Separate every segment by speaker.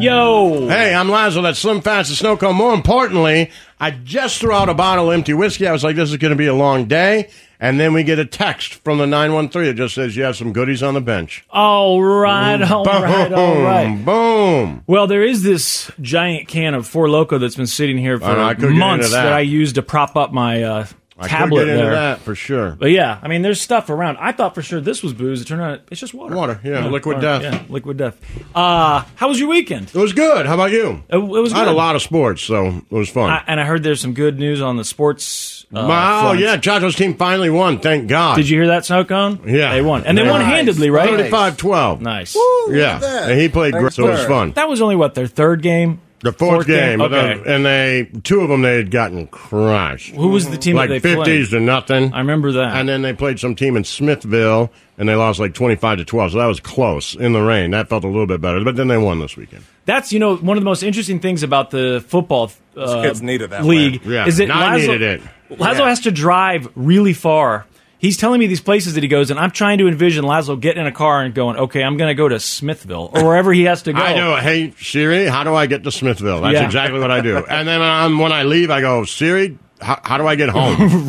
Speaker 1: Yo!
Speaker 2: hey, I'm Lazo. That's Slim Fast and Snow Cone. More importantly, I just threw out a bottle of empty whiskey. I was like, this is going to be a long day. And then we get a text from the 913 that just says, you have some goodies on the bench.
Speaker 1: All right, all right, all right.
Speaker 2: Boom.
Speaker 1: Well, there is this giant can of Four Loco that's been sitting here for
Speaker 2: I know, I could get
Speaker 1: months
Speaker 2: into
Speaker 1: that.
Speaker 2: that.
Speaker 1: I used to prop up my uh,
Speaker 2: I could
Speaker 1: tablet
Speaker 2: get into
Speaker 1: there.
Speaker 2: that for sure.
Speaker 1: But yeah, I mean, there's stuff around. I thought for sure this was booze. It turned out it's just water.
Speaker 2: Water, yeah, liquid death.
Speaker 1: Yeah, liquid death. Uh, how was your weekend?
Speaker 2: It was good. How about you?
Speaker 1: It, it was
Speaker 2: I had a
Speaker 1: good.
Speaker 2: lot of sports, so it was fun.
Speaker 1: I, and I heard there's some good news on the sports. Uh,
Speaker 2: Wow,
Speaker 1: front.
Speaker 2: yeah, Chacho's team finally won. Thank God.
Speaker 1: Did you hear that, Snow Cone?
Speaker 2: Yeah.
Speaker 1: They won. And they
Speaker 2: Nice.
Speaker 1: won handedly, right?
Speaker 2: 35 12.
Speaker 1: Nice.
Speaker 2: Yeah. And he played great, so it was fun.
Speaker 1: That was only, what, their third game?
Speaker 2: The fourth, game, but
Speaker 1: Okay.
Speaker 2: the- and they two of them they had gotten crushed,
Speaker 1: Who was the team
Speaker 2: like
Speaker 1: that they
Speaker 2: fifties
Speaker 1: played?
Speaker 2: to nothing.
Speaker 1: I remember that.
Speaker 2: And then they played some team in Smithville, and they lost like twenty five to twelve. So that was close in the rain. That felt a little bit better, but then they won this weekend.
Speaker 1: That's you know one of the most interesting things about the football uh,
Speaker 3: kids needed that
Speaker 1: league
Speaker 2: way. Yeah,
Speaker 1: is that
Speaker 2: and I
Speaker 1: Lazo,
Speaker 2: needed it.
Speaker 1: Lazo has to drive really far. He's telling me these places that he goes, and I'm trying to envision Lazo getting in a car and going, "Okay, I'm going to go to Smithville or wherever he has to go."
Speaker 2: I do. Hey Siri, how do I get to Smithville? That's
Speaker 1: Yeah.
Speaker 2: exactly what I do. And then um, when I leave, I go Siri, how, how do I get home?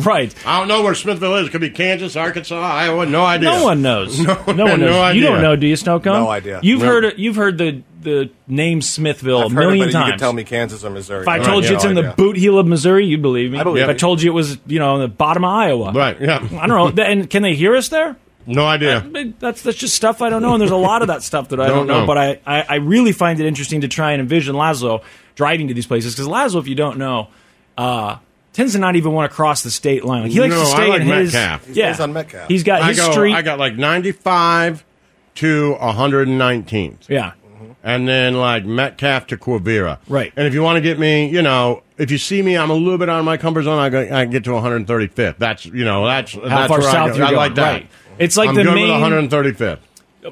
Speaker 1: Right?
Speaker 2: I don't know where Smithville is. It could be Kansas, Arkansas, Iowa. No idea.
Speaker 1: No one knows. No, one knows.
Speaker 2: no
Speaker 1: you
Speaker 2: idea.
Speaker 1: don't know, do you, Snowcone?
Speaker 3: No idea.
Speaker 1: You've heard it, you've heard the the name Smithville
Speaker 3: I've
Speaker 1: a
Speaker 3: heard
Speaker 1: million
Speaker 3: of it.
Speaker 1: times.
Speaker 3: You could tell me Kansas or Missouri.
Speaker 1: if I
Speaker 3: Right,
Speaker 1: told you
Speaker 3: no
Speaker 1: it's in the
Speaker 3: idea.
Speaker 1: boot heel of Missouri, you believe me.
Speaker 3: I believe
Speaker 1: if I
Speaker 3: you.
Speaker 1: told you it was you know in the bottom of Iowa,
Speaker 2: Right? Yeah.
Speaker 1: I don't know. And can they hear us there?
Speaker 2: No idea.
Speaker 1: But that's that's just stuff I don't know, and there's a lot of that stuff that I
Speaker 2: Don't
Speaker 1: don't, know,
Speaker 2: know.
Speaker 1: But I, I, I really find it interesting to try and envision Lazo driving to these places because Lazo, if you don't know, uh, tends to not even want to cross the state line. Like, he likes
Speaker 2: No,
Speaker 1: to
Speaker 2: I
Speaker 1: stay
Speaker 2: like
Speaker 1: in his
Speaker 2: Metcalf. He
Speaker 1: yeah.
Speaker 3: stays on Metcalf.
Speaker 1: He's got
Speaker 2: I
Speaker 1: his
Speaker 2: go.
Speaker 1: street.
Speaker 2: I got like ninety five to one hundred and nineteenth.
Speaker 1: yeah,
Speaker 2: and then like Metcalf to Quivira.
Speaker 1: Right.
Speaker 2: And if you want to get me, you know, if you see me, I'm a little bit out of my comfort zone. I, go, I get to 135th. That's you know, that's
Speaker 1: how
Speaker 2: that's
Speaker 1: far
Speaker 2: where
Speaker 1: south
Speaker 2: I, go.
Speaker 1: you're
Speaker 2: I
Speaker 1: going.
Speaker 2: like that.
Speaker 1: Right. It's like
Speaker 2: I'm
Speaker 1: the
Speaker 2: good
Speaker 1: main
Speaker 2: with 135th.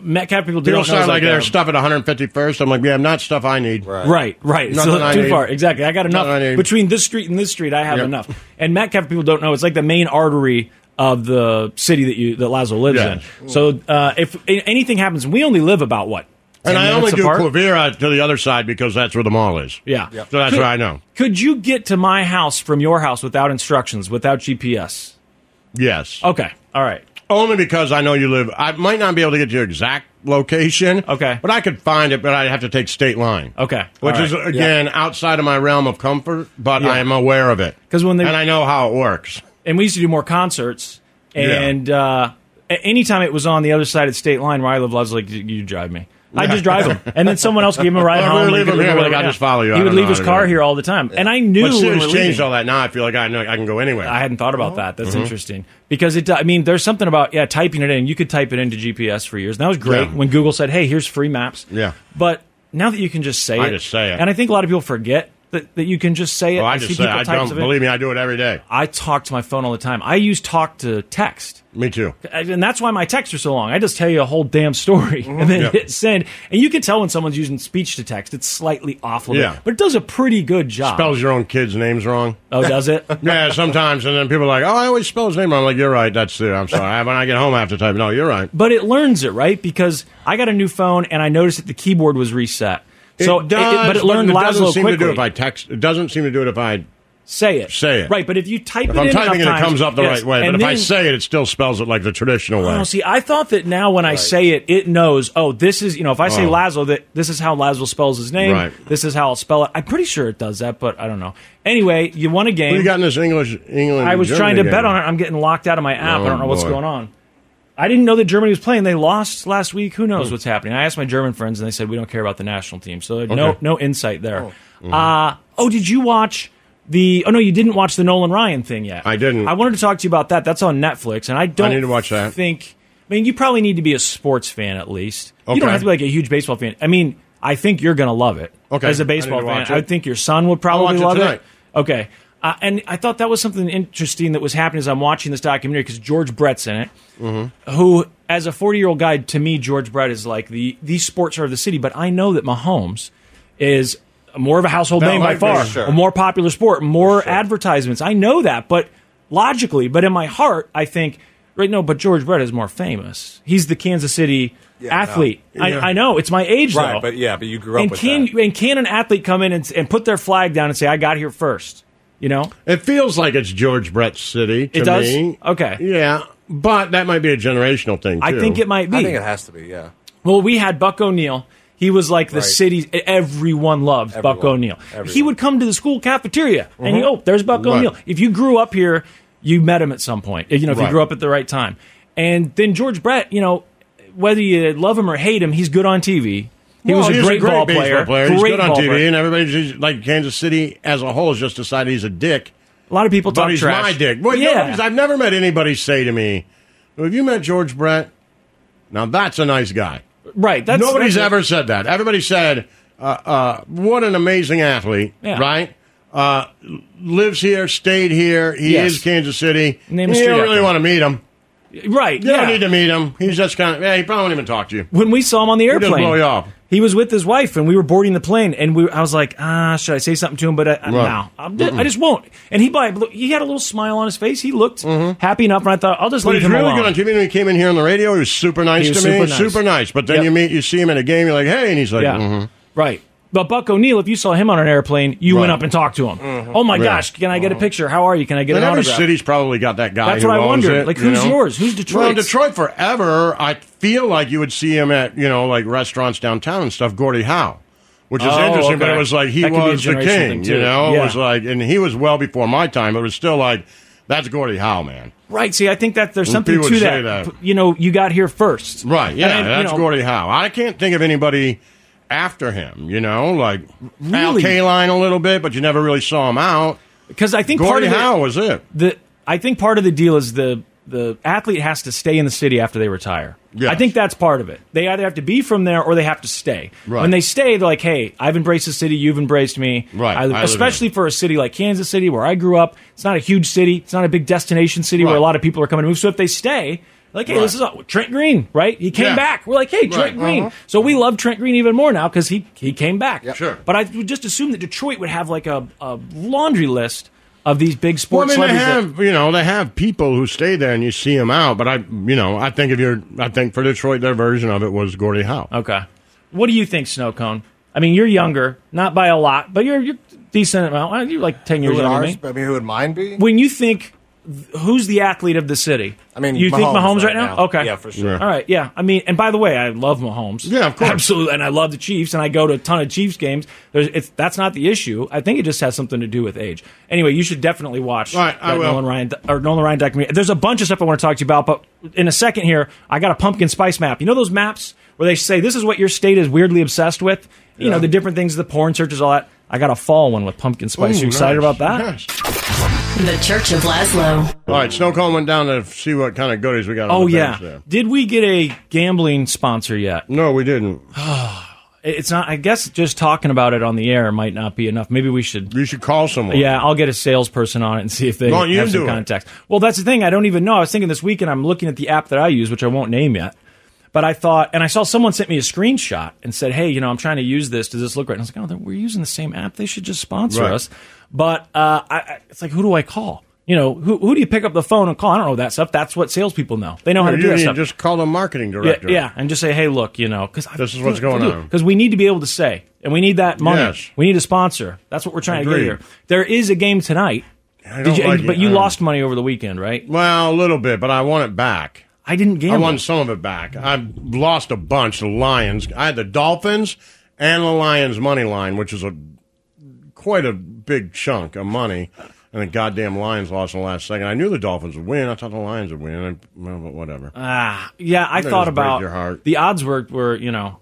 Speaker 1: Metcalf people
Speaker 2: People
Speaker 1: don't know
Speaker 2: sound like
Speaker 1: that.
Speaker 2: their stuff at 151st. I'm like, yeah, not stuff I need.
Speaker 3: Right.
Speaker 1: Right, right. It's
Speaker 2: Nothing I
Speaker 1: too
Speaker 2: need.
Speaker 1: far. Exactly. I got enough
Speaker 2: Nothing I need.
Speaker 1: between this street and this street. I have
Speaker 2: Yep.
Speaker 1: enough. And Metcalf people don't know. It's like the main artery of the city that you that Lazo lives
Speaker 2: Yeah.
Speaker 1: in. So uh, if a- anything happens, we only live about what. 10
Speaker 2: And I only
Speaker 1: minutes
Speaker 2: do
Speaker 1: apart?
Speaker 2: Quivira to the other side because that's where the mall is.
Speaker 1: Yeah.
Speaker 2: So that's where I know.
Speaker 1: Could you get to my house from your house without instructions, without GPS?
Speaker 2: Yes.
Speaker 1: Okay. All right.
Speaker 2: Only because I know you live. I might not be able to get your exact location.
Speaker 1: Okay.
Speaker 2: But I could find it, but I'd have to take state line.
Speaker 1: Okay.
Speaker 2: Which is again outside of my realm of comfort, but I am aware of it
Speaker 1: 'Cause when they-
Speaker 2: and I know how it works.
Speaker 1: and we used to do more concerts. And uh, a- anytime it was on the other side of the state line where I live, I was like, "You you drive me." I just drive him, and then someone else gave him a ride
Speaker 2: Well,
Speaker 1: home.
Speaker 2: we'll
Speaker 1: and he
Speaker 2: leave
Speaker 1: could
Speaker 2: him
Speaker 1: live
Speaker 2: here,
Speaker 1: where
Speaker 2: but
Speaker 1: they
Speaker 2: I'll
Speaker 1: got.
Speaker 2: just follow you. I
Speaker 1: He would
Speaker 2: don't know
Speaker 1: leave
Speaker 2: how
Speaker 1: his
Speaker 2: to
Speaker 1: car
Speaker 2: do it.
Speaker 1: here all the time, and I knew.
Speaker 2: But
Speaker 1: when
Speaker 2: shit
Speaker 1: we're
Speaker 2: has changed
Speaker 1: leaving.
Speaker 2: all that now. I feel like I know I can go anywhere. Mm-hmm.
Speaker 1: I hadn't thought about that. That's interesting because it. I mean, there's something about yeah, typing it in. You could type it into GPS for years. And that was great
Speaker 2: Yeah.
Speaker 1: when Google said, "Hey, here's free maps."
Speaker 2: Yeah.
Speaker 1: But now that you can just say
Speaker 2: I
Speaker 1: it,
Speaker 2: just say it.
Speaker 1: and I think a lot of people forget that, that you can just say it.
Speaker 2: Well, Oh, I
Speaker 1: see
Speaker 2: just say
Speaker 1: people
Speaker 2: I
Speaker 1: types
Speaker 2: don't
Speaker 1: of it.
Speaker 2: believe me. I do it every day.
Speaker 1: I talk to my phone all the time. I use talk to text.
Speaker 2: Me too.
Speaker 1: And that's why my texts are so long. I just tell you a whole damn story and then
Speaker 2: Mm-hmm. Yeah.
Speaker 1: hit send. And you can tell when someone's using speech to text. It's slightly off limit,
Speaker 2: Yeah.
Speaker 1: but it does a pretty good job.
Speaker 2: Spells your own kids' names wrong.
Speaker 1: oh, does it?
Speaker 2: Yeah, sometimes, and then people are like, "Oh, I always spell his name." wrong." I'm like, "You're right. That's it. I'm sorry." When I get home, I have to type. No, you're right.
Speaker 1: but it learns it right because I got a new phone and I noticed that the keyboard was reset. So,
Speaker 2: it does,
Speaker 1: but it learned
Speaker 2: it doesn't
Speaker 1: Laszlo
Speaker 2: seem
Speaker 1: quickly.
Speaker 2: to do it if I text. It doesn't seem to do it if I.
Speaker 1: say it,
Speaker 2: say it.
Speaker 1: right. But if you type
Speaker 2: If
Speaker 1: it
Speaker 2: I'm
Speaker 1: in
Speaker 2: typing it,
Speaker 1: enough
Speaker 2: it comes
Speaker 1: times-
Speaker 2: up the
Speaker 1: yes,
Speaker 2: right way. But
Speaker 1: and
Speaker 2: if I
Speaker 1: then-
Speaker 2: say it, it still spells it like the traditional way.
Speaker 1: Oh, see, I thought that now when I say it, it knows. Oh, this is you know, if I say
Speaker 2: Oh.
Speaker 1: Lazo, that this is how Lazo spells his name.
Speaker 2: Right.
Speaker 1: This is how I'll spell it. I'm pretty sure it does that, but I don't know. Anyway, you won a
Speaker 2: Who
Speaker 1: game.
Speaker 2: you got in this English England?
Speaker 1: I was
Speaker 2: Germany
Speaker 1: trying to
Speaker 2: game?
Speaker 1: bet on it. I'm getting locked out of my app. I don't know
Speaker 2: Oh,
Speaker 1: what's
Speaker 2: boy.
Speaker 1: going on. I didn't know that Germany was playing. They lost last week. Who
Speaker 2: Hmm.
Speaker 1: knows what's happening? I asked my German friends, and they said we don't care about the national team. So no,
Speaker 2: Okay. Mm-hmm.
Speaker 1: no insight there. Oh. Uh, oh, did you watch the? Oh no, you didn't watch the Nolan Ryan thing yet.
Speaker 2: I didn't.
Speaker 1: I wanted to talk to you about that. That's on Netflix, and I don't
Speaker 2: need to watch that.
Speaker 1: Think. I mean, you probably need to be a sports fan at least. You don't
Speaker 2: Okay.
Speaker 1: have to be like a huge baseball fan. I mean, I think you're going to love it.
Speaker 2: Okay.
Speaker 1: As a
Speaker 2: I need to
Speaker 1: baseball fan,
Speaker 2: watch it.
Speaker 1: I would think your son would probably
Speaker 2: watch it
Speaker 1: love
Speaker 2: tonight.
Speaker 1: Okay. Uh, and I thought that was something interesting that was happening as I'm watching this documentary because George Brett's in it,
Speaker 2: Mm-hmm.
Speaker 1: who, as a 40 year old guy, to me, George Brett is like the, the sports star of the city. But I know that Mahomes is more of a household
Speaker 2: That
Speaker 1: name by
Speaker 2: might be-
Speaker 1: far,
Speaker 2: Sure.
Speaker 1: a more popular sport, more advertisements. I know that, but logically, but in my heart, I think, right, no, but George Brett is more famous. He's the Kansas City
Speaker 3: I know.
Speaker 1: athlete. I,
Speaker 2: Yeah.
Speaker 1: I know, it's my age,
Speaker 3: Right,
Speaker 1: though
Speaker 3: but yeah, but you grew up
Speaker 1: and
Speaker 3: with
Speaker 1: can
Speaker 3: that.
Speaker 1: and can an athlete come in and, and put their flag down and say I got here first? You know,
Speaker 2: It feels like it's George Brett City. To
Speaker 1: It does?
Speaker 2: Me.
Speaker 1: Okay.
Speaker 2: Yeah, but that might be a generational thing. Too.
Speaker 1: I think it might be.
Speaker 3: I think it has to be, yeah.
Speaker 1: Well, we had Buck O'Neill. He was like the
Speaker 3: Right.
Speaker 1: city's everyone loved Buck
Speaker 3: Everyone.
Speaker 1: O'Neill. He
Speaker 3: Everyone.
Speaker 1: would come to the school cafeteria and you, oh, there's Buck
Speaker 2: Mm-hmm. Right.
Speaker 1: O'Neill. If you grew up here, you met him at some point. You know, if
Speaker 2: Right.
Speaker 1: you grew up at the right time. And then George Brett, you know, whether you love him or hate him, he's good on TV. He
Speaker 2: Well,
Speaker 1: was a
Speaker 2: he's
Speaker 1: great, ball
Speaker 2: baseball
Speaker 1: player.
Speaker 2: He's
Speaker 1: great
Speaker 2: good on
Speaker 1: ball
Speaker 2: TV,
Speaker 1: player.
Speaker 2: and everybody's just- like Kansas City as a whole has just decided he's a dick.
Speaker 1: A lot of people
Speaker 2: But
Speaker 1: talk
Speaker 2: he's
Speaker 1: trash.
Speaker 2: my dick. Well,
Speaker 1: yeah.
Speaker 2: nobody's- I've never met anybody say to me, "Have you met George Brett?" Now that's a nice guy.
Speaker 1: right. That's,
Speaker 2: Nobody's
Speaker 1: that's-
Speaker 2: ever said that. Everybody said, uh, uh, "What an amazing athlete!"
Speaker 1: Yeah.
Speaker 2: Right? Uh, lives here, stayed here. He
Speaker 1: Yes.
Speaker 2: is Kansas City.
Speaker 1: Name a
Speaker 2: you
Speaker 1: street
Speaker 2: don't
Speaker 1: after
Speaker 2: really
Speaker 1: him.
Speaker 2: want to meet him.
Speaker 1: Right.
Speaker 2: You
Speaker 1: yeah.
Speaker 2: don't need to meet him. He's just kind of. Yeah, he probably won't even talk to you.
Speaker 1: when we saw him on the
Speaker 2: just
Speaker 1: airplane,
Speaker 2: blow you off.
Speaker 1: he was with his wife, and we were boarding the plane. And we, I was like, ah, should I say something to him? But I, I,
Speaker 2: Right.
Speaker 1: no, I'm, di- I just won't. And he, by, he had a little smile on his face. He looked happy enough, and I thought, I'll just
Speaker 2: Mm-hmm. But
Speaker 1: leave
Speaker 2: he's
Speaker 1: him
Speaker 2: really
Speaker 1: alone.
Speaker 2: good on TV. When he came in here on the radio, he was super nice
Speaker 1: He was
Speaker 2: to me.
Speaker 1: super nice.
Speaker 2: Super nice. But then
Speaker 1: Yep.
Speaker 2: you meet, you see him at a game. You're like, hey, and he's like,
Speaker 1: yeah,
Speaker 2: mhm.
Speaker 1: right. But Buck O'Neill, if you saw him on an airplane, you went
Speaker 2: Right. Mm-hmm.
Speaker 1: up and talked to him. Oh my gosh, can I get a picture? How are you? Can I get
Speaker 2: And
Speaker 1: an
Speaker 2: every
Speaker 1: autograph?
Speaker 2: city's probably got that guy.
Speaker 1: That's
Speaker 2: who
Speaker 1: what I
Speaker 2: owns
Speaker 1: wondered.
Speaker 2: it,
Speaker 1: Like,
Speaker 2: you
Speaker 1: who's
Speaker 2: know?
Speaker 1: yours? Who's
Speaker 2: Well, in
Speaker 1: Detroit's?
Speaker 2: Detroit forever, I feel like you would see him at you know like restaurants downtown and stuff. Gordie Howe, which is
Speaker 1: Oh,
Speaker 2: interesting, but
Speaker 1: okay.
Speaker 2: it was like he
Speaker 1: That could be a
Speaker 2: was the
Speaker 1: generational
Speaker 2: king.
Speaker 1: thing, too.
Speaker 2: You know, it
Speaker 1: Yeah.
Speaker 2: was like, and he was well before my time. But it was still like that's Gordie Howe, man.
Speaker 1: right. See, I think that there's something
Speaker 2: people
Speaker 1: to
Speaker 2: say
Speaker 1: that.
Speaker 2: that.
Speaker 1: P- You know, you got here first.
Speaker 2: Right? Yeah,
Speaker 1: And I- you
Speaker 2: that's
Speaker 1: know,
Speaker 2: Gordie Howe. I can't think of anybody after him. You know, like Al
Speaker 1: Really?
Speaker 2: Kaline a little bit, but you never really saw him out.
Speaker 1: Because I think part
Speaker 2: Gordie
Speaker 1: of the-
Speaker 2: Howe was it?
Speaker 1: the I think part of the deal is the the athlete has to stay in the city after they retire.
Speaker 2: Yes.
Speaker 1: I think that's part of it. They either have to be from there or they have to stay.
Speaker 2: Right.
Speaker 1: When they stay, they're like, "Hey, I've embraced the city. You've embraced me."
Speaker 2: Right. I
Speaker 1: I,
Speaker 2: live here.
Speaker 1: especially for a city like Kansas City, where I grew up. It's not a huge city. It's not a big destination city where
Speaker 2: Right.
Speaker 1: a lot of people are coming to move. So if they stay, like, "Hey, this is all, Trent Green, right? He came
Speaker 2: Yeah.
Speaker 1: back." We're like, "Hey, Trent
Speaker 2: Right. Uh-huh.
Speaker 1: Green." So we love Trent Green even more now because he he came back.
Speaker 2: Sure.
Speaker 1: But I would just assume that Detroit would have like a, a laundry list of these big sports
Speaker 2: well, I mean, they
Speaker 1: celebrities that-
Speaker 2: have you know they have people who stay there and you see them out. But I you know I think if you're I think for Detroit their version of it was Gordie Howe.
Speaker 1: Okay. What do you think, Snow Cone? I mean, you're younger, not by a lot, but you're you're decent amount. You're like ten years
Speaker 3: Who would
Speaker 1: younger
Speaker 3: ours?
Speaker 1: than me.
Speaker 3: I mean, who would mine be?
Speaker 1: When you think who's the athlete of the city?
Speaker 3: I mean,
Speaker 1: you think
Speaker 3: Mahomes
Speaker 1: Mahomes right,
Speaker 3: right
Speaker 1: now?
Speaker 3: now.
Speaker 1: Okay,
Speaker 3: Yeah, for sure.
Speaker 1: All right, yeah. I mean, and by the way, I love Mahomes.
Speaker 2: Yeah, of course.
Speaker 1: absolutely. And I love the Chiefs, and I go to a ton of Chiefs games. There's, it's, that's not the issue. I think it just has something to do with age. Anyway, you should definitely watch
Speaker 2: All right, I
Speaker 1: that
Speaker 2: will.
Speaker 1: Nolan Ryan or Nolan Ryan documentary. There's a bunch of stuff I want to talk to you about, but in a second here, I got a pumpkin spice map. You know those maps where they say this is what your state is weirdly obsessed with. You know the different things, the porn searches, all that. I got a fall one with pumpkin spice. you excited
Speaker 2: nice.
Speaker 1: about that?
Speaker 2: Yes.
Speaker 4: The Church of Laszlo.
Speaker 2: All right, Snow Cone went down to see what kind of goodies we got. on
Speaker 1: Oh
Speaker 2: the
Speaker 1: yeah.
Speaker 2: bench there.
Speaker 1: Did we get a gambling sponsor yet?
Speaker 2: No, we didn't.
Speaker 1: It- It's not. I guess just talking about it on the air might not be enough. Maybe we should.
Speaker 2: You should call someone.
Speaker 1: Yeah, I'll get a salesperson on it and see if they
Speaker 2: Why don't you
Speaker 1: have some
Speaker 2: do it?
Speaker 1: contacts. Well, that's the thing. I don't even know. I was thinking this weekend. I'm looking at the app that I use, which I won't name yet. But I thought, and I saw someone sent me a screenshot and said, "Hey, you know, I'm trying to use this. Does this look right?" And I was like, "Oh, then we're using the same app. They should just sponsor
Speaker 2: Right.
Speaker 1: us." But uh, I, I, it's like, who do I call? You know, who, who do you pick up the phone and call? I don't know that stuff. That's what salespeople know. They know how to
Speaker 2: you
Speaker 1: do that
Speaker 2: need
Speaker 1: stuff.
Speaker 2: to just call the marketing
Speaker 1: Yeah,
Speaker 2: director.
Speaker 1: yeah, and just say, hey, look, you know, because
Speaker 2: This is what's going on.
Speaker 1: Because we need to be able to say, and we need that money.
Speaker 2: Yes.
Speaker 1: We need a sponsor. That's what we're trying
Speaker 2: Agreed.
Speaker 1: to get here. There is a game tonight.
Speaker 2: I don't
Speaker 1: Did you,
Speaker 2: like
Speaker 1: but
Speaker 2: it.
Speaker 1: you
Speaker 2: I don't-
Speaker 1: lost money over the weekend, right?
Speaker 2: Well, a little bit, but I want it back.
Speaker 1: I didn't gamble.
Speaker 2: I won some of it back. I lost a bunch. The Lions. I had the Dolphins and the Lions money line, which is a quite a big chunk of money. And the goddamn Lions lost in the last second. I knew the Dolphins would win. I thought the Lions would win. I, well, but whatever.
Speaker 1: Ah, yeah, I
Speaker 2: That
Speaker 1: thought
Speaker 2: just break
Speaker 1: about
Speaker 2: your heart.
Speaker 1: the odds were were you know.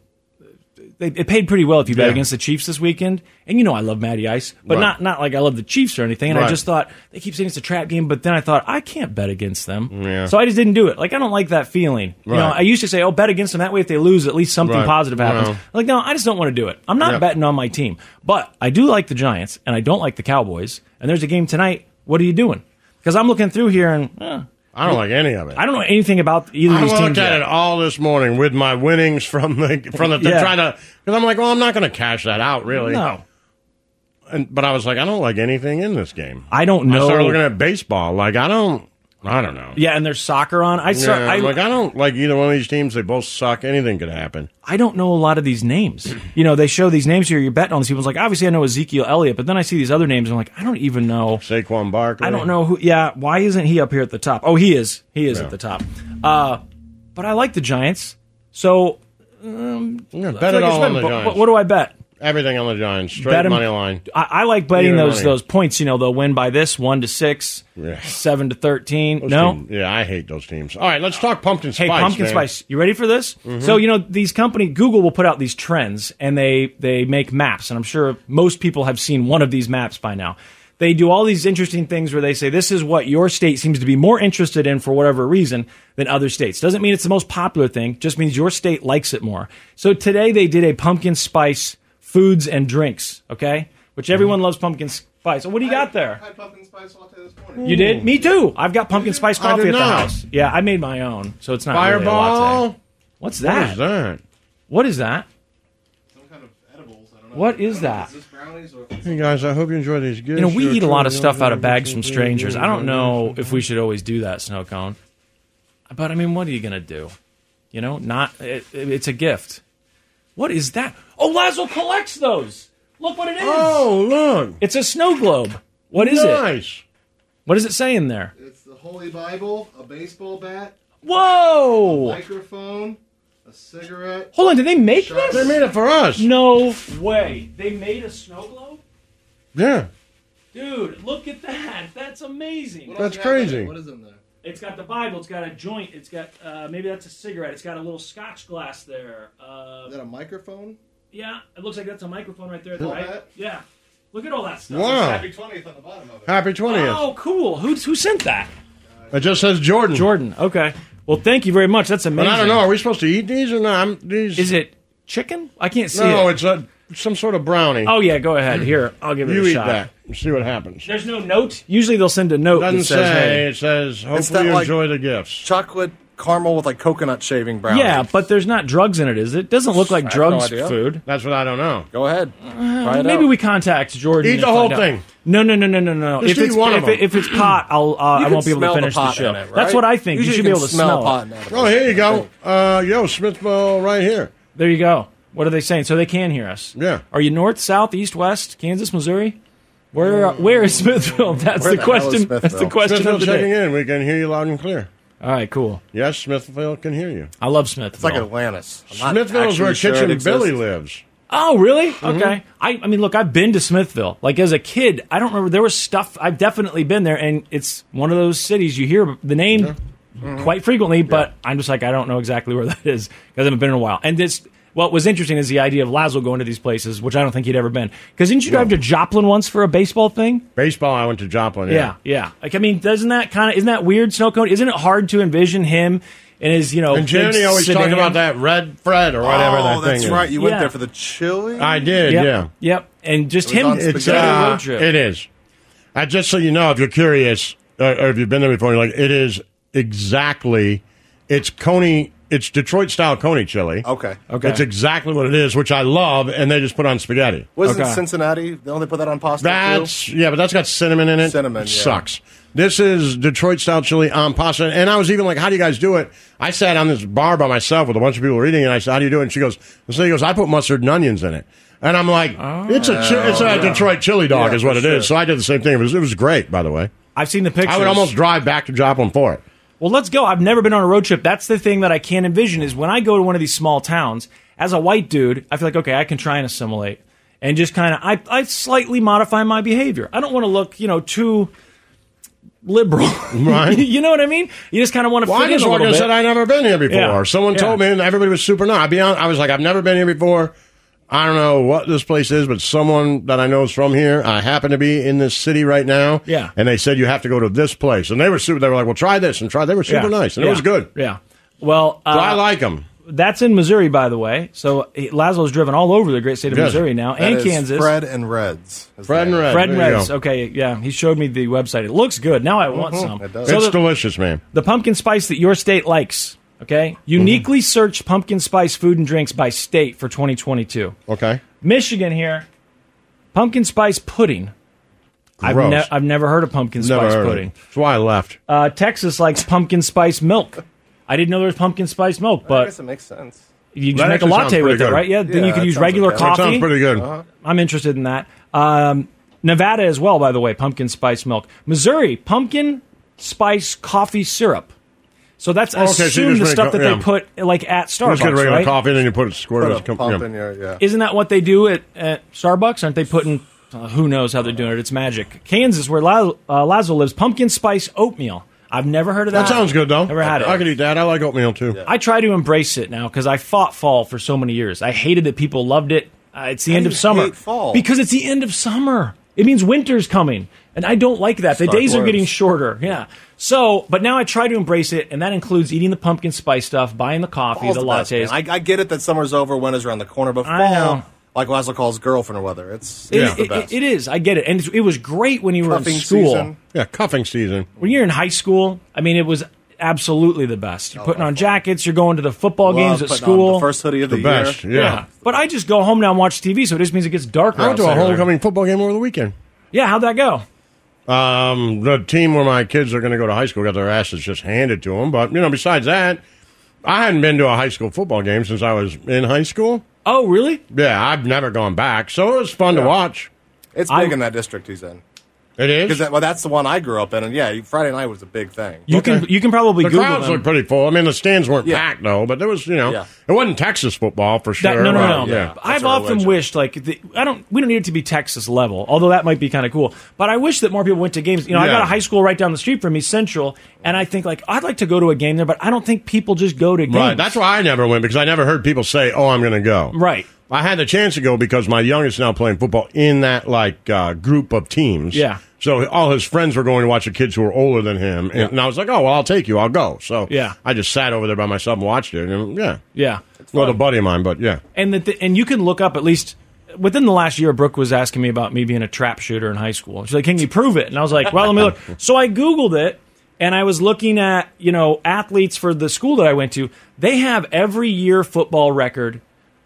Speaker 1: They, it paid pretty well if you bet
Speaker 2: Yeah.
Speaker 1: against the Chiefs this weekend, and you know I love Matty Ice, but
Speaker 2: Right.
Speaker 1: not not like I love the Chiefs or anything. And I
Speaker 2: Right.
Speaker 1: just thought they keep saying it's a trap game, but then I thought I can't bet against them,
Speaker 2: Yeah.
Speaker 1: so I just didn't do it. Like I don't like that feeling. You know,
Speaker 2: Right.
Speaker 1: I used to say, "Oh, bet against them that way. If they lose, at least something
Speaker 2: Right.
Speaker 1: positive happens."
Speaker 2: Well.
Speaker 1: Like no, I just don't want to do it. I'm not
Speaker 2: Yeah.
Speaker 1: betting on my team, but I do like the Giants and I don't like the Cowboys. And there's a game tonight. What are you doing? Because I'm looking through here and eh,
Speaker 2: I don't like any of it.
Speaker 1: I don't know anything about either of
Speaker 2: I
Speaker 1: these
Speaker 2: looked
Speaker 1: teams.
Speaker 2: at
Speaker 1: yet.
Speaker 2: it all this morning with my winnings from the from the
Speaker 1: Yeah.
Speaker 2: trying to because I'm like, well, I'm not going to cash that out really.
Speaker 1: No,
Speaker 2: And, but I was like, I don't like anything in this game.
Speaker 1: I don't
Speaker 2: I
Speaker 1: know.
Speaker 2: started looking at baseball. Like I don't, I don't know.
Speaker 1: yeah, and there's soccer on. I saw,
Speaker 2: Yeah,
Speaker 1: I,
Speaker 2: I'm like I don't like either one of these teams. They both suck. Anything could happen.
Speaker 1: I don't know a lot of these names. You know, they show these names here. You're betting on these people. It's like obviously I know Ezekiel Elliott, but then I see these other names. I'm like, I don't even know.
Speaker 2: Saquon Barkley.
Speaker 1: I don't know who. Yeah, why isn't he up here at the top? Oh, he is. He is at the top. Uh, but I like the Giants. So um,
Speaker 2: Yeah,
Speaker 1: I
Speaker 2: bet
Speaker 1: feel
Speaker 2: it
Speaker 1: like it's
Speaker 2: all on
Speaker 1: been-
Speaker 2: the
Speaker 1: but-
Speaker 2: Giants.
Speaker 1: but what do I bet?
Speaker 2: Everything on the Giants. Straight
Speaker 1: Bet 'em-
Speaker 2: money line.
Speaker 1: I, I like betting
Speaker 2: Either
Speaker 1: those
Speaker 2: money.
Speaker 1: those points. You know, they'll win by this one to six,
Speaker 2: Yeah.
Speaker 1: seven to thirteen.
Speaker 2: Those
Speaker 1: no,
Speaker 2: teams- yeah, I hate those teams. All right, let's talk pumpkin
Speaker 1: Hey,
Speaker 2: spice.
Speaker 1: pumpkin
Speaker 2: man. Mm-hmm.
Speaker 1: spice. You ready for this? So you know these company Google will put out these trends, and they they make maps, and I'm sure most people have seen one of these maps by now. They do all these interesting things where they say this is what your state seems to be more interested in for whatever reason than other states. Doesn't mean it's the most popular thing, just means your state likes it more. So today they did a pumpkin spice foods and drinks, okay? Which everyone loves pumpkin spice. What do you got there?
Speaker 5: I had pumpkin spice latte this morning.
Speaker 1: You
Speaker 6: Hmm.
Speaker 1: did? Me too. I've got pumpkin spice
Speaker 2: I
Speaker 1: coffee
Speaker 2: did
Speaker 1: at the
Speaker 2: not.
Speaker 1: house. Yeah, I made my own, so it's not really a latte.
Speaker 2: Fireball.
Speaker 1: What's
Speaker 2: What
Speaker 1: that?
Speaker 2: is that?
Speaker 1: What is that?
Speaker 5: Some kind of edibles. I don't know.
Speaker 1: What is
Speaker 5: I don't know
Speaker 1: that?
Speaker 5: if it's just brownies or if it's
Speaker 2: Hey guys, I hope you enjoy these gifts.
Speaker 1: You know, we eat a lot of stuff out of bags from strangers. I don't know if we should always do that, snow cone. But I mean, what are you gonna do? You know, not it, it- it's a gift. What is that? Oh, Lazo collects those. Look what it is.
Speaker 2: Oh look,
Speaker 1: It's a snow globe. What is it?
Speaker 2: nice.
Speaker 1: What does it say in there?
Speaker 5: it's the Holy Bible, a baseball bat,
Speaker 1: Whoa!
Speaker 5: microphone, a cigarette.
Speaker 1: Hold on, did they make
Speaker 2: They
Speaker 1: this?
Speaker 2: made it for us.
Speaker 1: No way. They made a snow globe?
Speaker 2: Yeah,
Speaker 1: Dude, look at that. That's amazing.
Speaker 5: What
Speaker 2: That's
Speaker 5: else you got in
Speaker 2: crazy.
Speaker 5: there? What is in there?
Speaker 1: It's got the Bible. It's got a joint. It's got uh, maybe that's a cigarette. It's got a little Scotch glass there. Uh,
Speaker 5: Is that a microphone?
Speaker 1: yeah, it looks like that's a microphone right there.
Speaker 5: Cool.
Speaker 1: Right? Yeah, look at all that stuff.
Speaker 2: wow.
Speaker 5: Happy 20th on the bottom of it.
Speaker 2: Happy twentieth.
Speaker 1: Oh, cool. Who who sent that?
Speaker 2: It just says Jordan.
Speaker 1: Jordan. Okay. Well, thank you very much. That's
Speaker 2: But
Speaker 1: amazing.
Speaker 2: I don't know. Are we supposed to eat these or not? I'm, these.
Speaker 1: Is it chicken? I can't see
Speaker 2: No,
Speaker 1: it.
Speaker 2: it's a, some sort of brownie.
Speaker 1: Oh yeah, go ahead. Here, I'll give it
Speaker 2: you
Speaker 1: a
Speaker 2: eat
Speaker 1: shot.
Speaker 2: that. and See what happens.
Speaker 1: There's no note. Usually they'll send a note
Speaker 2: Doesn't
Speaker 1: that says,
Speaker 2: say.
Speaker 1: "Hey."
Speaker 2: It says.
Speaker 3: that,
Speaker 2: Hopefully you
Speaker 3: like-
Speaker 2: enjoy the gifts.
Speaker 3: Chocolate caramel with like coconut shaving brownie.
Speaker 1: Yeah, but there's not drugs in it, is it? Doesn't look like
Speaker 3: have no
Speaker 1: drugs
Speaker 3: idea.
Speaker 1: food.
Speaker 2: That's what I don't know.
Speaker 3: Go ahead. Try it
Speaker 1: Uh-huh. Maybe
Speaker 3: out.
Speaker 1: we contact Jordan.
Speaker 2: Eat
Speaker 1: and
Speaker 2: the whole
Speaker 1: find out.
Speaker 2: thing.
Speaker 1: No, no, no, no, no, no.
Speaker 2: Just
Speaker 1: if
Speaker 2: eat
Speaker 1: it's
Speaker 2: one of
Speaker 1: if, it-
Speaker 2: them.
Speaker 1: if it's pot, I'll uh, I
Speaker 3: can
Speaker 1: won't be able to
Speaker 3: smell the
Speaker 1: finish
Speaker 3: pot
Speaker 1: show.
Speaker 3: in it, right?
Speaker 1: That's what I think. You,
Speaker 3: Usually
Speaker 1: should be
Speaker 3: can
Speaker 1: able to
Speaker 3: smell,
Speaker 1: smell.
Speaker 3: pot
Speaker 1: it.
Speaker 3: in it.
Speaker 2: Oh, here you go. Uh, yo, Smithville, right here.
Speaker 1: There you go. What are they saying? So they can hear us.
Speaker 2: Yeah.
Speaker 1: Are you north, south, east, west, Kansas, Missouri? Where uh, where is Smithville? That's
Speaker 3: Where
Speaker 1: the
Speaker 3: the hell is
Speaker 1: question. That's the
Speaker 3: Smithville?
Speaker 1: question
Speaker 2: Smithfield
Speaker 1: of the
Speaker 2: checking
Speaker 1: day.
Speaker 2: in. We can hear you loud and clear.
Speaker 1: All right, cool.
Speaker 2: Yes, Smithfield can hear you.
Speaker 1: I love
Speaker 3: It's like
Speaker 1: Smithville.
Speaker 3: Atlantis. I'm not
Speaker 2: Smithville is
Speaker 3: actually
Speaker 2: where
Speaker 3: sure it
Speaker 2: Kitchen
Speaker 3: exists. Mm-hmm.
Speaker 2: Billy lives.
Speaker 1: oh, really? Okay. I, I mean, look, I've been to Smithville. Like as a kid, I don't remember there was stuff. I've definitely been there, and it's one of those cities you hear the name
Speaker 3: Mm-hmm.
Speaker 1: quite frequently, but I'm just like I don't know exactly where that is because I haven't been in a while. And this. What was interesting is the idea of Lazo going to these places, which I don't think he'd ever been. Because didn't you drive to Joplin once for a baseball thing?
Speaker 2: Baseball, I went to Joplin.
Speaker 1: Yeah, yeah. Like I mean, doesn't that kind of isn't that weird, Snow Cone? Isn't it hard to envision him and his you know?
Speaker 2: And Jeremy
Speaker 1: big
Speaker 2: Oh, always talked
Speaker 1: sedan?
Speaker 2: about that Red Fred or whatever
Speaker 3: Oh,
Speaker 2: that thing
Speaker 3: that's
Speaker 2: is.
Speaker 3: right. You went
Speaker 1: Yeah.
Speaker 3: there for the chili.
Speaker 2: I did,
Speaker 1: Yep,
Speaker 2: yeah.
Speaker 1: Yep. And just
Speaker 3: was
Speaker 1: him.
Speaker 3: on
Speaker 2: It's
Speaker 3: Spaghetti
Speaker 2: uh,
Speaker 1: road trip.
Speaker 2: It is. Uh, just so you know, if you're curious, uh, or if you've been there before, you're like it is exactly. It's Coney. It's Detroit style Coney chili.
Speaker 3: Okay.
Speaker 1: Okay.
Speaker 2: It's exactly what it is, which I love, and they just put on spaghetti.
Speaker 3: Wasn't
Speaker 1: Okay.
Speaker 3: Cincinnati? They only put that on pasta. too?
Speaker 2: That's yeah, but that's got cinnamon in it.
Speaker 3: Cinnamon,
Speaker 2: It
Speaker 3: yeah.
Speaker 2: sucks. This is Detroit style chili on pasta, and I was even like, "How do you guys do it?" I sat on this bar by myself with a bunch of people eating, and I said, "How do you do it?" And she goes, and "So he goes, I put mustard and onions in it." And I'm like, "It's a chi- it's a Detroit chili dog,
Speaker 3: Oh. Yeah,
Speaker 2: is what it
Speaker 3: for
Speaker 2: is."
Speaker 3: sure.
Speaker 2: So I did the same thing. It was it was great, by the way.
Speaker 1: I've seen the pictures.
Speaker 2: I would almost drive back to Joplin for it.
Speaker 1: Well, let's go. I've never been on a road trip. That's the thing that I can't envision is when I go to one of these small towns, as a white dude, I feel like, okay, I can try and assimilate and just kind of, I, I slightly modify my behavior. I don't want to look, you know, too liberal.
Speaker 2: Right.
Speaker 1: you know what I mean? You just kind of want to
Speaker 2: Well,
Speaker 1: fit
Speaker 2: I just
Speaker 1: in a
Speaker 2: walked in
Speaker 1: little
Speaker 2: and
Speaker 1: bit.
Speaker 2: said I'd never been here before.
Speaker 1: Yeah.
Speaker 2: Someone
Speaker 1: Yeah.
Speaker 2: told me, and everybody was super nice. I be honest, I was like, I've never been here before. I don't know what this place is, but someone that I know is from here. I happen to be in this city right now.
Speaker 1: Yeah.
Speaker 2: and they said you have to go to this place, and they were super. They were like, well, try this and try. They were super
Speaker 1: Yeah.
Speaker 2: nice, and
Speaker 1: Yeah.
Speaker 2: it was good.
Speaker 1: Yeah. Well, uh,
Speaker 2: So I like them.
Speaker 1: That's in Missouri, by the way. So eh, Laszlo's driven all over the great state of
Speaker 2: Yes.
Speaker 1: Missouri now
Speaker 3: That
Speaker 1: and
Speaker 3: is
Speaker 1: Kansas.
Speaker 3: Fred and Reds. is
Speaker 2: Fred and
Speaker 3: the-
Speaker 2: Red.
Speaker 1: Fred and
Speaker 2: There you
Speaker 1: Reds.
Speaker 2: go.
Speaker 1: Okay, yeah, he showed me the website. It looks good. Now I want some.
Speaker 3: Mm-hmm. it does.
Speaker 1: So
Speaker 2: it's
Speaker 1: the,
Speaker 2: delicious, man.
Speaker 1: the pumpkin spice that your state likes. Okay, uniquely
Speaker 2: Mm-hmm.
Speaker 1: search pumpkin spice food and drinks by state for 2022.
Speaker 2: Okay,
Speaker 1: Michigan here, pumpkin spice pudding. I've,
Speaker 2: Gross.
Speaker 1: ne- I've never heard of pumpkin
Speaker 2: never
Speaker 1: spice
Speaker 2: heard of
Speaker 1: pudding.
Speaker 2: it. That's why I left.
Speaker 1: Uh, Texas likes pumpkin spice milk. I didn't know there was pumpkin spice milk,
Speaker 3: I
Speaker 1: but
Speaker 3: guess it makes sense.
Speaker 1: you
Speaker 2: That
Speaker 1: just make a
Speaker 2: actually sounds
Speaker 1: latte
Speaker 2: pretty
Speaker 1: with
Speaker 2: good.
Speaker 1: it, right? Yeah. then
Speaker 3: Yeah,
Speaker 1: you could
Speaker 3: that
Speaker 1: use
Speaker 3: sounds
Speaker 1: regular
Speaker 3: okay. That Uh-huh.
Speaker 2: That
Speaker 1: coffee.
Speaker 2: sounds pretty good.
Speaker 1: I'm interested in that. Um, Nevada as well, by the way, pumpkin spice milk. Missouri, pumpkin spice coffee syrup. So that's
Speaker 2: Oh, Okay, so you
Speaker 1: assume
Speaker 2: just
Speaker 1: the
Speaker 2: make
Speaker 1: stuff
Speaker 2: co-
Speaker 1: that
Speaker 2: yeah.
Speaker 1: they put like at Starbucks,
Speaker 2: Just get a regular
Speaker 1: right?
Speaker 2: coffee, and then you put it squirt.
Speaker 3: Put
Speaker 2: it.
Speaker 3: a
Speaker 2: Come-
Speaker 3: pump
Speaker 2: yeah.
Speaker 3: in your yeah.
Speaker 1: Isn't that what they do at, at Starbucks? Aren't they putting? Uh, who knows how they're doing it? It's magic. Kansas, where Lazo, uh, Lazo lives, pumpkin spice oatmeal. I've never heard of that.
Speaker 2: That sounds good though.
Speaker 1: Never had it.
Speaker 2: I could eat that. I like oatmeal too.
Speaker 1: I try to embrace it now because I fought fall for so many years. I hated that people loved it. Uh, it's the end
Speaker 3: do
Speaker 1: of
Speaker 3: you
Speaker 1: summer
Speaker 3: hate fall?
Speaker 1: because it's the end of summer. It means winter's coming, and I don't like that. The
Speaker 3: Stark
Speaker 1: days are
Speaker 3: words.
Speaker 1: getting shorter. Yeah. So, but now I try to embrace it, and that includes eating the pumpkin spice stuff, buying the coffee,
Speaker 3: Fall's
Speaker 1: the
Speaker 3: the best,
Speaker 1: lattes.
Speaker 3: man. I, I get it that summer's over, winter's around the corner, but fall,
Speaker 1: I know.
Speaker 3: like Laszlo calls girlfriend or weather, it's,
Speaker 1: It-
Speaker 3: it's the
Speaker 1: it-
Speaker 3: best.
Speaker 1: it is. I get it, and it's, it was great when you were
Speaker 3: Cuffing
Speaker 1: in school.
Speaker 3: season.
Speaker 2: Yeah, cuffing season.
Speaker 1: When you're in high school, I mean, it was absolutely the best. You're putting on jackets. You're going to the football
Speaker 3: Oh, Love
Speaker 1: games at
Speaker 3: putting on
Speaker 1: school.
Speaker 3: The first hoodie of the,
Speaker 2: The best.
Speaker 3: year.
Speaker 1: yeah.
Speaker 2: yeah.
Speaker 1: But I just go home now and watch TV, so it just means it gets darker.
Speaker 2: I went to a
Speaker 1: outside earlier.
Speaker 2: homecoming football game over the weekend.
Speaker 1: Yeah, how'd that go?
Speaker 2: Um, the team where my kids are going to go to high school got their asses just handed to them. But you know, besides that, I hadn't been to a high school football game since I was in high school.
Speaker 1: Oh, really?
Speaker 2: Yeah, I've never gone back, so it was fun to watch.
Speaker 3: It's big
Speaker 1: I-
Speaker 3: in that district he's in.
Speaker 2: It
Speaker 3: Because
Speaker 2: is.
Speaker 3: that, well, that's the one I grew up in, and yeah, Friday night was a big thing.
Speaker 1: You can you can probably
Speaker 2: the
Speaker 1: Google
Speaker 2: crowds
Speaker 1: them.
Speaker 2: look pretty full. I mean, the stands weren't
Speaker 3: Yeah.
Speaker 2: packed though, but there was you know,
Speaker 3: Yeah.
Speaker 2: it wasn't Texas football for sure.
Speaker 1: That- no, no,
Speaker 2: Right,
Speaker 1: no.
Speaker 2: Yeah.
Speaker 1: I've
Speaker 3: a
Speaker 1: often
Speaker 3: religion.
Speaker 1: wished like the, I don't. We don't need it to be Texas level, although that might be kind of cool. But I wish that more people went to games. You know, I
Speaker 2: Yeah.
Speaker 1: got a high school right down the street from me, Central, and I think like I'd like to go to a game there, but I don't think people just go to games.
Speaker 2: Right. That's why I never went because I never heard people say, "Oh, I'm going to go."
Speaker 1: Right.
Speaker 2: I had the chance to go because my youngest now playing football in that like uh, group of teams.
Speaker 1: Yeah.
Speaker 2: So all his friends were going to watch the kids who were older than him, and, and I was like, "Oh, well, I'll take you. I'll go." So
Speaker 1: Yeah.
Speaker 2: I just sat over there by myself and watched it. And yeah,
Speaker 1: Yeah.
Speaker 2: well, a buddy of mine, but yeah,
Speaker 1: and that the, and you can look up at least within the last year brooke was asking me about me being a trap shooter in high school she's like can you prove it and i was like well let me look so i googled it and i was looking at you know athletes for the school that i went to they have every year football record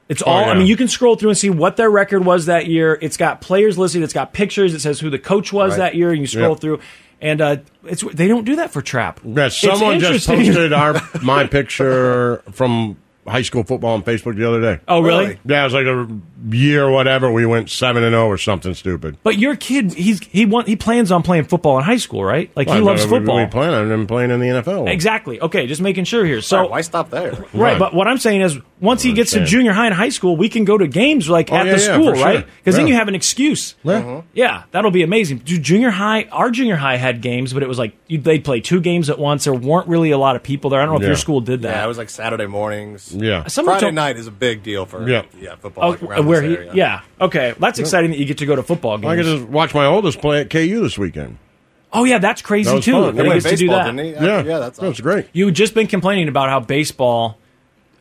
Speaker 1: it's all i
Speaker 2: Oh, yeah.
Speaker 1: mean you can scroll through and see what their record was that year it's got players listed it's got pictures it says who the coach was that year and you scroll
Speaker 2: Yep.
Speaker 1: through and uh, it's they don't do that for trap
Speaker 2: yeah.
Speaker 1: It's
Speaker 2: Someone just
Speaker 1: interesting.
Speaker 2: posted our my picture from high school football on Facebook the other day.
Speaker 1: oh really
Speaker 2: Yeah, it was like a year, whatever, we went seven and zero or something stupid.
Speaker 1: But your kid, he's he want, he plans on playing football in high school, right? Like he
Speaker 2: Well,
Speaker 1: loves
Speaker 2: we- we-
Speaker 1: football.
Speaker 2: We plan on him playing in the NFL.
Speaker 1: exactly. Okay, just making sure here. So
Speaker 3: So why stop there?
Speaker 1: Right,
Speaker 2: Oh. Right.
Speaker 1: but what I'm saying is, once he gets to
Speaker 2: Understand.
Speaker 1: junior high and high school, we can go to games like
Speaker 2: Oh,
Speaker 1: at
Speaker 2: yeah,
Speaker 1: the
Speaker 2: yeah,
Speaker 1: school,
Speaker 2: for sure.
Speaker 1: right? Because then
Speaker 2: Yeah.
Speaker 1: you have an excuse.
Speaker 2: Yeah.
Speaker 3: Uh-huh.
Speaker 1: Yeah, that'll be amazing. Dude, junior high, our junior high had games, but it was like you, they'd play two games at once. There weren't really a lot of people there. I don't know if
Speaker 2: Yeah.
Speaker 1: your school did that.
Speaker 3: Yeah, it was like Saturday mornings.
Speaker 2: Yeah.
Speaker 1: Someone
Speaker 3: Friday
Speaker 1: told-
Speaker 3: night is a big deal for
Speaker 2: Yeah.
Speaker 3: yeah, football.
Speaker 1: Oh,
Speaker 3: like around
Speaker 1: where
Speaker 3: this
Speaker 1: he,
Speaker 3: area.
Speaker 1: yeah, okay, that's exciting that you get to go to football
Speaker 2: I
Speaker 1: games.
Speaker 2: could just watch my oldest play at KU this weekend.
Speaker 1: oh yeah, that's crazy
Speaker 2: That was
Speaker 1: too.
Speaker 2: fun.
Speaker 1: that
Speaker 2: They
Speaker 1: he
Speaker 3: Played
Speaker 1: gets to do
Speaker 3: baseball,
Speaker 1: that.
Speaker 3: didn't he?
Speaker 2: Yeah,
Speaker 3: yeah, that's
Speaker 2: that's
Speaker 3: awesome.
Speaker 2: great.
Speaker 1: You had just been complaining about how baseball,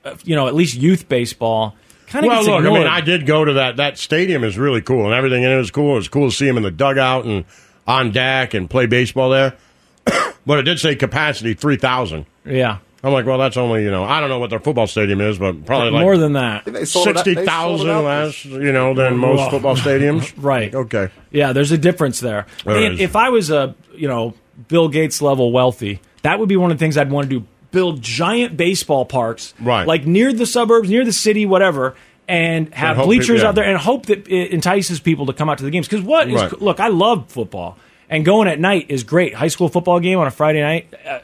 Speaker 1: uh, you know, at least youth baseball, kind of
Speaker 2: Well,
Speaker 1: gets
Speaker 2: look, I
Speaker 1: ignored.
Speaker 2: mean, I did go to that. That stadium is really cool, and everything in it is cool. It was cool to see him in the dugout and on deck and play baseball there. but it did say capacity three thousand.
Speaker 1: yeah,
Speaker 2: I'm like, well, that's only you know, I don't know what their football stadium is, but probably like
Speaker 1: more than that.
Speaker 3: They sold it out- they
Speaker 2: sixty
Speaker 3: sold it
Speaker 2: thousand
Speaker 3: out this-
Speaker 2: less, you know, than most football stadiums.
Speaker 1: Right.
Speaker 2: Okay.
Speaker 1: Yeah, there's a difference there.
Speaker 2: There
Speaker 1: and
Speaker 2: is.
Speaker 1: if I was a, you know, Bill Gates level wealthy, that would be one of the things I'd want to do. Build giant baseball parks,
Speaker 2: Right.
Speaker 1: Like near the suburbs, near the city, whatever, and have
Speaker 2: hope
Speaker 1: bleachers
Speaker 2: people- yeah.
Speaker 1: out there, and hope that it entices people to come out to the games. Because what is?
Speaker 2: Right.
Speaker 1: Look, I love football, and going at night is great. High school football game on a Friday night. Uh,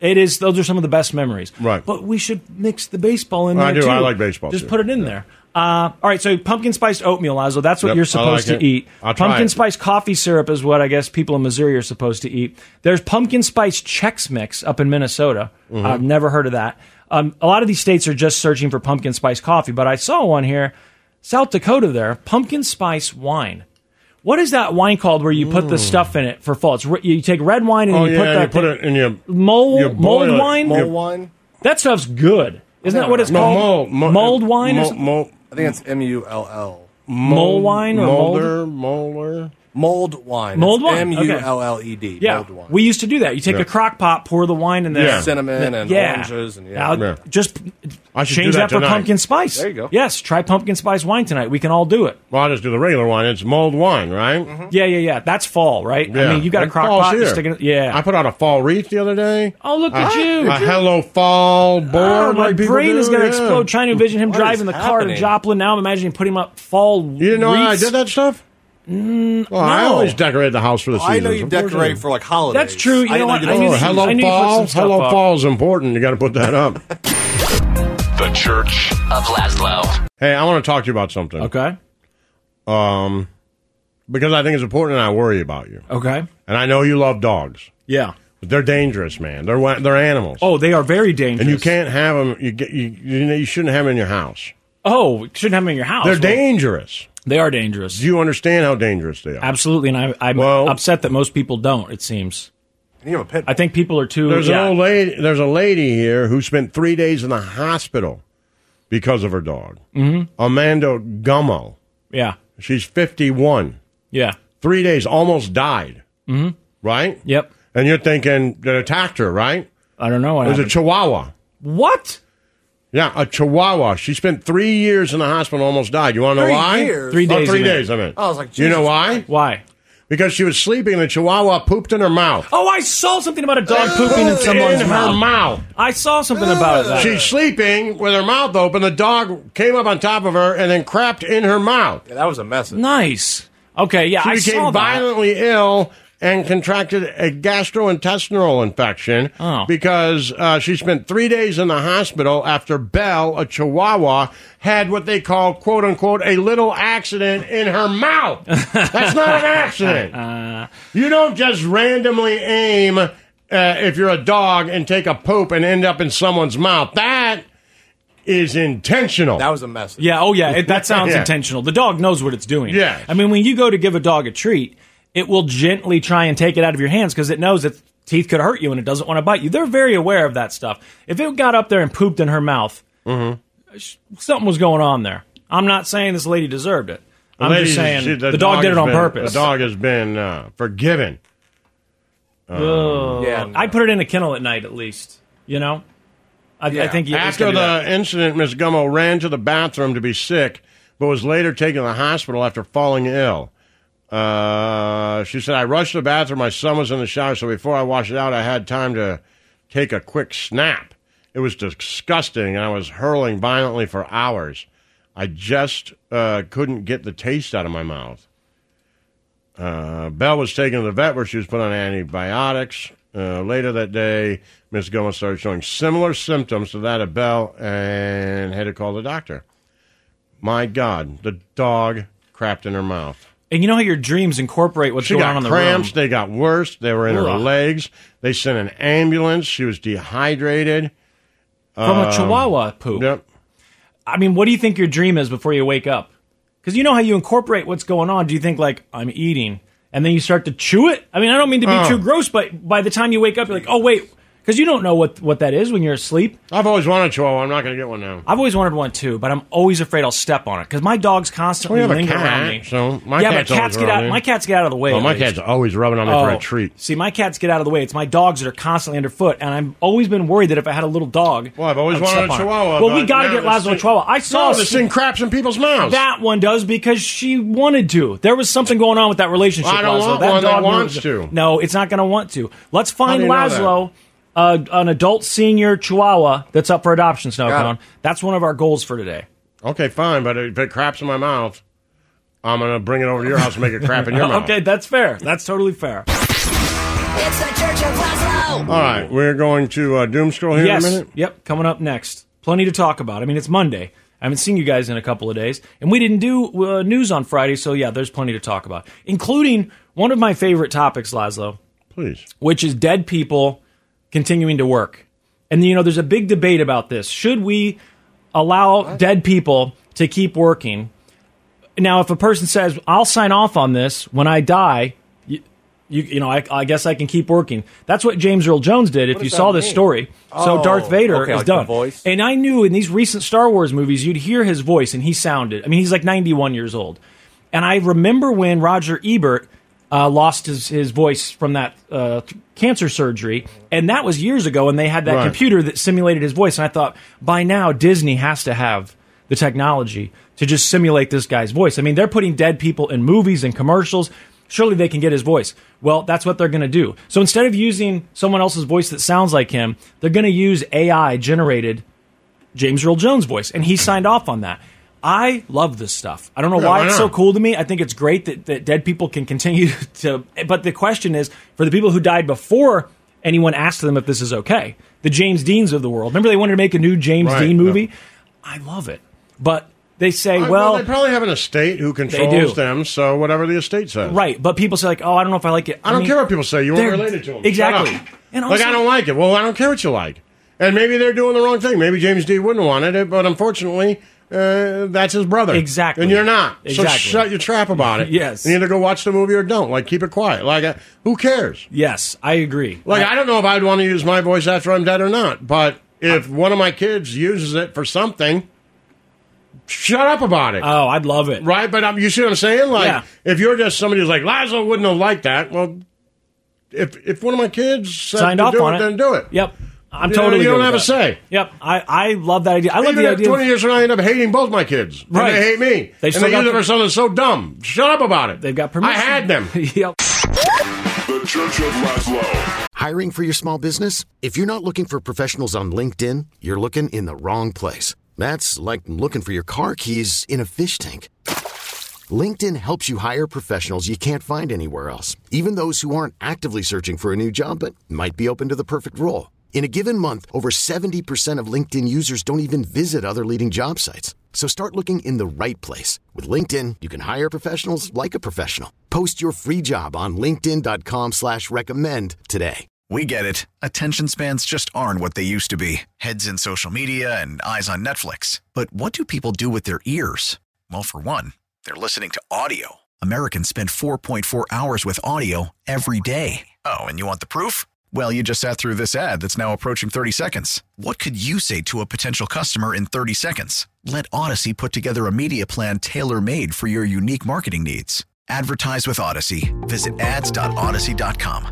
Speaker 1: it is; those are some of the best memories.
Speaker 2: Right.
Speaker 1: But we should mix the baseball in
Speaker 2: I
Speaker 1: there
Speaker 2: do.
Speaker 1: too.
Speaker 2: I like baseball,
Speaker 1: Just
Speaker 2: too.
Speaker 1: put it in there. Uh, all right. So pumpkin spiced oatmeal, Lazo. That's what
Speaker 2: Yep,
Speaker 1: you're
Speaker 2: I like
Speaker 1: supposed
Speaker 2: it.
Speaker 1: to eat.
Speaker 2: I'll try
Speaker 1: pumpkin
Speaker 2: it.
Speaker 1: spice coffee syrup is what I guess people in Missouri are supposed to eat. There's pumpkin spice Chex Mix up in Minnesota.
Speaker 2: Mm-hmm.
Speaker 1: I've never heard of that. Um, a lot of these states are just searching for pumpkin spice coffee, but I saw one here, South Dakota. There, pumpkin spice wine. What is that wine called where you put the stuff in it for fall? It's re- you take red wine and
Speaker 2: Mm. Oh
Speaker 1: you
Speaker 2: yeah,
Speaker 1: put that
Speaker 2: you put
Speaker 1: thing-
Speaker 2: it in your
Speaker 1: mold
Speaker 2: you boil
Speaker 1: mold
Speaker 2: it.
Speaker 1: wine.
Speaker 3: Mole wine.
Speaker 1: That stuff's good. Isn't that what it's
Speaker 2: no,
Speaker 1: called?
Speaker 2: mold, mo-
Speaker 1: mold wine or
Speaker 2: mo-
Speaker 1: something?
Speaker 2: mo-
Speaker 3: I think it's M U L L.
Speaker 1: mole wine or mold?
Speaker 2: molder, molder.
Speaker 3: Mold wine.
Speaker 1: Mold wine,
Speaker 3: M
Speaker 1: okay.
Speaker 3: U L L E D.
Speaker 1: Yeah,
Speaker 3: Mold wine.
Speaker 1: we used to do that. You take
Speaker 2: Yeah.
Speaker 1: a crock pot, pour the wine in there.
Speaker 2: Yeah.
Speaker 3: cinnamon and
Speaker 1: Yeah.
Speaker 3: oranges and
Speaker 1: Now,
Speaker 3: yeah.
Speaker 2: Yeah.
Speaker 1: just
Speaker 2: I should
Speaker 1: change
Speaker 2: do
Speaker 1: that,
Speaker 2: that
Speaker 1: for
Speaker 2: tonight.
Speaker 1: pumpkin spice.
Speaker 3: There you go.
Speaker 1: Yes, try pumpkin spice wine tonight. We can all do it.
Speaker 2: Well, I just do the regular wine. It's mulled wine, right?
Speaker 3: Mm-hmm.
Speaker 1: Yeah, yeah, yeah. That's fall, right? I
Speaker 2: Yeah.
Speaker 1: mean, you got a
Speaker 2: And
Speaker 1: crock
Speaker 2: fall's
Speaker 1: pot. you
Speaker 2: here.
Speaker 1: stick it- yeah.
Speaker 2: I put out a fall wreath the other day.
Speaker 1: oh, look
Speaker 2: a,
Speaker 1: at you.
Speaker 2: A hello fall board.
Speaker 1: Oh, my
Speaker 2: like Ah, people
Speaker 1: brain
Speaker 2: do,
Speaker 1: is going to
Speaker 2: yeah.
Speaker 1: explode trying to envision him
Speaker 3: What
Speaker 1: driving
Speaker 3: is
Speaker 1: the car to
Speaker 3: happening?
Speaker 1: Joplin. Now I'm imagining putting him up fall.
Speaker 2: You didn't know I
Speaker 1: wreaths. Mm,
Speaker 2: did that stuff? well, I
Speaker 1: no.
Speaker 2: always decorate the house for the season.
Speaker 3: I know you decorate for like holidays.
Speaker 1: That's true. You know
Speaker 3: I know
Speaker 1: what?
Speaker 3: you
Speaker 1: I
Speaker 3: don't-
Speaker 1: mean,
Speaker 2: Oh,
Speaker 1: Seasons. I
Speaker 2: hello
Speaker 1: need to put some
Speaker 2: fall.
Speaker 1: stuff
Speaker 2: Hello
Speaker 1: up.
Speaker 2: fall is important. You got to put that up.
Speaker 7: The Church
Speaker 4: Of Laszlo.
Speaker 2: hey, I want to talk to you about something Um,
Speaker 1: Okay.
Speaker 2: because I think it's important, and I worry about you.
Speaker 1: Okay.
Speaker 2: And I know you love dogs.
Speaker 1: Yeah.
Speaker 2: But they're dangerous, man. They're wa- they're animals,
Speaker 1: Oh, they are very dangerous.
Speaker 2: and you can't have them. You get you you, know, you shouldn't have them in your house.
Speaker 1: Oh, you shouldn't have them in your house.
Speaker 2: They're
Speaker 1: Well,
Speaker 2: dangerous.
Speaker 1: They are dangerous.
Speaker 2: Do you understand how dangerous they are?
Speaker 1: Absolutely, and I, I'm
Speaker 2: Well-
Speaker 1: upset that most people don't. It seems
Speaker 3: You have a pit.
Speaker 1: I think people are too.
Speaker 2: There's
Speaker 1: yeah.
Speaker 2: an old lady. There's a lady here who spent three days in the hospital because of her dog, mm-hmm. Amanda Gummo.
Speaker 1: yeah,
Speaker 2: She's 51.
Speaker 1: yeah,
Speaker 2: Three days, almost died. Mm-hmm. Right?
Speaker 1: yep.
Speaker 2: And you're thinking it attacked her, right?
Speaker 1: I don't know what
Speaker 2: It was a
Speaker 1: happened.
Speaker 2: Chihuahua.
Speaker 1: what?
Speaker 2: Yeah, a Chihuahua. She spent three years in the hospital, and almost died. You want to know
Speaker 3: Three
Speaker 2: why?
Speaker 3: years?
Speaker 1: Three
Speaker 2: Oh,
Speaker 1: days,
Speaker 2: three
Speaker 1: you mean.
Speaker 2: days. I mean,
Speaker 3: I was like,
Speaker 2: you know
Speaker 3: Jesus
Speaker 2: why?
Speaker 1: Why?
Speaker 2: Because she was sleeping, and the Chihuahua pooped in her mouth.
Speaker 1: Oh, I saw something about a dog pooping
Speaker 3: Oh,
Speaker 1: in
Speaker 2: in
Speaker 1: someone's
Speaker 2: her
Speaker 1: mouth.
Speaker 2: mouth.
Speaker 1: I saw something about it.
Speaker 2: She's sleeping with her mouth open. The dog came up on top of her and then crapped in her mouth.
Speaker 3: Yeah, that was a message.
Speaker 1: nice. Okay, yeah,
Speaker 2: She
Speaker 1: I saw
Speaker 2: became violently ill and contracted a gastrointestinal infection
Speaker 1: Oh.
Speaker 2: because uh, she spent three days in the hospital after Belle, a Chihuahua, had what they call "quote unquote" a little accident in her mouth. That's not an accident.
Speaker 1: Uh,
Speaker 2: You don't just randomly aim uh, if you're a dog and take a poop and end up in someone's mouth. That is intentional.
Speaker 3: That was a message.
Speaker 1: Yeah, oh yeah, it, that sounds
Speaker 2: Yeah.
Speaker 1: intentional. The dog knows what it's doing.
Speaker 2: Yeah.
Speaker 1: I mean, when you go to give a dog a treat, it will gently try and take it out of your hands because it knows that teeth could hurt you and it doesn't want to bite you. They're very aware of that stuff. If it got up there and pooped in her mouth,
Speaker 2: Mm-hmm.
Speaker 1: sh- something was going on there. I'm not saying this lady deserved it. I'm
Speaker 2: Ladies,
Speaker 1: just saying
Speaker 2: she-
Speaker 1: the, dog, did
Speaker 2: has
Speaker 1: it on
Speaker 2: been-
Speaker 1: purpose.
Speaker 2: The dog has been uh, forgiven.
Speaker 3: yeah.
Speaker 1: Um, I put it in a kennel at night, at least. You know, I, I
Speaker 3: Yeah.
Speaker 1: think you
Speaker 2: After the incident, Ms. Gummo ran to the bathroom to be sick, but was later taken to the hospital after falling ill. Uh, she said, I rushed to the bathroom. My son was in the shower, so before I washed it out, I had time to take a quick snap. It was disgusting, and I was hurling violently for hours. I just uh, couldn't get the taste out of my mouth. Uh, Belle was taken to the vet where she was put on antibiotics. Uh, later that day, Miss Gomez started showing similar symptoms to that of Belle and had to call the doctor. My God, the dog crapped in her mouth.
Speaker 1: And you know how your dreams incorporate what's
Speaker 2: She
Speaker 1: going
Speaker 2: got
Speaker 1: on in the
Speaker 2: cramps.
Speaker 1: room.
Speaker 2: They got worse. They were in her
Speaker 1: Ugh.
Speaker 2: legs. They sent an ambulance. She was dehydrated. Um,
Speaker 1: From a chihuahua poop.
Speaker 2: Yep.
Speaker 1: I mean, what do you think your dream is before you wake up? Because you know how you incorporate what's going on. Do you think like I'm eating, and then you start to chew it? I mean, I don't mean to be
Speaker 2: Oh.
Speaker 1: too gross, but by the time you wake up, you're like, oh wait, because you don't know what what that is when you're asleep.
Speaker 2: I've always wanted a chihuahua. I'm not going to get one now.
Speaker 1: I've always wanted one too, but I'm always afraid I'll step on it because my dogs constantly
Speaker 2: We have a
Speaker 1: linger
Speaker 2: cat,
Speaker 1: on me.
Speaker 2: so my
Speaker 1: yeah,
Speaker 2: cat's
Speaker 1: but
Speaker 2: always
Speaker 1: cats get
Speaker 2: around
Speaker 1: out.
Speaker 2: me.
Speaker 1: My cats get out of the way.
Speaker 2: Oh,
Speaker 1: at
Speaker 2: my
Speaker 1: least.
Speaker 2: cat's always rubbing on me for a treat.
Speaker 1: Oh, See, my cats get out of the way. It's my dogs that are constantly underfoot, and I've always been worried that if I had a little dog,
Speaker 2: Well, I've always
Speaker 1: I would step
Speaker 2: wanted a
Speaker 1: on it.
Speaker 2: chihuahua.
Speaker 1: Well, we
Speaker 2: but
Speaker 1: got to
Speaker 2: now
Speaker 1: get
Speaker 2: this
Speaker 1: Lazo a
Speaker 2: thing-
Speaker 1: chihuahua. I saw
Speaker 2: No, this thing craps in people's mouths.
Speaker 1: That one does because she wanted to. There was something going on with that relationship.
Speaker 2: I don't
Speaker 1: Laszlo.
Speaker 2: want
Speaker 1: that
Speaker 2: one that
Speaker 1: dog knew it
Speaker 2: wants
Speaker 1: was-
Speaker 2: to.
Speaker 1: No, it's not going to want to. Let's find
Speaker 2: do you know that?
Speaker 1: Laszlo, uh, an adult senior Chihuahua that's up for adoption. Snowcone.
Speaker 3: it.
Speaker 1: That's one of our goals for today.
Speaker 2: Okay, fine, but if it craps in my mouth, I'm going to bring it over to your house and make it crap in your mouth.
Speaker 1: Okay, that's fair. That's totally fair.
Speaker 8: It's the Church of Laszlo.
Speaker 2: All right, we're going to uh, doom scroll here in a
Speaker 1: yes.
Speaker 2: minute.
Speaker 1: Yep. Coming up next, plenty to talk about. I mean, it's Monday. I haven't seen you guys in a couple of days, and we didn't do uh, news on Friday, so yeah, there's plenty to talk about, including one of my favorite topics, Laszlo.
Speaker 2: Please.
Speaker 1: which is dead people continuing to work. And you know, there's a big debate about this. Should we allow dead people to keep working? Now, if a person says, "I'll sign off on this when I die," you, you, you know, I, I guess I can keep working. That's what James Earl Jones did. If you saw this story, so
Speaker 3: Oh,
Speaker 1: Darth Vader
Speaker 3: okay,
Speaker 1: is
Speaker 3: like the
Speaker 1: done.
Speaker 3: voice.
Speaker 1: And I knew in these recent Star Wars movies, you'd hear his voice, and he sounded. I mean, he's like 91 years old. And I remember when Roger Ebert uh, lost his, his voice from that uh, th- cancer surgery, and that was years ago, and they had that
Speaker 2: Right.
Speaker 1: computer that simulated his voice. And I thought, by now, Disney has to have the technology to just simulate this guy's voice. I mean, they're putting dead people in movies and commercials. Surely they can get his voice. Well, that's what they're going to do. So instead of using someone else's voice that sounds like him, they're going to use AI generated James Earl Jones voice, and he signed off on that. I love this stuff. I don't know
Speaker 2: Yeah,
Speaker 1: why
Speaker 2: why
Speaker 1: it's
Speaker 2: not?
Speaker 1: so cool to me. I think it's great that, that dead people can continue to. But the question is for the people who died before anyone asked them if this is okay. The James Deans of the world. Remember, they wanted to make a new James
Speaker 2: Right,
Speaker 1: Dean
Speaker 2: yeah.
Speaker 1: movie. I love it, but they say,
Speaker 2: I-
Speaker 1: well,
Speaker 2: they probably have an estate who
Speaker 1: do.
Speaker 2: controls them, so whatever the estate says.
Speaker 1: right. But people say like, oh, I don't know if I like it.
Speaker 2: I don't
Speaker 1: mean,
Speaker 2: care what people say. You
Speaker 1: they're-
Speaker 2: weren't related to them.
Speaker 1: Exactly. And
Speaker 2: And
Speaker 1: also-
Speaker 2: like, I don't like it. Well, I don't care what you like. And maybe they're doing the wrong thing. Maybe James D wouldn't have wanted it, but unfortunately, uh, that's his brother.
Speaker 1: Exactly.
Speaker 2: And you're not. So
Speaker 1: Exactly.
Speaker 2: shut your trap about it.
Speaker 1: Yes.
Speaker 2: And either go watch the movie or don't. Like, keep it quiet. Like, uh, who cares?
Speaker 1: Yes, I agree.
Speaker 2: Like, I, don't know if I'd want to use my voice after I'm dead or not, but if one of my kids uses it for something, shut up about it.
Speaker 1: oh, I'd love it.
Speaker 2: Right, but um, you see what I'm saying? Like,
Speaker 1: Yeah.
Speaker 2: if you're just somebody who's like Lazo wouldn't have liked that, well, if if one of my kids said
Speaker 1: Signed
Speaker 2: to
Speaker 1: off
Speaker 2: do
Speaker 1: on
Speaker 2: it,
Speaker 1: it.
Speaker 2: then do it.
Speaker 1: Yep. I'm
Speaker 2: You know,
Speaker 1: totally.
Speaker 2: you
Speaker 1: good
Speaker 2: don't
Speaker 1: with
Speaker 2: have a
Speaker 1: that.
Speaker 2: say.
Speaker 1: Yep. I, I love that idea. I love
Speaker 2: Even
Speaker 1: the
Speaker 2: if
Speaker 1: idea. of-
Speaker 2: 20 years from now, I end up hating both my kids, and
Speaker 1: Right.
Speaker 2: they hate me,
Speaker 1: They
Speaker 2: and
Speaker 1: still
Speaker 2: they
Speaker 1: got
Speaker 2: use it
Speaker 1: the-
Speaker 2: for something so dumb. Shut up about it.
Speaker 1: They've got permission.
Speaker 2: I had them.
Speaker 1: yep.
Speaker 9: The Church of Laszlo.
Speaker 10: Hiring for your small business? If you're not looking for professionals on LinkedIn, you're looking in the wrong place. That's like looking for your car keys in a fish tank. LinkedIn helps you hire professionals you can't find anywhere else, even those who aren't actively searching for a new job but might be open to the perfect role. In a given month, over 70% of LinkedIn users don't even visit other leading job sites. So start looking in the right place. With LinkedIn, you can hire professionals like a professional. Post your free job on linkedin.com/recommend slash recommend today.
Speaker 11: We get it. Attention spans just aren't what they used to be heads in social media and eyes on Netflix. But what do people do with their ears? Well, for one, they're listening to audio. Americans spend 4.4 hours with audio every day. Oh, and you want the proof? Well, you just sat through this ad that's now approaching 30 seconds. What could you say to a potential customer in 30 seconds? Let Odyssey put together a media plan tailor made for your unique marketing needs. Advertise with Odyssey. Visit ads.odyssey.com.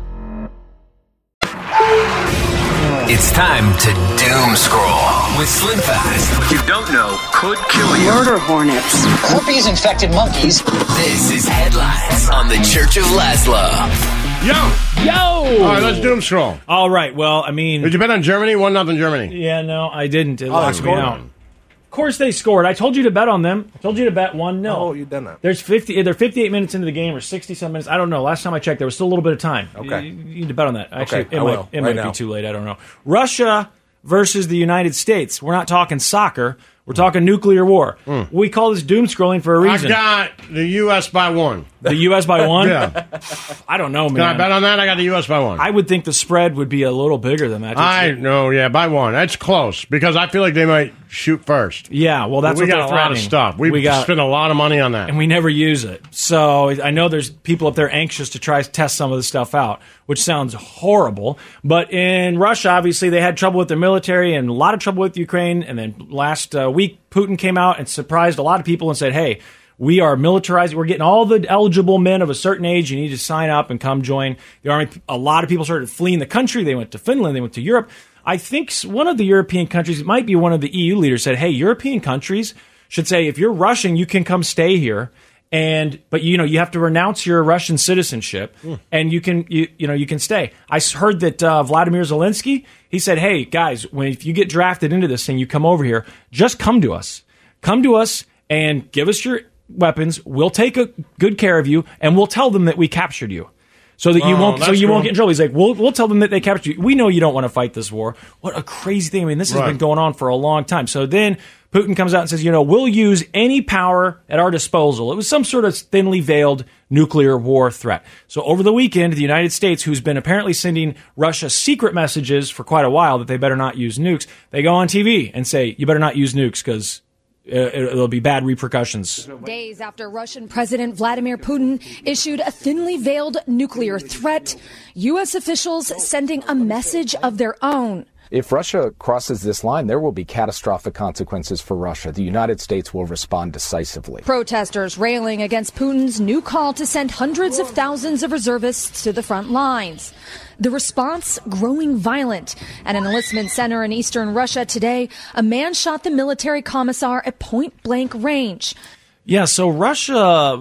Speaker 12: It's time to doom scroll with Slim Fast. You don't know could kill you.
Speaker 8: Murder hornets.
Speaker 12: Herpes infected monkeys. This is headlines on the Church of Laszlo.
Speaker 2: Yo.
Speaker 1: Yo.
Speaker 2: All right, let's doom scroll.
Speaker 1: All right. Well, I mean,
Speaker 2: Did you bet on Germany? Oh, One nothing Germany.
Speaker 1: yeah, no, I didn't. It lost me
Speaker 3: scored
Speaker 1: out.
Speaker 3: one.
Speaker 1: course they scored. I told you to bet on them. I told you to bet one nil.
Speaker 3: Oh, you've done that.
Speaker 1: There's fifty. They're fifty-eight minutes into the game, or sixty-some minutes. I don't know. Last time I checked, there was still a little bit of time.
Speaker 3: Okay.
Speaker 1: you, you need to bet on that. Actually,
Speaker 3: Okay,
Speaker 1: it
Speaker 3: I
Speaker 1: might,
Speaker 3: will,
Speaker 1: it might
Speaker 3: right now.
Speaker 1: be too late. I don't know. Russia versus the United States. We're not talking soccer. We're talking nuclear war.
Speaker 3: Hmm.
Speaker 1: We call this doom scrolling for a reason.
Speaker 2: I got the U.S. by one.
Speaker 1: The U.S. by one.
Speaker 2: Yeah.
Speaker 1: I don't know, man.
Speaker 2: Can I bet on that? I got the U.S. by one.
Speaker 1: I would think the spread would be a little bigger than that.
Speaker 2: I know, yeah, by one. That's close because I feel like they might shoot first.
Speaker 1: Yeah, well, that's
Speaker 2: we
Speaker 1: what
Speaker 2: got
Speaker 1: they're
Speaker 2: a lot of
Speaker 1: threatening.
Speaker 2: stuff. We,
Speaker 1: We got-
Speaker 2: spent a lot of money on that.
Speaker 1: and we never use it. So I know there's people up there anxious to try to test some of this stuff out, which sounds horrible. But in Russia, obviously, they had trouble with their military and a lot of trouble with Ukraine. And then last uh, week, Putin came out and surprised a lot of people and said, hey, we are militarized. We're getting all the eligible men of a certain age. You need to sign up and come join the army. A lot of people started fleeing the country. They went to Finland. They went to Europe. I think s- one of the European countries, it might be one of the EU leaders, said, hey, European countries should say, if you're Russian, you can come stay here and but you know you have to renounce your Russian citizenship, and you can you, you know you can stay. I s- heard that uh, Vladimir Zelensky he said, "Hey guys, when if you get drafted into this thing, you come over here. Just come to us, come to us, and give us your weapons. We'll take a good care of you, and we'll tell them that we captured you." So that you
Speaker 2: Oh,
Speaker 1: won't, so
Speaker 2: that's
Speaker 1: you
Speaker 2: cool.
Speaker 1: won't get in trouble. He's like, we'll, we'll tell them that they captured you. We know you don't want to fight this war. What a crazy thing! I mean, this has
Speaker 2: Right.
Speaker 1: been going going on for a long time. So then Putin comes out and says, you know, we'll use any power at our disposal. It was some sort of thinly veiled nuclear war threat. So over the weekend, the United States, who's been apparently sending Russia secret messages for quite a while that they better not use nukes, they go on TV and say, you better not use nukes because it'll be bad repercussions.
Speaker 13: Days after Russian President Vladimir Putin issued a thinly veiled nuclear threat, U.S. officials sending a message of their own.
Speaker 14: If Russia crosses this line, there will be catastrophic consequences for Russia. The United States will respond decisively.
Speaker 13: Protesters railing against Putin's new call to send hundreds of thousands of reservists to the front lines. The response growing violent. At an enlistment center in eastern Russia today, a man shot the military commissar at point blank range.
Speaker 1: Yeah, so Russia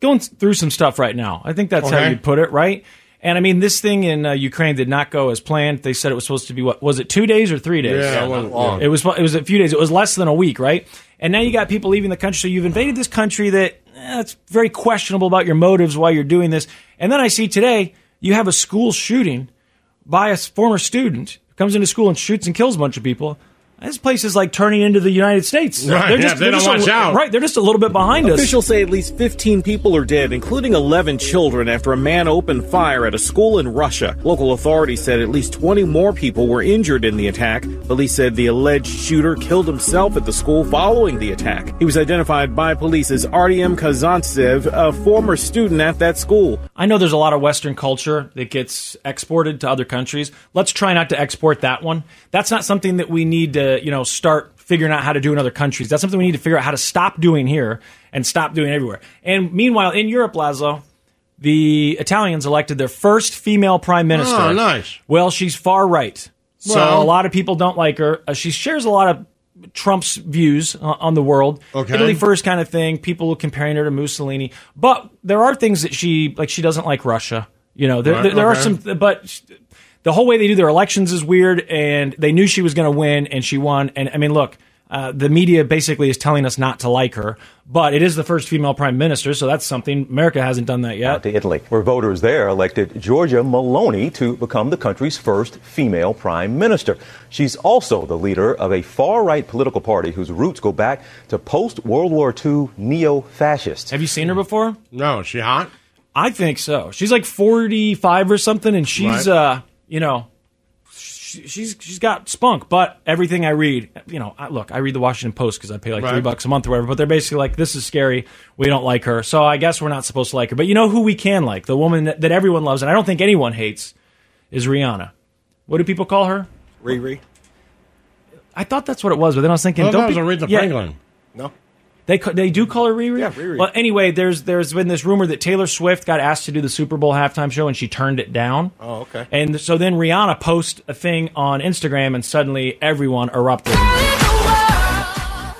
Speaker 1: going through some stuff right now. I think that's how
Speaker 2: Okay.
Speaker 1: you'd put it, right? And I mean, this thing in uh, Ukraine did not go as planned. They said it was supposed to be what was it, two days or three days?
Speaker 2: Yeah, it wasn't long.
Speaker 1: It was it was a few days. It was less than a week, right? And now you got people leaving the country. So you've invaded this country that eh, it's very questionable about your motives why you're doing this. And then I see today you have a school shooting by a former student who comes into school and shoots and kills a bunch of people. This place is like turning into the United States.
Speaker 15: Right,
Speaker 1: They're
Speaker 15: yeah,
Speaker 1: just,
Speaker 15: if they
Speaker 1: they're
Speaker 15: don't
Speaker 1: just a-
Speaker 15: watch out.
Speaker 1: Right, they're just a little bit behind us.
Speaker 15: Officials say at least 15 people are dead, including 11 children, after a man opened fire at a school in Russia. Local authorities said at least 20 more people were injured in the attack. Police said the alleged shooter killed himself at the school following the attack. He was identified by police as Artyom Kazantsev, a former student at that school.
Speaker 1: I know there's a lot of Western culture that gets exported to other countries. Let's try not to export that one. That's not something that we need to, you know, start figuring out how to do in other countries. That's something we need to figure out how to stop doing here and stop doing everywhere. And meanwhile, in Europe, Laszlo, the Italians elected their first female prime minister.
Speaker 2: Oh, nice.
Speaker 1: Well, she's far right. So
Speaker 2: Well-
Speaker 1: a lot of people don't like her. Uh, she shares a lot of Trump's views on- on the world.
Speaker 2: Okay.
Speaker 1: Italy first kind of thing. People comparing her to Mussolini, but there are things that she like. She doesn't like Russia. You know, there
Speaker 2: Right,
Speaker 1: there, there
Speaker 2: okay.
Speaker 1: are some, but sh- the whole way they do their elections is weird. And they knew she was going to win, and she won. And I mean, look. Uh, the media basically is telling us not to like her, but it is the first female prime minister, so that's something. America hasn't done that yet.
Speaker 16: to Italy, where voters there elected Georgia Maloney to become the country's first female prime minister. She's also the leader of a far right political party whose roots go back to post World War II neo fascists.
Speaker 1: Have you seen her before?
Speaker 2: Hmm. No, is she hot?
Speaker 1: I think so. She's like 45 or something, and she's,
Speaker 2: Right.
Speaker 1: uh, you know, she, she's she's got spunk. But everything I read, you know, I, look, I read the Washington Post because I pay like three
Speaker 2: Right.
Speaker 1: bucks a month or whatever. But they're basically like, this is scary. We don't like her, so I guess we're not supposed to like her. But you know who we can like? The woman that, that everyone loves, and I don't think anyone hates, is Rihanna. What do people call her?
Speaker 3: Riri.
Speaker 1: I thought that's what it was, but then I was thinking,
Speaker 2: I thought
Speaker 1: don't
Speaker 2: it was
Speaker 1: be-
Speaker 2: Aretha
Speaker 1: yeah,
Speaker 2: Franklin.
Speaker 3: No.
Speaker 1: They co- they do call her Riri. Yeah, Riri. Well, anyway, there's there's been this rumor that Taylor Swift got asked to do the Super Bowl halftime show and she turned it down.
Speaker 3: Oh, okay.
Speaker 1: And so then Rihanna posts a thing on Instagram and suddenly everyone erupted.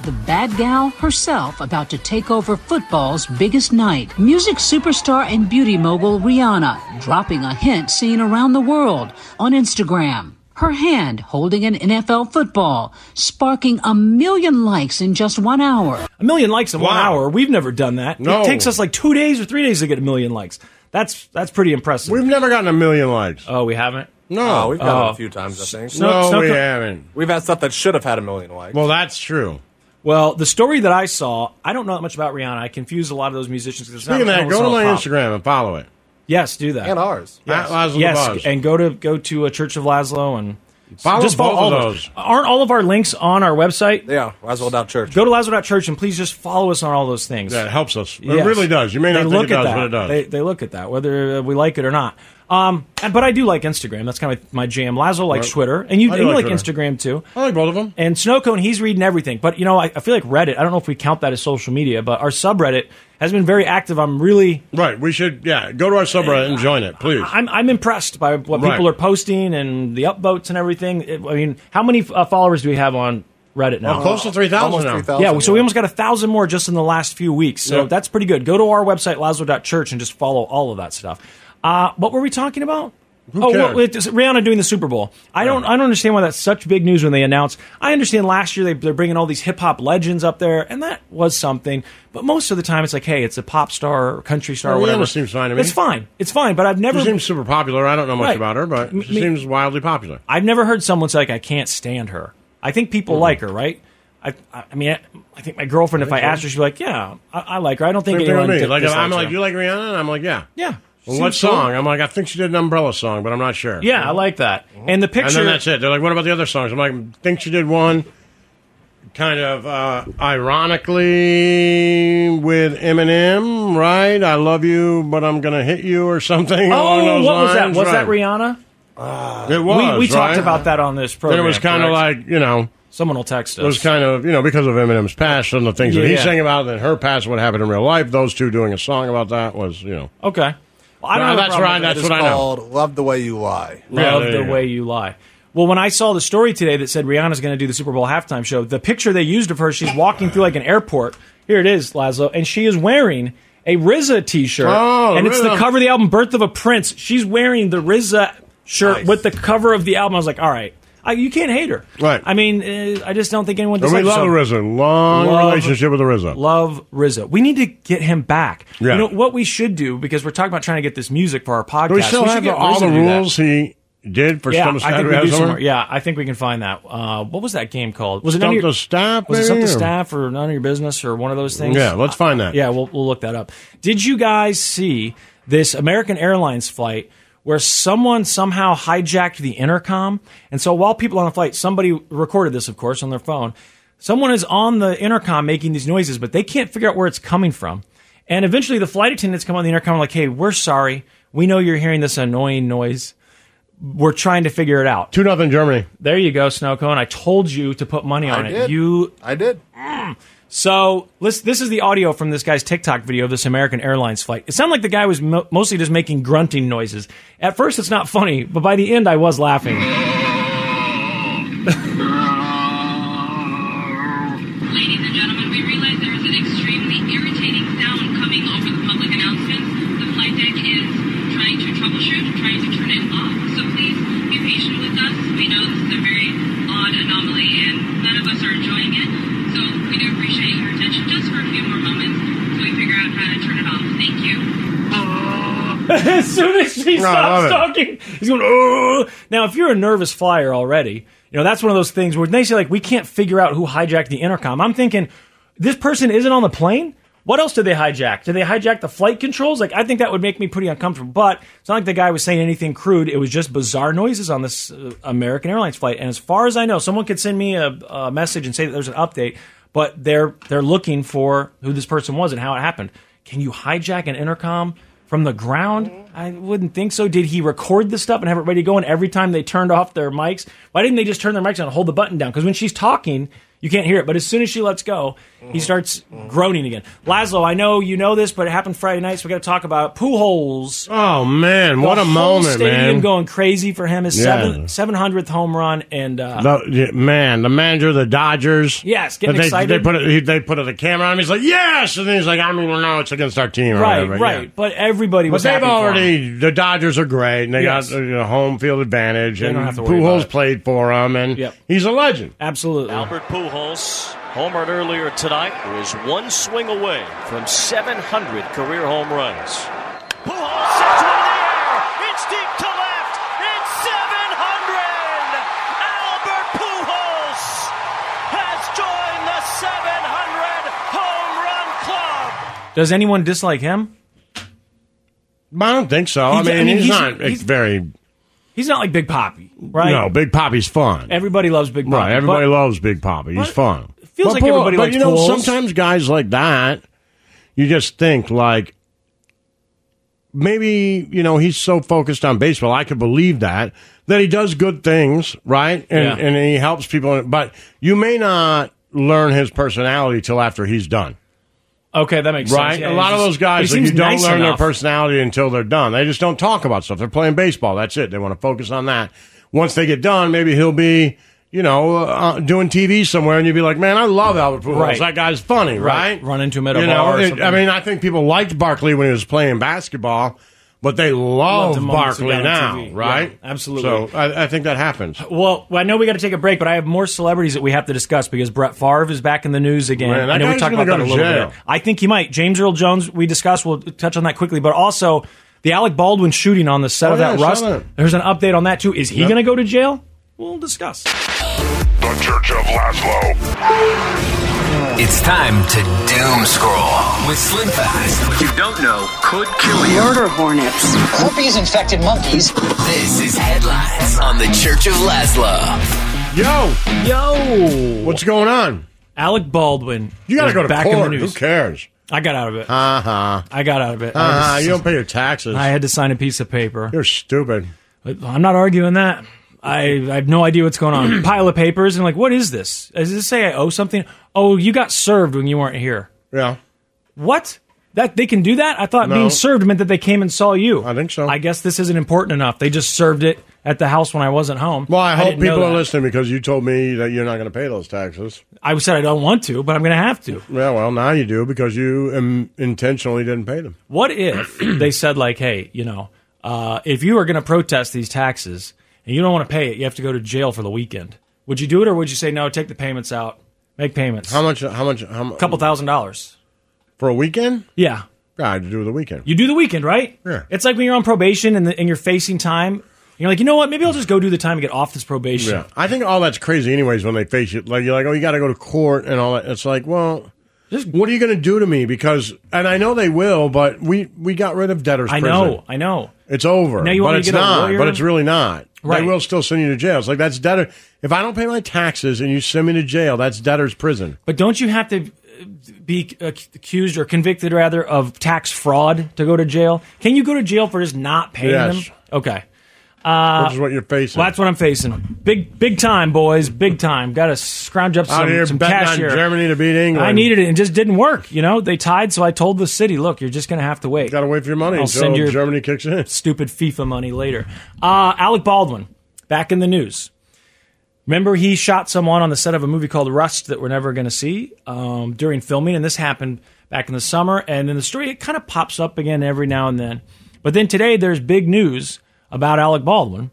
Speaker 17: The bad gal herself about to take over football's biggest night. Music superstar and beauty mogul Rihanna dropping a hint seen around the world on Instagram. her hand holding an NFL football, sparking a million likes in just one hour.
Speaker 1: A million likes in one hour. We've never done that.
Speaker 17: No.
Speaker 1: It takes us like two days or three days to get a million likes. That's that's pretty impressive. We've
Speaker 2: never gotten a million likes.
Speaker 1: Oh, we haven't.
Speaker 2: No,
Speaker 3: Oh, we've done it
Speaker 1: Oh.
Speaker 3: a few times, I think.
Speaker 1: Snow- No, Snow- we
Speaker 2: haven't.
Speaker 3: We've had stuff that should have had a million likes.
Speaker 2: Well, that's true.
Speaker 1: Well, the story that I saw, I don't know that much about Rihanna. I confuse a lot of those musicians. 'cause it's
Speaker 2: Speaking of
Speaker 1: not,
Speaker 2: that, go to my Instagram and follow it.
Speaker 1: Yes, do that.
Speaker 3: And ours.
Speaker 1: Yes,
Speaker 2: At Laszlo
Speaker 1: yes
Speaker 2: Labaz.
Speaker 1: and go to go to a Church of Laszlo and
Speaker 2: Follow
Speaker 1: just follow
Speaker 2: both
Speaker 1: all
Speaker 2: of
Speaker 1: of
Speaker 2: those.
Speaker 1: us. Aren't all of our links on our website?
Speaker 3: Yeah, Laszlo.church.
Speaker 1: Go to Laszlo.church and please just follow us on all those things.
Speaker 2: That helps us. It really does. You may not
Speaker 1: They
Speaker 2: think
Speaker 1: look
Speaker 2: it
Speaker 1: at
Speaker 2: does,
Speaker 1: that.
Speaker 2: but it does.
Speaker 1: They, they look at that, whether uh, we like it or not. Um, and- but I do like Instagram. That's kind of my jam. Lazo likes
Speaker 2: Right.
Speaker 1: Twitter, and you,
Speaker 2: I
Speaker 1: and
Speaker 2: do
Speaker 1: you like,
Speaker 2: like Twitter.
Speaker 1: Instagram too.
Speaker 2: I like both of them.
Speaker 1: And Snowcone, he's reading everything. But you know, I, I feel like Reddit. I don't know if we count that as social media, but our subreddit has been very active. I'm really
Speaker 2: right. We should yeah go to our subreddit and join it, please.
Speaker 1: I'm I'm impressed by what
Speaker 2: Right.
Speaker 1: people are posting and the upvotes and everything. It- I mean, how many uh, followers do we have on Reddit now?
Speaker 2: Well, Oh, close to 3,000 Almost now. 3,000,
Speaker 1: yeah, so we almost got a thousand more just in the last few weeks. So
Speaker 2: Yeah.
Speaker 1: that's pretty good. Go to our website lazo.church and just follow all of that stuff. Uh, what were we talking about? oh,
Speaker 2: cares?
Speaker 1: well, wait, this- Rihanna doing the Super Bowl. I don't. I don't understand why that's such big news when they announce. I understand last year they, they're bringing all these hip hop legends up there, and that was something. But most of the time, it's like, hey, it's a pop star, or country star, or
Speaker 2: Rihanna
Speaker 1: whatever.
Speaker 2: seems fine to me.
Speaker 1: It's fine. It's fine. But I've never.
Speaker 2: She seems super popular. I don't know much
Speaker 1: Right.
Speaker 2: about her, but she
Speaker 1: me-
Speaker 2: seems wildly popular.
Speaker 1: I've never heard someone say like I can't stand her. I think people
Speaker 2: Mm-hmm.
Speaker 1: like her, right? I, I I mean, I, I think my girlfriend, if I
Speaker 2: think so.
Speaker 1: asked her, she'd be like, "Yeah, I, I like her. I don't think
Speaker 2: Same thing
Speaker 1: anyone."
Speaker 2: with me.
Speaker 1: di-
Speaker 2: Like, I'm
Speaker 1: dislikes
Speaker 2: like,
Speaker 1: her."
Speaker 2: you like Rihanna? And I'm like, yeah.
Speaker 1: Yeah.
Speaker 2: Well, what
Speaker 1: Seems cool.
Speaker 2: song? I'm like, I think she did an Umbrella song, but I'm not sure.
Speaker 1: Yeah, I like that. And the
Speaker 2: Mm-hmm. And
Speaker 1: picture.
Speaker 2: then that's it. They're like, what about the other songs? I'm like, I think she did one kind of uh, ironically with Eminem, right? I love you, but I'm going to hit you or something. along
Speaker 1: oh,
Speaker 2: those
Speaker 1: what was that?
Speaker 2: lines,
Speaker 1: Was
Speaker 2: right.
Speaker 1: that Rihanna?
Speaker 2: It was.
Speaker 1: we we talked
Speaker 2: right?
Speaker 1: about that on this program.
Speaker 2: Then it was kind of
Speaker 1: correct?
Speaker 2: like, you know.
Speaker 1: someone will text
Speaker 2: It was
Speaker 1: us.
Speaker 2: kind of, you know, because of Eminem's past and the things that he
Speaker 1: Yeah.
Speaker 2: sang about and her past, what happened in real life, those two doing a song about that was, you know.
Speaker 1: okay. Well, I
Speaker 2: No,
Speaker 1: don't have a
Speaker 2: that's
Speaker 1: problem
Speaker 2: right,
Speaker 1: with that.
Speaker 2: that's
Speaker 1: It's
Speaker 2: what I know.
Speaker 1: called-
Speaker 3: Called Love the Way You Lie.
Speaker 2: Yeah,
Speaker 1: Love
Speaker 2: there
Speaker 1: the
Speaker 2: you go.
Speaker 1: way you lie. Well, when I saw the story today that said Rihanna's going to do the Super Bowl halftime show, the picture they used of her, she's walking through like an airport. Here it is, Laszlo, and she is wearing a RZA t-shirt,
Speaker 2: Oh,
Speaker 1: and it's the
Speaker 2: RZA.
Speaker 1: cover of the album "Birth of a Prince." She's wearing the RZA shirt with the cover of the album. I was like, all right. I, you can't hate her,
Speaker 2: Right.
Speaker 1: I mean, uh, I just don't think anyone.
Speaker 2: And we
Speaker 1: dislikes her.
Speaker 2: love RZA. Long
Speaker 1: Love-
Speaker 2: relationship with RZA.
Speaker 1: Love RZA. We need to get him back.
Speaker 2: Yeah.
Speaker 1: You know what we should do because we're talking about trying to get this music for our podcast.
Speaker 2: Do we still
Speaker 1: should
Speaker 2: have
Speaker 1: get
Speaker 2: all
Speaker 1: RZA
Speaker 2: the
Speaker 1: to do that.
Speaker 2: rules he did for
Speaker 1: yeah,
Speaker 2: Stump the
Speaker 1: I think
Speaker 2: Staff?
Speaker 1: we do
Speaker 2: Have
Speaker 1: somewhere.
Speaker 2: somewhere?
Speaker 1: Yeah, I think we can find that. Uh, what was that game called? Was
Speaker 2: Stump
Speaker 1: it none
Speaker 2: the
Speaker 1: of your,
Speaker 2: Staff?
Speaker 1: Was it something
Speaker 2: maybe, or-
Speaker 1: staff or none of your business or one of those things?
Speaker 2: Yeah, let's find that.
Speaker 1: Yeah, we'll we'll look that up. Did you guys see this American Airlines flight where someone somehow hijacked the intercom? And so while people on a flight, somebody recorded this, of course, on their phone. Someone is on the intercom making these noises, but they can't figure out where it's coming from. And eventually, the flight attendants come on the intercom like, "Hey, we're sorry. We know you're hearing this annoying noise. We're trying to figure it out."
Speaker 2: Two nothing Germany.
Speaker 1: There you go, Snow Cone. I told you to put money on
Speaker 3: I
Speaker 1: it.
Speaker 3: did.
Speaker 1: You Mm.
Speaker 3: I did.
Speaker 1: so let's, this is the audio from this guy's TikTok video of this American Airlines flight. It sounded like the guy was mo- mostly just making grunting noises. At first, it's not funny, but by the end, I was laughing.
Speaker 18: Ladies and gentlemen, we realize there is an extremely irritating sound coming over the public announcements. The flight deck is trying to troubleshoot, trying to turn it off. So please be patient with us. We know this is a very odd anomaly and none of us are enjoying it. So we do appreciate your attention just for a few more moments until we figure out how to turn it off. Thank you.
Speaker 1: as soon as she
Speaker 18: No,
Speaker 1: stops
Speaker 18: Oh, I love
Speaker 1: talking, he's going. Oh! Now, if you're a nervous flyer already, you know that's one of those things where they say like we can't figure out who hijacked the intercom. I'm thinking this person isn't on the plane. What else did they hijack? Did they hijack the flight controls? Like I think that would make me pretty uncomfortable. But it's not like the guy was saying anything crude. It was just bizarre noises on this uh, American Airlines flight. And as far as I know, someone could send me a, a message and say that there's an update. But they're they're looking for who this person was and how it happened. Can you hijack an intercom? from the ground? I wouldn't think so. Did he record this stuff and have it ready to go? And every time they turned off their mics, why didn't they just turn their mics on and hold the button down? Because when she's talking, You can't hear it, but as soon as she lets go,
Speaker 2: Mm-hmm.
Speaker 1: he starts groaning again. Laszlo, I know you know this, but it happened Friday night, so we got to talk about it. Poo holes.
Speaker 2: Oh man, what
Speaker 1: the
Speaker 2: a
Speaker 1: whole
Speaker 2: moment,
Speaker 1: stadium
Speaker 2: man!
Speaker 1: Going crazy for him is
Speaker 2: Yeah.
Speaker 1: seven seven hundredth home run, and uh,
Speaker 2: The- yeah, man, the manager of the Dodgers.
Speaker 1: Yes, getting
Speaker 2: they,
Speaker 1: excited.
Speaker 2: They put it, he- they put it, the camera on him. He's like, yes, and then he's like, I mean, well, no, it's against our team, or
Speaker 1: right,
Speaker 2: whatever.
Speaker 1: right.
Speaker 2: Yeah.
Speaker 1: But everybody
Speaker 2: But
Speaker 1: was
Speaker 2: they've
Speaker 1: happy for him.
Speaker 2: already the Dodgers are great, and they
Speaker 1: Yes.
Speaker 2: got a home field advantage,
Speaker 1: They
Speaker 2: and
Speaker 1: don't have to worry about
Speaker 2: Pujols played for him, and he's a legend.
Speaker 1: Absolutely.
Speaker 19: Albert Pujols homered earlier tonight was one swing away from 700 career home runs. Pujols sends one in the air. It's deep to left. It's 700. Albert Pujols has joined the 700 home run club.
Speaker 1: Does anyone dislike him?
Speaker 2: I don't think so. I
Speaker 1: He's-
Speaker 2: mean,
Speaker 1: I mean,
Speaker 2: he's,
Speaker 1: he's-
Speaker 2: not
Speaker 1: he's-
Speaker 2: it's very
Speaker 1: He's not like Big Poppy, right?
Speaker 2: no. Big Poppy's fun.
Speaker 1: Everybody loves Big Poppy.
Speaker 2: Right, everybody
Speaker 1: but
Speaker 2: loves Big Poppy. He's fun.
Speaker 1: feels
Speaker 2: but
Speaker 1: like
Speaker 2: Pujols-
Speaker 1: everybody
Speaker 2: but
Speaker 1: likes
Speaker 2: you know,
Speaker 1: Pujols.
Speaker 2: sometimes guys like that, you just think like maybe you know he's so focused on baseball. I could believe that that he does good things, right? And
Speaker 7: Yeah.
Speaker 2: and he helps people. But you may not learn his personality till after he's done.
Speaker 1: Okay, that makes
Speaker 2: Right,
Speaker 1: sense. Yeah,
Speaker 2: a lot of
Speaker 1: he's-
Speaker 2: those
Speaker 1: he
Speaker 2: guys like,
Speaker 1: seems
Speaker 2: you don't
Speaker 1: nice
Speaker 2: learn
Speaker 1: enough.
Speaker 2: their personality until they're done. They just don't talk about stuff. They're playing baseball. That's it. They want to focus on that. Once they get done, maybe he'll be, you know, uh, doing TV somewhere, and you'd be like, "Man, I love Albert Pujols.
Speaker 1: Right.
Speaker 2: That guy's funny, right?
Speaker 1: Right. Run into him at a
Speaker 2: you
Speaker 1: bar or
Speaker 2: Know, it-
Speaker 1: something.
Speaker 2: I mean, I think people liked Barkley when he was playing basketball, but they
Speaker 1: Loved
Speaker 2: love
Speaker 1: him moments
Speaker 2: Barkley
Speaker 1: ago on
Speaker 2: now,
Speaker 1: TV.
Speaker 2: right?
Speaker 1: Yeah, absolutely.
Speaker 2: So I, I think that happens.
Speaker 1: Well, I know we got to take a break, but I have more celebrities that we have to discuss because Brett Favre is back in the news again.
Speaker 2: Man, that
Speaker 1: I know we
Speaker 2: guy's
Speaker 1: talked about
Speaker 2: gonna
Speaker 1: that a
Speaker 2: go to
Speaker 1: little
Speaker 2: jail.
Speaker 1: bit. I think he might. James Earl Jones, we discussed. We'll touch on that quickly, but also the Alec Baldwin shooting on the set
Speaker 2: Oh,
Speaker 1: of
Speaker 2: yeah,
Speaker 1: that
Speaker 2: I saw
Speaker 1: Rust.
Speaker 2: that.
Speaker 1: There's an update on that too. Is he
Speaker 2: Yep.
Speaker 1: going to go to jail? We'll discuss.
Speaker 9: The Church of Laszlo.
Speaker 12: It's time to doom scroll with Slim Fast. What you don't know could kill you. Murder hornets. Herpes infected monkeys. This is Headlines on the Church of Laszlo.
Speaker 2: Yo,
Speaker 1: yo,
Speaker 2: what's going on?
Speaker 1: Alec Baldwin.
Speaker 2: You gotta
Speaker 1: is
Speaker 2: go to
Speaker 1: back
Speaker 2: court.
Speaker 1: In the news.
Speaker 2: Who cares?
Speaker 1: I got out of it.
Speaker 2: Uh huh.
Speaker 1: I got out of it. I
Speaker 2: Uh,
Speaker 1: just-
Speaker 2: you don't pay your taxes.
Speaker 1: I had to sign a piece of paper.
Speaker 2: You're stupid.
Speaker 1: I'm not arguing that. I, I have no idea what's going on. Pile of papers and like, what is this? Does this say I owe something? Oh, you got served when you weren't here.
Speaker 2: Yeah.
Speaker 1: What? That they can do that? I thought
Speaker 2: No.
Speaker 1: being served meant that they came and saw you. I
Speaker 2: think so.
Speaker 1: I guess this isn't important enough. They just served it at the house when I wasn't home.
Speaker 2: Well, I hope
Speaker 1: didn't know
Speaker 2: people are
Speaker 1: that.
Speaker 2: listening because you told me that you're not going to pay those taxes.
Speaker 1: I said I don't want to, but I'm going to have to.
Speaker 2: Yeah, well, now you do because you um, intentionally didn't pay them.
Speaker 1: What if they said like, hey, you know, uh, if you are going to protest these taxes and you don't want to pay it, you have to go to jail for the weekend. Would you do it, or would you say no? Take the payments out, make payments.
Speaker 2: How much? How much? How much?
Speaker 1: couple thousand dollars.
Speaker 2: for a weekend?
Speaker 1: Yeah.
Speaker 2: Yeah, I had to do the weekend.
Speaker 1: You do the weekend, right?
Speaker 2: Yeah.
Speaker 1: It's like when you're on probation and, the, and you're facing time. and You're like, you know what? Maybe I'll just go do the time and get off this probation.
Speaker 2: Yeah, I think all that's crazy. Anyways, when they face it, like you're like, oh, you got to go to court and all that. It's like, well, what are you going to do to me? Because, and I know they will, but we we got rid of debtors.
Speaker 1: I
Speaker 2: prison.
Speaker 1: know. I know.
Speaker 2: It's over.
Speaker 1: Now you
Speaker 2: but
Speaker 1: want me
Speaker 2: it's
Speaker 1: to get a
Speaker 2: not.
Speaker 1: lawyer?
Speaker 2: But it's really not.
Speaker 1: Right.
Speaker 2: They will still send you to jail. It's like that's debtor. If I don't pay my taxes and you send me to jail, that's debtor's prison.
Speaker 1: But don't you have to uh, be uh, accused or convicted, rather, of tax fraud to go to jail? Can you go to jail for just not paying
Speaker 2: Yes.
Speaker 1: them? Okay. Uh,
Speaker 2: Which is what you're facing.
Speaker 1: Well, that's what I'm facing. Big, big time, boys. Big time. Got to scrounge up
Speaker 2: Out
Speaker 1: some,
Speaker 2: here
Speaker 1: some
Speaker 2: betting
Speaker 1: cash
Speaker 2: on
Speaker 1: here.
Speaker 2: Germany to beat England.
Speaker 1: I needed it and it just didn't work. You know, they tied, so I told the city, "Look, you're just going to have to wait. Got
Speaker 2: to wait for your money
Speaker 1: I'll
Speaker 2: until
Speaker 1: send your
Speaker 2: Germany kicks in.
Speaker 1: Stupid FIFA money later." Uh, Alec Baldwin back in the news. Remember, he shot someone on the set of a movie called Rust that we're never going to see um, during filming, and this happened back in the summer. And then the story it kind of pops up again every now and then. But then today, there's big news about Alec Baldwin.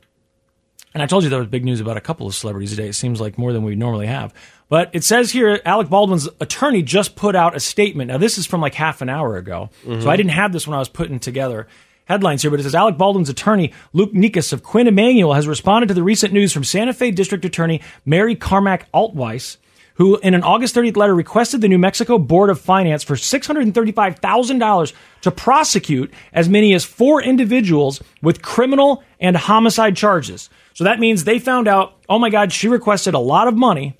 Speaker 1: And I told you there was big news about a couple of celebrities today. It seems like more than we normally have. But it says here Alec Baldwin's attorney just put out a statement. Now, this is from like half an hour ago.
Speaker 19: Mhm.
Speaker 1: So I didn't have this when I was putting together headlines here, but it says Alec Baldwin's attorney, Luke Nikas of Quinn Emanuel, has responded to the recent news from Santa Fe District Attorney Mary Carmack Altweiss, who in an August 30th letter requested the New Mexico Board of Finance for $635,000 to prosecute as many as four individuals with criminal and homicide charges. So that means they found out, oh my God, she requested a lot of money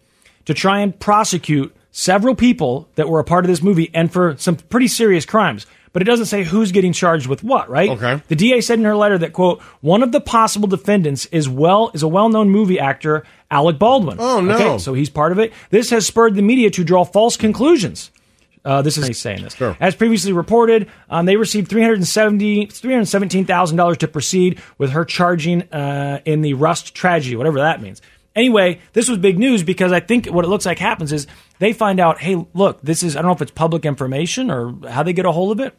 Speaker 1: to try and prosecute several people that were a part of this movie and for some pretty serious crimes. but it doesn't say who's getting charged with what, right? Okay. The DA said in her letter that quote, one of the possible defendants is well is a well-known movie actor, Alec Baldwin.
Speaker 2: Oh, no.
Speaker 1: Okay, so he's part of it. This has spurred the media to draw false conclusions. Uh, this is he's saying this. As previously reported, um, they received 370 $317,000 to proceed with her charging uh, in the Rust tragedy, whatever that means. Anyway, this was big news because I think what it looks like happens is they find out, hey, look, this is, I don't know if it's public information or how they get a hold of it.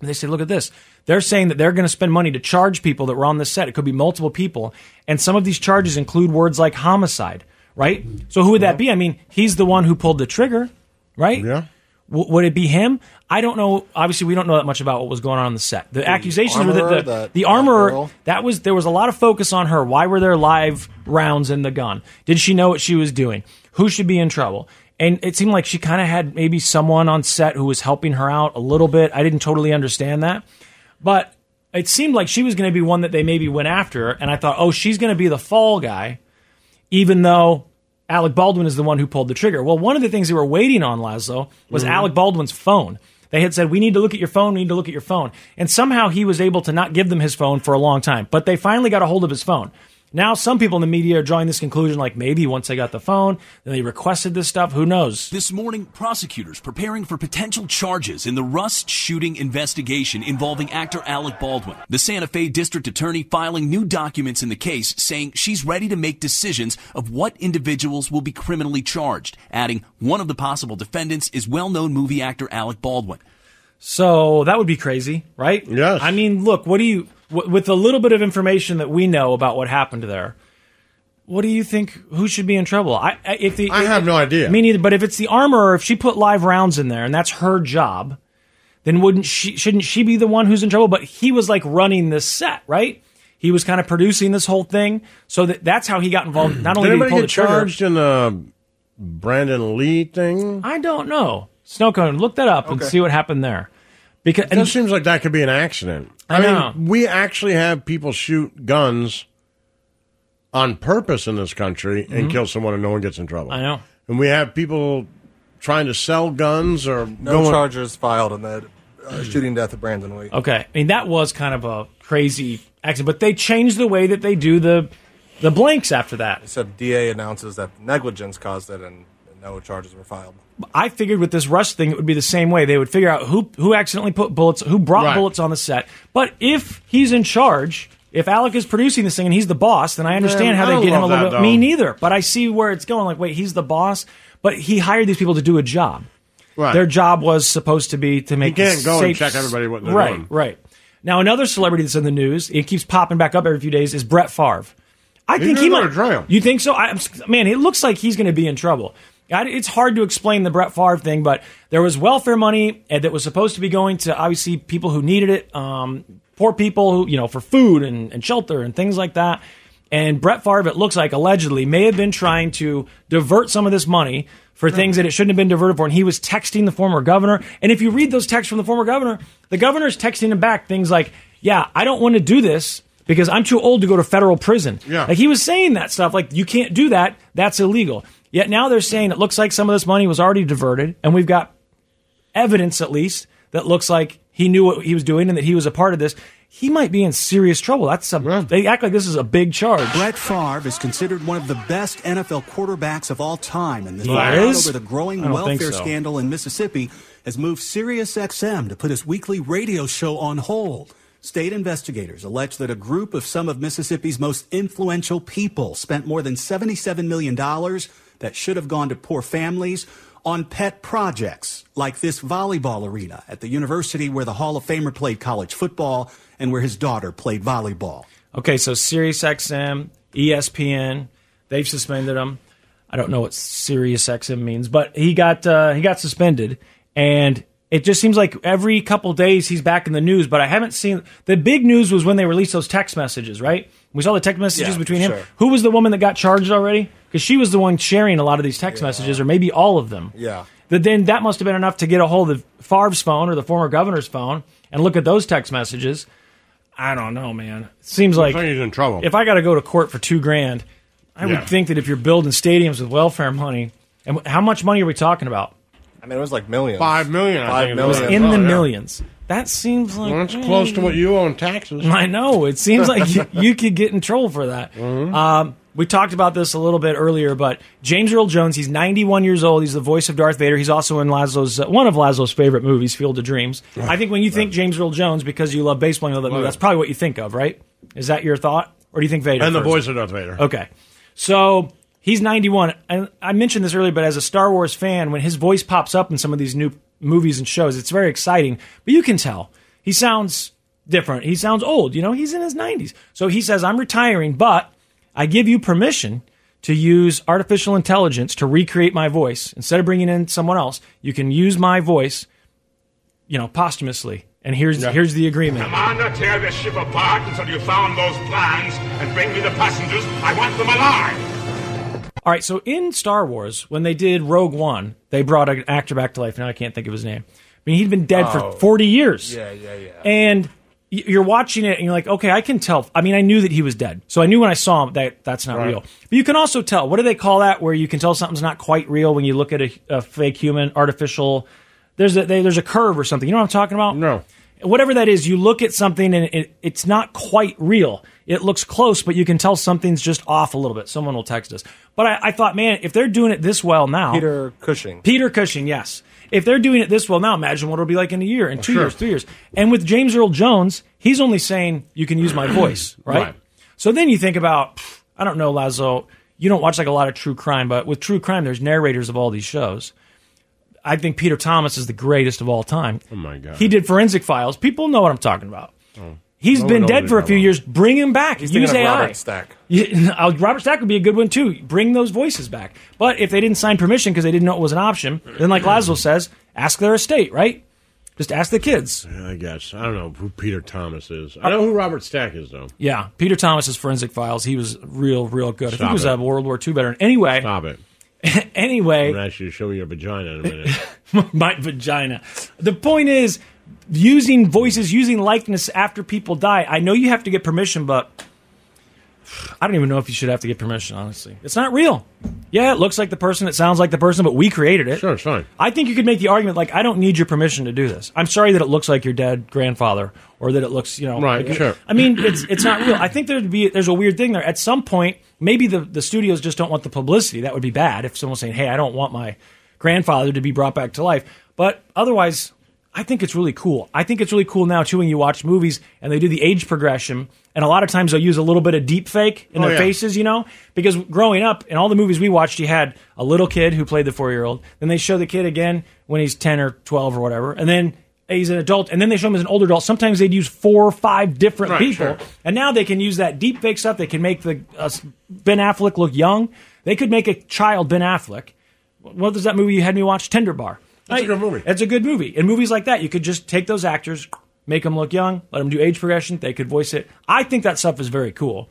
Speaker 1: And they say, look at this. They're saying that they're going to spend money to charge people that were on this set. It could be multiple people. And some of these charges include words like homicide, right? So who would that be? I mean, he's the one who pulled the trigger, right? Yeah. W- would it be him? I don't know. Obviously, we don't know that much about what was going on on the set. The, accusations were
Speaker 3: armorer,
Speaker 1: that the,
Speaker 3: that-
Speaker 1: the
Speaker 3: that
Speaker 1: armorer,
Speaker 3: girl.
Speaker 1: that was, there was a lot of focus on her. Why were there live rounds in the gun? Did she know what she was doing? Who should be in trouble? And it seemed like she kind of had maybe someone on set who was helping her out a little bit. I didn't totally understand that. But it seemed like she was going to be one that they maybe went after. And I thought, oh, she's going to be the fall guy, even though Alec Baldwin is the one who pulled the trigger. Well, one of the things they were waiting on, Laszlo, was
Speaker 20: Mhm.
Speaker 1: Alec Baldwin's phone. They had said, we need to look at your phone, we need to look at your phone. And somehow he was able to not give them his phone for a long time. But they finally got a hold of his phone. Now, some people in the media are drawing this conclusion like maybe once they got the phone, then they requested this stuff. Who knows?
Speaker 6: This morning, prosecutors preparing for potential charges in the Rust shooting investigation involving actor Alec Baldwin. The Santa Fe District Attorney filing new documents in the case, saying she's ready to make decisions of what individuals will be criminally charged, adding one of the possible defendants is well-known movie actor Alec Baldwin.
Speaker 1: So that would be crazy, right? Yes. I mean, look, what do you, w- with the little bit of information that we know about what happened there, what do you think? Who should be in trouble? I, I if the
Speaker 2: I have no idea.
Speaker 1: Me neither. But if it's the armorer, if she put live rounds in there and that's her job, then wouldn't she? Shouldn't she be the one who's in trouble? But he was like running this set, right? He was kind of producing this whole thing, so that that's how he got involved. Not only
Speaker 2: Did
Speaker 1: did he
Speaker 2: anybody
Speaker 1: pull the
Speaker 2: get
Speaker 1: trigger,
Speaker 2: charged in the Brandon Lee thing?
Speaker 1: I don't know. Snow cone, look that up and
Speaker 2: Okay.
Speaker 1: see what happened there. Because
Speaker 2: it seems like that could be an accident.
Speaker 1: I know.
Speaker 2: mean, we actually have people shoot guns on purpose in this country and
Speaker 1: Mhm.
Speaker 2: kill someone, and no one gets in trouble.
Speaker 1: I know.
Speaker 2: And we have people trying to sell guns or
Speaker 3: No
Speaker 2: going-
Speaker 3: charges filed in that uh, shooting death of Brandon Lee.
Speaker 1: Okay, I mean that was kind of a crazy accident, but they changed the way that they do the the blanks after that.
Speaker 3: Except DA announces that negligence caused it and no charges were filed.
Speaker 1: I figured with this rush thing, it would be the same way. They would figure out who who accidentally put bullets, who brought
Speaker 3: Right.
Speaker 1: bullets on the set. But if he's in charge, if Alec is producing this thing and he's the boss, then I understand
Speaker 2: Man,
Speaker 1: how
Speaker 2: I
Speaker 1: they
Speaker 2: don't
Speaker 1: get him a
Speaker 2: love
Speaker 1: little
Speaker 2: that,
Speaker 1: bit.
Speaker 2: though.
Speaker 1: Me neither, but I see where it's going. Like, wait, he's the boss, but he hired these people to do a job.
Speaker 2: Right.
Speaker 1: Their job was supposed to be to make
Speaker 2: can't go and
Speaker 1: safe-
Speaker 2: check everybody what they're
Speaker 1: right,
Speaker 2: doing.
Speaker 1: Right. Now another celebrity that's in the news, it keeps popping back up every few days, is Brett Favre. I
Speaker 2: He's
Speaker 1: think he
Speaker 2: gonna
Speaker 1: might. You think so? I, I'm s- man, it looks like he's going to be in trouble. I, it's hard to explain the Brett Favre thing, but there was welfare money uh, that was supposed to be going to obviously people who needed it, um, poor people, who, you know, for food and, and shelter and things like that. And Brett Favre, it looks like allegedly may have been trying to divert some of this money for things that it shouldn't have been diverted for. And he was texting the former governor. And if you read those texts from the former governor, the governor's texting him back things like, yeah, I don't want to do this because I'm too old to go to federal prison.
Speaker 2: Yeah.
Speaker 1: Like he was saying that stuff, like you can't do that. That's illegal. Yet now they're saying it looks like some of this money was already diverted, and we've got evidence at least that looks like he knew what he was doing and that he was a part of this. He might be in serious trouble. That's a, they act like this is a big charge.
Speaker 21: Brett Favre is considered one of the best NFL quarterbacks of all time, and this
Speaker 1: He
Speaker 21: round
Speaker 1: is?
Speaker 21: over the growing
Speaker 1: I don't think
Speaker 21: welfare
Speaker 1: so.
Speaker 21: scandal in Mississippi has moved SiriusXM to put its weekly radio show on hold. State investigators allege that a group of some of Mississippi's most influential people spent more than $77 million that should have gone to poor families on pet projects like this volleyball arena at the university where the Hall of Famer played college football and where his daughter played volleyball.
Speaker 1: Okay, so SiriusXM, ESPN, they've suspended him. I don't know what SiriusXM means, but he got uh, he got suspended, and it just seems like every couple days he's back in the news. But I haven't seen the big news was when they released those text messages, right? We saw the text messages
Speaker 21: Yeah,
Speaker 1: between him.
Speaker 21: sure.
Speaker 1: Who was the woman that got charged already? Because she was the one sharing a lot of these text messages, or maybe all of them.
Speaker 21: Yeah.
Speaker 1: That then that must have been enough to get a hold of Favre's phone or the former governor's phone and look at those text messages. I don't know, man. Seems like
Speaker 2: he's in trouble.
Speaker 1: If I got to go to court for two grand, I
Speaker 2: Yeah.
Speaker 1: would think that if you're building stadiums with welfare money, and wh- how much money are we talking about?
Speaker 3: I mean, it was like millions.
Speaker 2: Five million. I
Speaker 3: Five
Speaker 2: think
Speaker 1: It was
Speaker 3: million.
Speaker 1: in the
Speaker 3: Oh, yeah.
Speaker 1: millions. That seems like
Speaker 2: Well, that's close to what you owe in taxes.
Speaker 1: I know. It seems like you, you could get in trouble for that.
Speaker 2: Mm-hmm.
Speaker 1: Um, we talked about this a little bit earlier, but James Earl Jones, he's 91 years old. He's the voice of Darth Vader. He's also in Laszlo's, uh, one of Laszlo's favorite movies, Field of Dreams. I think when you think James Earl Jones, because you love baseball and
Speaker 2: Oh,
Speaker 1: you love that movie, that's probably what you think of, right? Is that your thought? Or do you think Vader?
Speaker 2: And the
Speaker 1: first?
Speaker 2: voice of Darth Vader.
Speaker 1: Okay. So he's 91. And I mentioned this earlier, but as a Star Wars fan, when his voice pops up in some of these new movies and shows, it's very exciting. But you can tell he sounds different. He sounds old. You know, he's in his 90s. So he says, I'm retiring, but I give you permission to use artificial intelligence to recreate my voice. Instead of bringing in someone else, you can use my voice, you know, posthumously. And here's, here's the agreement.
Speaker 9: Commander, tear this ship apart until you found those plans and bring me the passengers. I want them alive.
Speaker 1: All right, so in Star Wars, when they did Rogue One, they brought an actor back to life. Now I can't think of his name. I mean, he'd been dead for
Speaker 3: Oh.
Speaker 1: 40 years.
Speaker 3: Yeah, yeah, yeah.
Speaker 1: And y- you're watching it and you're like, okay, I can tell. I mean, I knew that he was dead. So I knew when I saw him that that's not
Speaker 3: Right.
Speaker 1: real. But you can also tell. What do they call that where you can tell something's not quite real when you look at a, a fake human, artificial? There's a, they, there's a curve or something. You know what I'm talking about? No. Whatever that is, you look at something and it, it's not quite real. It looks close, but you can tell something's just off a little bit. Someone will text us. But I, I thought, man, if they're doing it this well now,
Speaker 3: Peter Cushing.
Speaker 1: Peter Cushing, yes. If they're doing it this well now, imagine what it'll be like in a year, in two
Speaker 3: sure.
Speaker 1: years, three years. And with James Earl Jones, he's only saying you can use my voice, right?
Speaker 3: Right.
Speaker 1: So then you think about, pff, I don't know, Lazo, you don't watch like a lot of true crime, but with true crime, there's narrators of all these shows. I think Peter Thomas is the greatest of all time. Oh my
Speaker 2: God.
Speaker 1: He did Forensic Files. People know what I'm talking about.
Speaker 2: Oh.
Speaker 1: He's
Speaker 2: No one
Speaker 1: been
Speaker 2: knows
Speaker 1: dead
Speaker 2: what
Speaker 1: for a
Speaker 2: he's
Speaker 1: few years. Bring him back.
Speaker 3: He's
Speaker 1: Use
Speaker 3: thinking of
Speaker 1: AI.
Speaker 3: Robert Stack.
Speaker 1: Yeah, I'll- uh, Robert Stack would be a good one too. Bring those voices back. But if they didn't sign permission because they didn't know it was an option, then like Laszlo says, ask their estate, right? Just ask the kids.
Speaker 2: I guess. I don't know who Peter Thomas is. I know who Robert Stack is, though.
Speaker 1: Yeah, Peter Thomas's Forensic Files. He was real, real good. I think
Speaker 2: Stop
Speaker 1: he was
Speaker 2: it.
Speaker 1: a World War II veteran. Anyway, stop
Speaker 2: it.
Speaker 1: anyway,
Speaker 2: I'm going to ask you to show me your vagina in a minute.
Speaker 1: my vagina. The point is using voices, using likeness after people die. I know you have to get permission, but I don't even know if you should have to get permission, honestly. It's not real. Yeah, it looks like the person, it sounds like the person, but we created it. Sure,
Speaker 2: it's fine.
Speaker 1: I think you could make the argument like, I don't need your permission to do this. I'm sorry that it looks like your dead grandfather or that it looks, you know.
Speaker 2: Right,
Speaker 1: like-
Speaker 2: sure.
Speaker 1: I mean, it's it's not real. I think there'd be there's a weird thing there. At some point, maybe the, the studios just don't want the publicity. That would be bad if someone's saying, Hey, I don't want my grandfather to be brought back to life. But otherwise, I think it's really cool. I think it's really cool now too when you watch movies and they do the age progression and a lot of times they'll use a little bit of deep fake in
Speaker 2: Oh,
Speaker 1: their
Speaker 2: yeah.
Speaker 1: faces, you know? Because growing up in all the movies we watched, you had a little kid who played the four year old, then they show the kid again when he's ten or twelve or whatever, and then he's an adult, and then they show him as an older adult. Sometimes they'd use four or five different
Speaker 2: Right,
Speaker 1: people.
Speaker 2: sure.
Speaker 1: And now they can use that deep fake stuff. They can make the uh, Ben Affleck look young. They could make a child Ben Affleck. What was that movie you had me watch? Tender Bar. That's a good movie. It's a good movie. And movies like that, you could just take those actors, make them look young, let them do age progression. They could voice it. I think that stuff is very cool.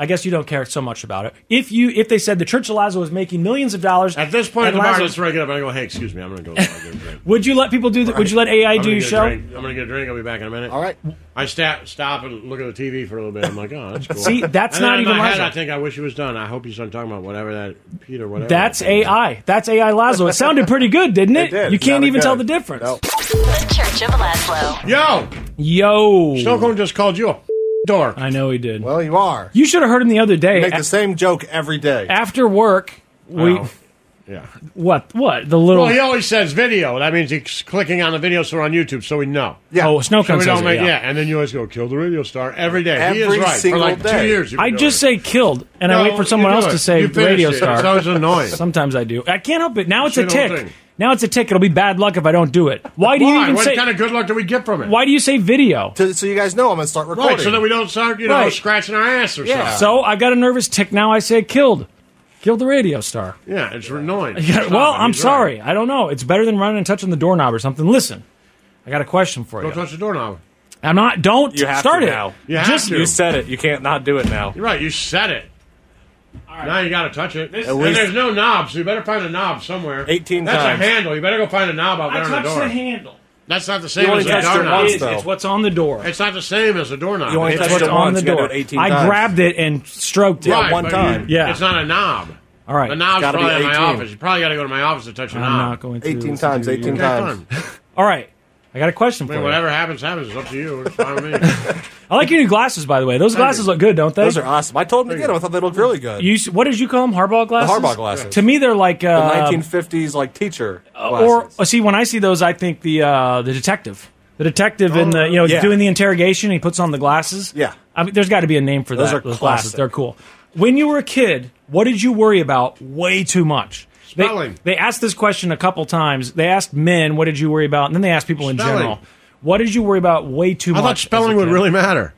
Speaker 1: I guess you don't care so much about it. If you if they said the Church of Lazo is making millions of dollars at
Speaker 2: this point in the market, it's regular. I'm going to go, hey, excuse me. I'm going to go. I'll get a drink.
Speaker 1: would you let people do? The, Would you let AI
Speaker 2: I'm
Speaker 1: do
Speaker 2: gonna
Speaker 1: your
Speaker 2: get a
Speaker 1: show?
Speaker 2: drink. I'm going to get a drink. I'll be back in a minute. All right. I sta- stop and look at the TV for a little bit. I'm like, oh, that's cool.
Speaker 1: See, that's
Speaker 2: And then
Speaker 1: not
Speaker 2: in
Speaker 1: even
Speaker 2: my head,
Speaker 1: Lazo.
Speaker 2: I think I wish he was done. I hope he's done talking about whatever that Peter, whatever.
Speaker 1: That's AI. That's AI Lazo. It sounded pretty good, didn't it?
Speaker 2: did.
Speaker 1: You
Speaker 2: It
Speaker 1: can't
Speaker 2: sounded
Speaker 1: even
Speaker 2: good.
Speaker 1: tell the difference.
Speaker 8: The Church of Laszlo.
Speaker 2: Yo!
Speaker 1: Yo!
Speaker 2: Stockholm just called you a dork.
Speaker 1: I know he did.
Speaker 3: Well, you are.
Speaker 1: You should have heard him the other day.
Speaker 3: You make the same joke every day.
Speaker 1: After work, we
Speaker 2: Wow. Yeah.
Speaker 1: what what the little
Speaker 2: Well, he always says video. That means he's clicking on the video, so we're on YouTube, so we know.
Speaker 1: Yeah. Oh, Snow
Speaker 2: so
Speaker 1: Cone
Speaker 2: we
Speaker 1: says
Speaker 2: don't
Speaker 1: it,
Speaker 2: make,
Speaker 1: yeah.
Speaker 2: And then you always go, kill the radio star every day. he is
Speaker 1: Every
Speaker 2: right. For
Speaker 1: single
Speaker 2: like
Speaker 1: day.
Speaker 2: two years. you've
Speaker 1: I
Speaker 2: been
Speaker 1: just say killed, and
Speaker 2: No,
Speaker 1: I wait for someone
Speaker 2: you do
Speaker 1: else
Speaker 2: it.
Speaker 1: to say
Speaker 2: You finish
Speaker 1: radio
Speaker 2: it.
Speaker 1: star.
Speaker 2: It's always annoying.
Speaker 1: Sometimes I do. I can't help it. Now it's
Speaker 2: Shit
Speaker 1: a
Speaker 2: old
Speaker 1: tick.
Speaker 2: thing.
Speaker 1: Now it's a tick. It'll be bad luck if I don't do it. Why do you
Speaker 2: Why?
Speaker 1: even
Speaker 2: What
Speaker 1: say?
Speaker 2: kind of good luck do we get from it?
Speaker 1: Why do you say video?
Speaker 3: so you guys know I'm gonna start
Speaker 2: Right, so that we don't start, you know,
Speaker 1: Right.
Speaker 2: scratching our ass or something.
Speaker 1: So I got a nervous tick. Now I say killed, killed the radio star.
Speaker 2: yeah, it's annoying.
Speaker 1: Yeah,
Speaker 2: Stop
Speaker 1: well,
Speaker 2: it.
Speaker 1: I'm
Speaker 2: He's right.
Speaker 1: sorry. I don't know. It's better than running and touching the doorknob or something. Listen, I got a question for
Speaker 2: Don't
Speaker 1: you.
Speaker 2: touch the doorknob.
Speaker 1: I'm not. Don't
Speaker 3: You have
Speaker 1: start
Speaker 3: to
Speaker 1: it.
Speaker 3: now.
Speaker 2: You have
Speaker 1: Just
Speaker 2: to. You said
Speaker 3: it. You can't not do it now.
Speaker 2: You're right. You said it. Now you got to touch it.
Speaker 3: At
Speaker 2: and
Speaker 3: least-
Speaker 2: there's no knob, so you better find a knob somewhere.
Speaker 3: 18
Speaker 2: That's
Speaker 3: times.
Speaker 2: a handle. You better go find a knob out
Speaker 1: I
Speaker 2: there on the
Speaker 1: touched
Speaker 2: door.
Speaker 1: the handle.
Speaker 2: That's not the same
Speaker 1: You only
Speaker 2: as a
Speaker 1: touched it
Speaker 2: doorknob.
Speaker 1: once, It is. though. It's what's on the door.
Speaker 2: It's not the same as a doorknob.
Speaker 1: You only
Speaker 2: It's
Speaker 1: touched
Speaker 2: what's
Speaker 1: it once. You gotta do it 18 times. I grabbed it and stroked it.
Speaker 2: Right, but you-
Speaker 1: Yeah.
Speaker 2: It's not a knob.
Speaker 1: All right.
Speaker 2: But now it's
Speaker 1: Gotta be
Speaker 2: probably in my
Speaker 1: 18.
Speaker 2: office. You probably got to go to my office to touch it
Speaker 1: I'm
Speaker 2: now.
Speaker 1: not going to. listen to you. All
Speaker 2: All right.
Speaker 1: right. I got a question
Speaker 2: I
Speaker 1: for
Speaker 2: mean,
Speaker 1: you.
Speaker 2: whatever happens, happens. It's up to you. It's fine with me.
Speaker 1: I like your new glasses, by the way. Those
Speaker 2: Thank
Speaker 1: glasses
Speaker 2: you.
Speaker 1: look good, don't they?
Speaker 2: Those are awesome. I told him to
Speaker 1: Thank
Speaker 2: get them. I
Speaker 1: you.
Speaker 2: thought they looked really
Speaker 3: good.
Speaker 1: You, s- what did you call them? Harbaugh glasses.
Speaker 3: Harbaugh glasses.
Speaker 1: To me, they're like
Speaker 3: the
Speaker 1: uh,
Speaker 3: 1950s like teacher glasses.
Speaker 1: Or uh, see, when I see those, I think the uh, the detective, the detective in the you know
Speaker 3: Oh, Yeah.
Speaker 1: doing the interrogation. He puts on the glasses. Yeah, I mean, there's got to be a name for
Speaker 3: Those
Speaker 1: that.
Speaker 3: are
Speaker 1: those glasses,
Speaker 3: classic.
Speaker 1: they're cool. When you were a kid, what did you worry about way too much? They-
Speaker 2: Spelling.
Speaker 1: They, asked this question a couple times. They asked men, "What did you worry about?" And then they asked people in
Speaker 2: Spelling.
Speaker 1: general, "What did you worry about way too
Speaker 2: I
Speaker 1: much?"
Speaker 2: thought spelling would really matter.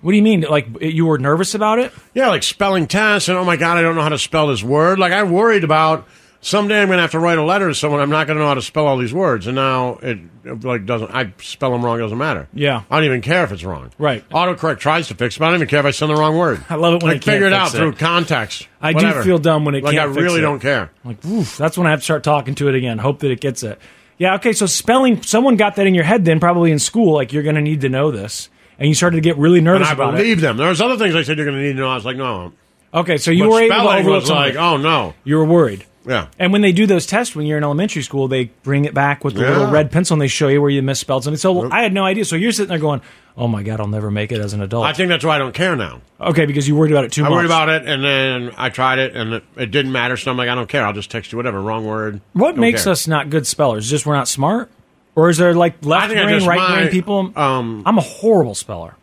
Speaker 1: What do you mean? Like you were nervous about it?
Speaker 2: Yeah, like spelling tests, and oh my god, I don't know how to spell this word. Like I worried about someday I'm going to have to write a letter to someone. I'm not going to know how to spell all these words, and now it, it, like doesn't. I spell them wrong. It doesn't matter.
Speaker 1: Yeah.
Speaker 2: I don't even care if it's wrong.
Speaker 1: Right.
Speaker 2: Autocorrect tries to fix, it, but I don't even care if I send the wrong word. I
Speaker 1: love it when
Speaker 2: I
Speaker 1: it can't
Speaker 2: figure it
Speaker 1: fix
Speaker 2: out
Speaker 1: it.
Speaker 2: through context.
Speaker 1: I
Speaker 2: Whatever.
Speaker 1: do feel dumb when it
Speaker 2: like
Speaker 1: can't.
Speaker 2: I
Speaker 1: fix
Speaker 2: really
Speaker 1: it.
Speaker 2: don't care.
Speaker 1: Like, oof, that's when I have to start talking to it again. Hope that it gets it. Yeah, okay. So spelling, someone got that in your head then, probably in school. Like you're going to need to know this, and you started to get really
Speaker 2: And
Speaker 1: nervous
Speaker 2: I
Speaker 1: about
Speaker 2: believe
Speaker 1: it.
Speaker 2: them. There was other things I said you're going to need to know. I was like, no.
Speaker 1: Okay, so you
Speaker 2: But
Speaker 1: were able to
Speaker 2: spelling
Speaker 1: overlook
Speaker 2: was like,
Speaker 1: something.
Speaker 2: oh no,
Speaker 1: you were worried.
Speaker 2: Yeah.
Speaker 1: And when they do those tests when you're in elementary school, they bring it back with the
Speaker 2: Yeah.
Speaker 1: little red pencil and they show you where you misspelled something. So I had no idea. So you're sitting there going, "Oh my god, I'll never make it as an adult."
Speaker 2: I think that's why I don't care now.
Speaker 1: okay, because you worried about it too
Speaker 2: I
Speaker 1: much.
Speaker 2: worried about it, and then I tried it, and it, it didn't matter. So I'm like, I don't care. I'll just text you whatever. Wrong word.
Speaker 1: What
Speaker 2: Don't
Speaker 1: makes
Speaker 2: care.
Speaker 1: us not good spellers? Just we're not smart, or is there like left
Speaker 2: think I
Speaker 1: brain,
Speaker 2: just-
Speaker 1: right brain
Speaker 2: my- um,
Speaker 1: people? I'm a horrible speller.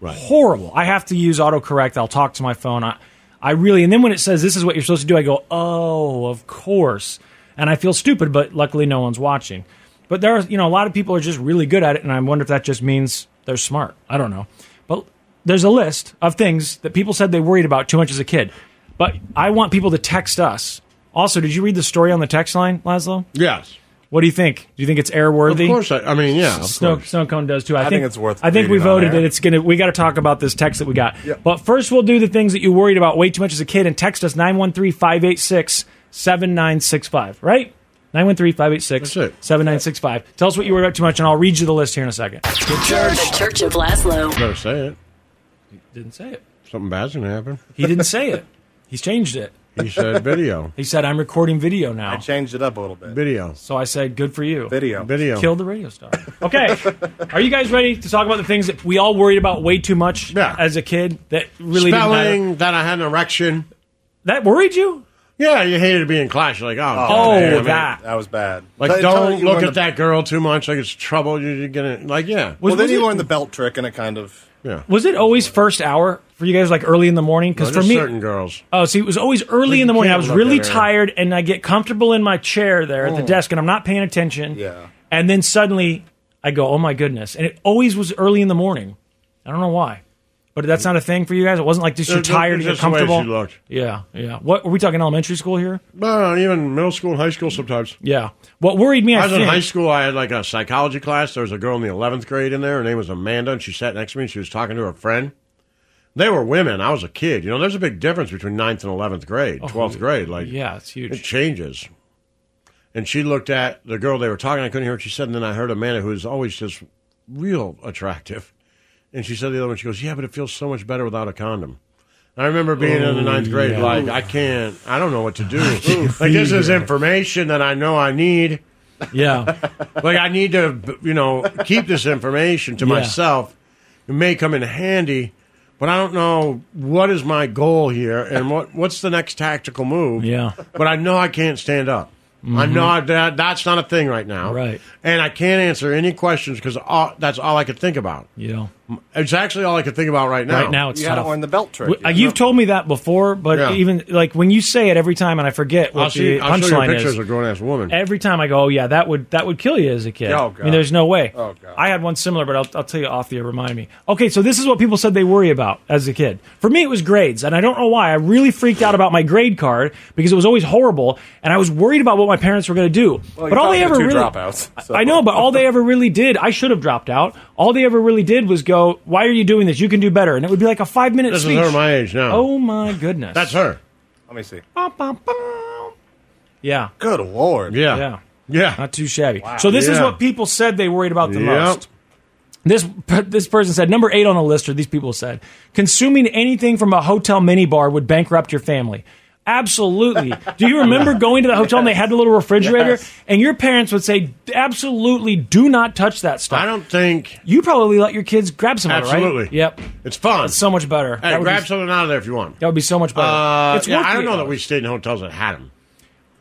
Speaker 2: Right.
Speaker 1: Horrible. I have to use autocorrect. I'll talk to my phone. I, I really. And then when it says this is what you're supposed to do, I go, oh, of course. And I feel stupid, but luckily no one's watching. But there are, you know, a lot of people are just really good at it, and I wonder if that just means they're smart. I don't know. But there's a list of things that people said they worried about too much as a kid. But I want people to text us. Also, did you read the story on the text line, Laszlo?
Speaker 2: Yes.
Speaker 1: What do you think? Do you think it's airworthy?
Speaker 2: Of course, I, I mean, yeah. of
Speaker 1: Snow,
Speaker 2: course.
Speaker 1: Snow Cone does too. I,
Speaker 2: I think it's worth
Speaker 1: I think we
Speaker 2: reading on
Speaker 1: voted
Speaker 2: air.
Speaker 1: that it's gonna. We got to talk about this text that we got. But first, we'll do the things that you worried about way too much as a kid, and text us 913-586-7965, Right. 913-586-7965. Tell us what you worried about too much, and I'll read you the list here in a second.
Speaker 8: The Church of Laszlo.
Speaker 2: Better say it.
Speaker 1: Didn't say it.
Speaker 2: Something bad's gonna happen.
Speaker 1: He didn't say it. He's changed it.
Speaker 2: He said video.
Speaker 1: He said, "I'm recording video now."
Speaker 3: I changed it up a little bit.
Speaker 2: Video.
Speaker 1: So I said, "Good for you."
Speaker 3: Video.
Speaker 2: Video.
Speaker 1: Killed the radio star. Okay. Are you guys ready to talk about the things that we all worried about way too much as a kid that really didn't matter?
Speaker 2: Spelling that I had an erection.
Speaker 1: That worried you?
Speaker 2: Yeah, you hated to be in class. You're like, oh,
Speaker 1: Oh,
Speaker 2: God, damn it.
Speaker 1: that.
Speaker 3: That was bad.
Speaker 2: Like,
Speaker 3: Tell- tell
Speaker 2: don't
Speaker 3: you
Speaker 2: look
Speaker 3: learned
Speaker 2: at
Speaker 3: the-
Speaker 2: that girl too much. Like, it's trouble. You- You're gonna like, yeah.
Speaker 3: Well, then
Speaker 1: was
Speaker 3: you
Speaker 1: it-
Speaker 3: learn the belt trick, and it kind of
Speaker 2: yeah.
Speaker 1: Was it always first hour for you guys, like early in the morning? Because
Speaker 2: No,
Speaker 1: for
Speaker 2: just
Speaker 1: me,
Speaker 2: certain girls.
Speaker 1: oh, see, it was always early
Speaker 2: You
Speaker 1: in the morning. I
Speaker 2: can't
Speaker 1: was
Speaker 2: look
Speaker 1: really
Speaker 2: at her.
Speaker 1: tired, and I get comfortable in my chair there at the
Speaker 2: Mm.
Speaker 1: desk, and I'm not paying attention.
Speaker 3: Yeah.
Speaker 1: And then suddenly, I go, "Oh my goodness!" And it always was early in the morning. I don't know why, but that's not a thing for you guys. It wasn't like just you're
Speaker 2: It's
Speaker 1: tired and you're
Speaker 2: just the way she
Speaker 1: comfortable.
Speaker 2: looked.
Speaker 1: Yeah, yeah. What are we talking elementary school here?
Speaker 2: Well, even middle school and high school sometimes.
Speaker 1: Yeah. What worried me? I,
Speaker 2: I was in
Speaker 1: think-
Speaker 2: high school. I had like a psychology class. There was a girl in the 11th grade in there. Her name was Amanda, and she sat next to me and she was talking to her friend. They were women. I was a kid. You know, there's a big difference between 9th and 11th grade, 12th grade. Like,
Speaker 1: Oh, Yeah, it's huge.
Speaker 2: It changes. And she looked at the girl they were talking. I couldn't hear what she said. And then I heard Amanda, who is always just real attractive. And she said the other one, she goes, Yeah, but it feels so much better without a condom. And I remember being in
Speaker 1: Oh,
Speaker 2: the ninth grade,
Speaker 1: yeah.
Speaker 2: like, I can't, I don't know what to do. like, this is information that I know I need.
Speaker 1: Yeah.
Speaker 2: like, I need to, you know, keep this information to
Speaker 1: Yeah.
Speaker 2: myself. It may come in handy, but I don't know what is my goal here and what, what's the next tactical move.
Speaker 1: Yeah.
Speaker 2: But I know I can't stand up. I
Speaker 1: Mhm.
Speaker 2: know I, that, that's not a thing right now.
Speaker 1: Right.
Speaker 2: And I can't answer any questions because that's all I could think about.
Speaker 1: Yeah.
Speaker 2: It's actually all I could think about right now.
Speaker 1: Right now, it's tough.
Speaker 2: W-
Speaker 1: W- uh, You've told me that before, but
Speaker 2: Yeah.
Speaker 1: even like when you say it every time, and I forget what
Speaker 2: I'll, see,
Speaker 1: the
Speaker 2: I'll show you
Speaker 1: punchline
Speaker 2: pictures
Speaker 1: is.
Speaker 2: of a grown ass woman.
Speaker 1: Every time I go, oh yeah, that would that would kill you as a kid. I
Speaker 2: Oh,
Speaker 1: mean,
Speaker 2: God.
Speaker 1: there's no way.
Speaker 2: Oh,
Speaker 1: I had one similar, but I'll, I'll tell you off the air. Remind me. Okay, so this is what people said they worry about as a kid. For me, it was grades, and I don't know why. I really freaked out about my grade card because it was always horrible, and I was worried about what my parents were going to do.
Speaker 3: Well,
Speaker 1: but
Speaker 3: you're
Speaker 1: all they ever
Speaker 3: talking to
Speaker 1: really
Speaker 3: two dropouts, so.
Speaker 1: I know, but all they ever really did, I should have dropped out. All they ever really did was go, "Why are you doing this? You can do better." And it would be like a five minute
Speaker 2: This
Speaker 1: speech.
Speaker 2: is her my age now.
Speaker 1: Oh my goodness,
Speaker 2: That's her.
Speaker 3: Let me see.
Speaker 1: Oh, Yeah.
Speaker 3: Good lord.
Speaker 2: Yeah.
Speaker 1: Yeah.
Speaker 2: Yeah.
Speaker 1: Not too shabby. So this is
Speaker 3: Yeah.
Speaker 1: what people said they worried about the
Speaker 3: Yep.
Speaker 1: most. This this person said number eight on the list, or these people said consuming anything from a hotel minibar would bankrupt your family. Absolutely. Do you remember going to the hotel and they had the little refrigerator? And your parents would say, absolutely, do not touch that stuff. I
Speaker 2: don't think.
Speaker 1: You probably let your kids grab some of it, right?
Speaker 2: Absolutely.
Speaker 1: Yep.
Speaker 2: It's fun. It's
Speaker 1: so much better.
Speaker 2: Hey,
Speaker 1: That would
Speaker 2: grab
Speaker 1: be-
Speaker 2: something out of there if you want.
Speaker 1: That would be so much better.
Speaker 2: Uh,
Speaker 1: It's
Speaker 2: yeah,
Speaker 1: worth
Speaker 2: I don't
Speaker 1: the
Speaker 2: know
Speaker 1: eight
Speaker 2: that we stayed in hotels that had them.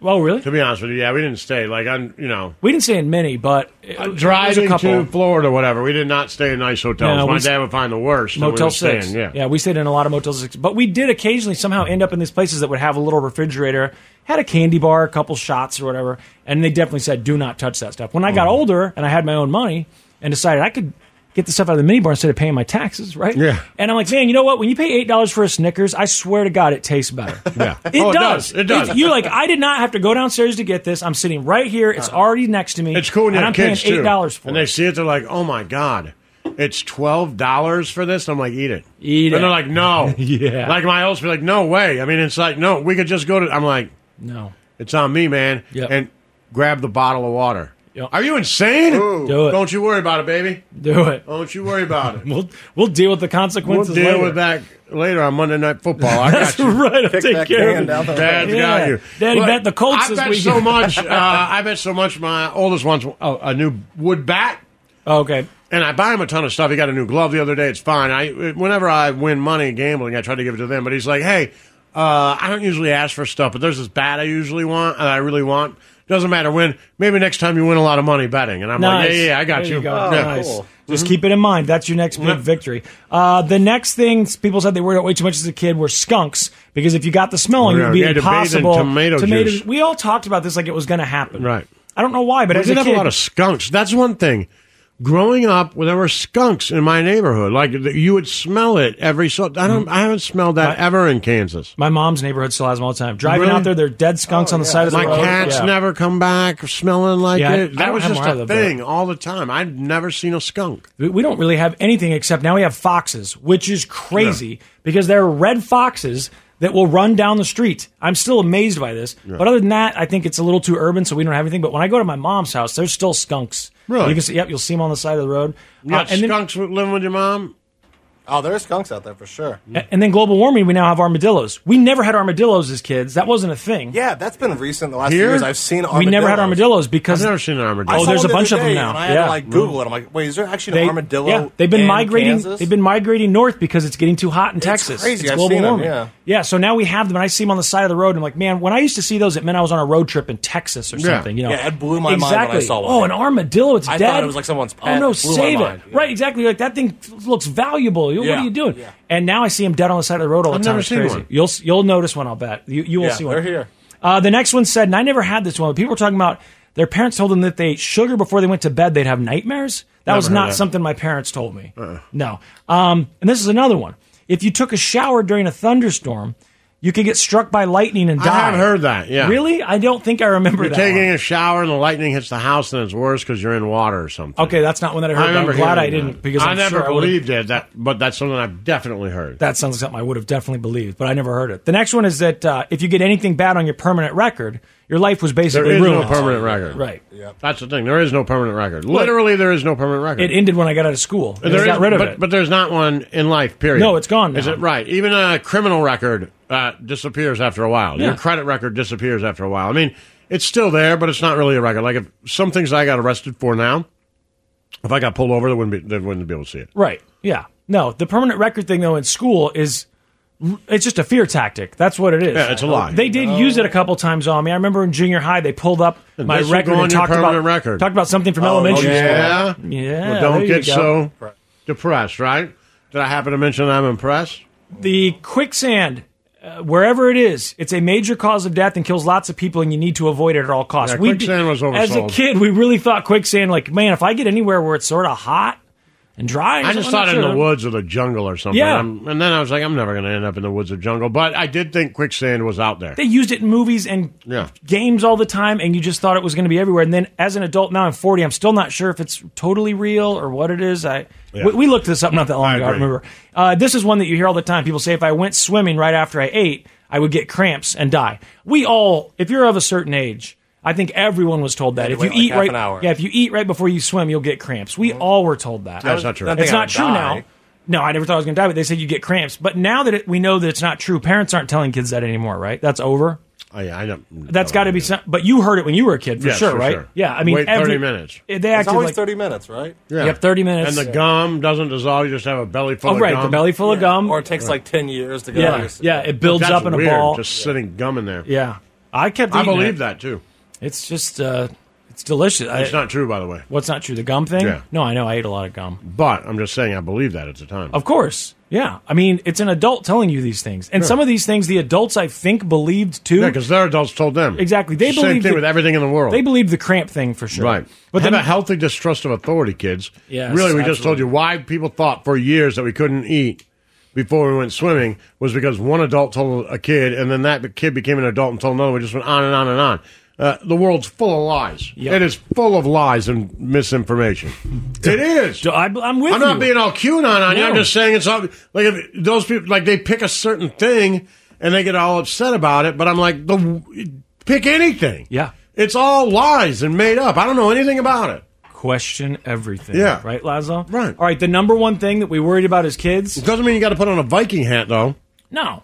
Speaker 1: Oh, really?
Speaker 2: To be honest with you, yeah, we didn't stay. Like I'm, you know,
Speaker 1: We didn't stay in many, but it, it was Uh, a
Speaker 2: driving
Speaker 1: couple.
Speaker 2: to Florida, or whatever. We did not stay in nice hotels.
Speaker 1: No,
Speaker 2: My
Speaker 1: we-
Speaker 2: dad would find the worst. and we
Speaker 1: Motel
Speaker 2: were staying,
Speaker 1: Six.
Speaker 2: yeah.
Speaker 1: we stayed in a lot of Motel Six, but we did occasionally somehow end up in these places that would have a little refrigerator, had a candy bar, a couple shots or whatever, and they definitely said, "Do not touch that stuff." When I got
Speaker 2: Mm-hmm.
Speaker 1: older and I had my own money and decided I could get the stuff out of the minibar instead of paying my taxes, right?
Speaker 2: Yeah.
Speaker 1: And I'm like, man, you know what? When you pay eight dollars for a Snickers, I swear to God, it tastes better. Yeah, it,
Speaker 2: Oh, it
Speaker 1: does.
Speaker 2: does. It does.
Speaker 1: you're like, I did not have to go downstairs to get this. I'm sitting right here. It's already next to me.
Speaker 2: Uh-huh. It's cool when
Speaker 1: and
Speaker 2: you
Speaker 1: I'm
Speaker 2: have kids
Speaker 1: paying
Speaker 2: too.
Speaker 1: eight dollars for
Speaker 2: and
Speaker 1: it.
Speaker 2: they see it, they're like, "Oh my god, it's twelve dollars for this." I'm like, "Eat it,
Speaker 1: eat
Speaker 2: And
Speaker 1: it.
Speaker 2: they're like, "No,
Speaker 1: Yeah.
Speaker 2: Like my oldest be like, "No way." I mean, it's like, "No, we could just go to." I'm like,
Speaker 1: No.
Speaker 2: it's on me, man." And grab the bottle of water. Are you insane?
Speaker 1: Do it.
Speaker 2: Don't you worry about it, baby.
Speaker 1: Do it.
Speaker 2: Don't you worry about it.
Speaker 1: we'll we'll deal with the
Speaker 2: We'll
Speaker 1: consequences.
Speaker 2: deal
Speaker 1: later.
Speaker 2: with that later on Monday Night Football. I
Speaker 1: That's
Speaker 2: got you.
Speaker 1: right. I'll Kick take that care of can it. down the road.
Speaker 2: Dad's
Speaker 1: Yeah.
Speaker 2: got you.
Speaker 1: Daddy
Speaker 2: Look,
Speaker 1: bet the Colts
Speaker 2: I
Speaker 1: this
Speaker 2: bet
Speaker 1: week.
Speaker 2: so much. Uh, I bet so much. My oldest wants a, a new wood bat.
Speaker 1: Oh, Okay.
Speaker 2: And I buy him a ton of stuff. He got a new glove the other day. It's fine. I whenever I win money gambling, I try to give it to them. But he's like, hey, uh, I don't usually ask for stuff, but there's this bat I usually want and I really want. Doesn't matter when. Maybe next time you win a lot of money betting. And I'm
Speaker 1: nice.
Speaker 2: like, yeah, yeah, yeah, I got
Speaker 1: There
Speaker 2: you.
Speaker 1: go.
Speaker 2: Yeah.
Speaker 1: Nice. Just keep it in mind. That's your next big victory. Uh, the next thing s- people said they worried about way too much as a kid were skunks because if you got the smell on you,
Speaker 2: Yeah,
Speaker 1: it'd be
Speaker 2: you had to bathe in
Speaker 1: impossible.
Speaker 2: tomato juice.
Speaker 1: We all talked about this like it was going to happen.
Speaker 2: Right.
Speaker 1: I don't know why, but
Speaker 2: we
Speaker 1: as a
Speaker 2: didn't have
Speaker 1: kid,
Speaker 2: a lot of skunks. That's one thing. Growing up, well, there were skunks in my neighborhood. Like th- you would smell it every so. I don't. I haven't smelled that ever in Kansas.
Speaker 1: Mm. my mom's neighborhood still has them all the time. Driving
Speaker 2: Really?
Speaker 1: out there, there are dead skunks on the side of the
Speaker 2: My
Speaker 1: road.
Speaker 2: cats
Speaker 1: Yeah.
Speaker 2: never come back smelling like
Speaker 1: Yeah, I-
Speaker 2: it.
Speaker 1: I
Speaker 2: That
Speaker 1: don't
Speaker 2: was
Speaker 1: have
Speaker 2: just
Speaker 1: mine, though,
Speaker 2: a thing all the time. I've never seen a skunk.
Speaker 1: We- we don't really have anything except now we have foxes, which is crazy because there are red foxes that will run down the street. I'm still amazed by this. But other than that, I think it's a little too urban, so we don't have anything. But when I go to my mom's house, there's still skunks.
Speaker 2: Really?
Speaker 1: You can see, yep, you'll see them on the side of the road.
Speaker 2: You got
Speaker 1: Uh, and, then,
Speaker 2: skunks with- living with your mom.
Speaker 3: Oh, there are skunks out there for sure.
Speaker 1: a- and then global warming, we now have armadillos. We never had armadillos as kids. That wasn't a thing.
Speaker 3: Yeah, that's been recent. The last
Speaker 1: Here?
Speaker 3: few years, I've seen.
Speaker 1: We never had armadillos because
Speaker 2: I've never seen an
Speaker 3: I
Speaker 2: armadillo.
Speaker 1: Oh,
Speaker 3: saw
Speaker 1: there's
Speaker 3: one
Speaker 1: a
Speaker 3: the
Speaker 1: bunch
Speaker 3: other
Speaker 1: of them
Speaker 3: day,
Speaker 1: now.
Speaker 3: And I had
Speaker 1: Yeah.
Speaker 3: to like Google it. I'm like, wait, is there actually an armadillo?
Speaker 1: yeah, they've been
Speaker 3: in
Speaker 1: migrating.
Speaker 3: Kansas?
Speaker 1: They've been migrating north because it's getting too hot in Texas.
Speaker 3: crazy.
Speaker 1: It's
Speaker 3: I've
Speaker 1: global
Speaker 3: seen 'em,
Speaker 1: warming.
Speaker 3: yeah.
Speaker 1: So now we have them, and I see them on the side of the road. And I'm like, man, when I used to see those, it meant I was on a road trip in Texas or
Speaker 3: Yeah.
Speaker 1: something. You know,
Speaker 3: Yeah, it blew my mind when
Speaker 1: exactly.
Speaker 3: I saw one.
Speaker 1: Oh, an armadillo! It's
Speaker 3: I
Speaker 1: dead.
Speaker 3: thought it was like someone's pet.
Speaker 1: Oh no,
Speaker 3: It blew my
Speaker 1: save it!
Speaker 3: mind,
Speaker 1: Right, exactly. Like that thing looks valuable. What
Speaker 3: Yeah.
Speaker 1: are you doing? And now I see them dead on the side of the road all the
Speaker 3: I've
Speaker 1: time.
Speaker 3: never
Speaker 1: It's
Speaker 3: seen
Speaker 1: crazy.
Speaker 3: one.
Speaker 1: You'll you'll notice one. I'll bet you you will
Speaker 3: Yeah,
Speaker 1: see one.
Speaker 3: they're here.
Speaker 1: Uh, the next one said, and I never had this one, but people were talking about their parents told them that if they ate sugar before they went to bed, they'd have nightmares. That
Speaker 2: Never
Speaker 1: was
Speaker 2: heard
Speaker 1: not
Speaker 2: that. Uh-uh.
Speaker 1: something my parents told me. No. Um, and this is another one. If you took a shower during a thunderstorm, you could get struck by lightning and
Speaker 2: I
Speaker 1: die.
Speaker 2: have heard that. Yeah.
Speaker 1: Really? I don't think I remember
Speaker 2: You're
Speaker 1: that.
Speaker 2: taking
Speaker 1: one.
Speaker 2: a shower and the lightning hits the house, and it's worse because you're in water or something.
Speaker 1: Okay, that's not one that I heard. but
Speaker 2: remember
Speaker 1: I'm glad I
Speaker 2: hearing
Speaker 1: didn't
Speaker 2: that.
Speaker 1: because I'm
Speaker 2: I never
Speaker 1: sure I would've-
Speaker 2: believed it. That, but that's something I've definitely heard.
Speaker 1: That sounds like something I would have definitely believed, but I never heard it. The next one is that uh, if you get anything bad on your permanent record, your life was
Speaker 2: There
Speaker 1: basically
Speaker 2: is
Speaker 1: ruined.
Speaker 2: no permanent record.
Speaker 1: Right.
Speaker 2: That's the thing. There is no permanent record.
Speaker 1: Well,
Speaker 2: Literally, there is no permanent record.
Speaker 1: It ended when I got out of school. They
Speaker 2: There
Speaker 1: got
Speaker 2: is-
Speaker 1: rid of
Speaker 2: but,
Speaker 1: it.
Speaker 2: But there's not one in life, period.
Speaker 1: No, it's gone
Speaker 2: Is
Speaker 1: now.
Speaker 2: it right? Even a criminal record uh, disappears after a while.
Speaker 1: Yeah.
Speaker 2: Your credit record disappears after a while. I mean, it's still there, but it's not really a record. Like if some things I got arrested for now, if I got pulled over, they wouldn't be, they wouldn't be able to see it.
Speaker 1: Right. Yeah. No, the permanent record thing though in school is it's just a fear tactic. That's what it is.
Speaker 2: Yeah, it's a lie.
Speaker 1: They did use it a couple times on me. I remember in junior high they pulled up
Speaker 2: And
Speaker 1: my
Speaker 2: this will
Speaker 1: record
Speaker 2: go on
Speaker 1: and
Speaker 2: your
Speaker 1: talked about
Speaker 2: permanent record.
Speaker 1: talked about something from
Speaker 2: Oh,
Speaker 1: elementary
Speaker 2: yeah?
Speaker 1: school. Yeah.
Speaker 2: well, don't
Speaker 1: there you
Speaker 2: get
Speaker 1: go.
Speaker 2: so depressed, right? Did I happen to mention I'm impressed?
Speaker 1: The quicksand uh, wherever it is, it's a major cause of death and kills lots of people, and you need to avoid it at all costs.
Speaker 2: Yeah,
Speaker 1: We
Speaker 2: quicksand was
Speaker 1: as a
Speaker 2: oversold.
Speaker 1: kid, we really thought quicksand. Like, man, if I get anywhere where it's sort of hot and dry,
Speaker 2: I just thought in the woods or the jungle or something.
Speaker 1: Yeah.
Speaker 2: I'm- and then I was like, I'm never going to end up in the woods or jungle. But I did think quicksand was out there.
Speaker 1: They used it in movies and
Speaker 2: yeah.
Speaker 1: games all the time and you just thought it was going to be everywhere and then as an adult now i'm 40 i'm still not sure if it's totally real or what it is i
Speaker 2: Yeah.
Speaker 1: we, we looked this up not that long ago i
Speaker 2: agree.
Speaker 1: remember uh, this is one that you hear all the time people say if i went swimming right after i ate i would get cramps and die we all if you're of a certain age i think everyone was told that
Speaker 3: to
Speaker 1: if you
Speaker 3: wait, like,
Speaker 1: eat
Speaker 3: half
Speaker 1: right
Speaker 3: an hour. Mm-hmm.
Speaker 1: yeah if you eat right before you swim you'll get cramps we all were told that
Speaker 2: That's not true.
Speaker 1: it's not true now no, I never thought I was going to die, but they said you get cramps. But now that it, we know that it's not true, parents aren't telling kids that anymore, right? That's over.
Speaker 2: I, Oh, I don't.
Speaker 1: That's got to be some. But you heard it when you were a kid, for
Speaker 2: Yes,
Speaker 1: sure,
Speaker 2: for
Speaker 1: right?
Speaker 2: sure.
Speaker 1: Yeah, I mean,
Speaker 2: Wait 30
Speaker 1: every,
Speaker 2: minutes.
Speaker 1: They
Speaker 2: It's
Speaker 1: acted
Speaker 3: It's always
Speaker 1: like,
Speaker 3: 30 minutes, right?
Speaker 1: You have 30 minutes.
Speaker 2: And the gum doesn't dissolve. You just have a belly full
Speaker 1: Oh,
Speaker 2: of
Speaker 1: right,
Speaker 2: gum.
Speaker 1: the belly full of gum.
Speaker 3: Or it takes like 10 years to get out
Speaker 1: yeah,
Speaker 3: of your
Speaker 1: yeah, it builds
Speaker 2: That's
Speaker 1: up in a
Speaker 2: weird,
Speaker 1: ball.
Speaker 2: Just sitting gum in there.
Speaker 1: yeah, I kept.
Speaker 2: I
Speaker 1: eating
Speaker 2: believe
Speaker 1: it.
Speaker 2: that too.
Speaker 1: It's just, uh, it's delicious.
Speaker 2: It's
Speaker 1: I,
Speaker 2: not true, by the way.
Speaker 1: What's not true? The gum thing?
Speaker 2: Yeah.
Speaker 1: No, I know. I ate a lot of gum.
Speaker 2: But I'm just saying, I believe that at the time.
Speaker 1: Of course. Yeah. I mean, it's an adult telling you these things. And
Speaker 2: Sure.
Speaker 1: some of these things the adults, I think, believed too.
Speaker 2: Yeah, because their adults told them
Speaker 1: Exactly. They
Speaker 2: Same
Speaker 1: believe
Speaker 2: thing
Speaker 1: the-
Speaker 2: with everything in the world.
Speaker 1: They believed the cramp thing for sure.
Speaker 2: Right.
Speaker 1: But
Speaker 2: But have
Speaker 1: then-
Speaker 2: a healthy distrust of authority, kids.
Speaker 1: Yes,
Speaker 2: really, we just
Speaker 1: absolutely.
Speaker 2: told you why people thought for years that we couldn't eat before we went swimming was because one adult told a kid, and then that kid became an adult and told another. We just went on and on and on. Uh, the world's full of lies. It is full of lies and misinformation. it is.
Speaker 1: I, am with
Speaker 2: I'm not
Speaker 1: you.
Speaker 2: being all QAnon on you. I'm
Speaker 1: No.
Speaker 2: just saying it's all like if those people like they pick a certain thing and they get all upset about it. But I'm like, the pick anything.
Speaker 1: Yeah.
Speaker 2: It's all lies and made up. I don't know anything about it.
Speaker 1: Question everything.
Speaker 2: Yeah.
Speaker 1: Right, Lazo?
Speaker 2: Right.
Speaker 1: All right. The number one thing that we worried about as kids.
Speaker 2: It doesn't mean you got to put on a Viking hat though.
Speaker 1: No.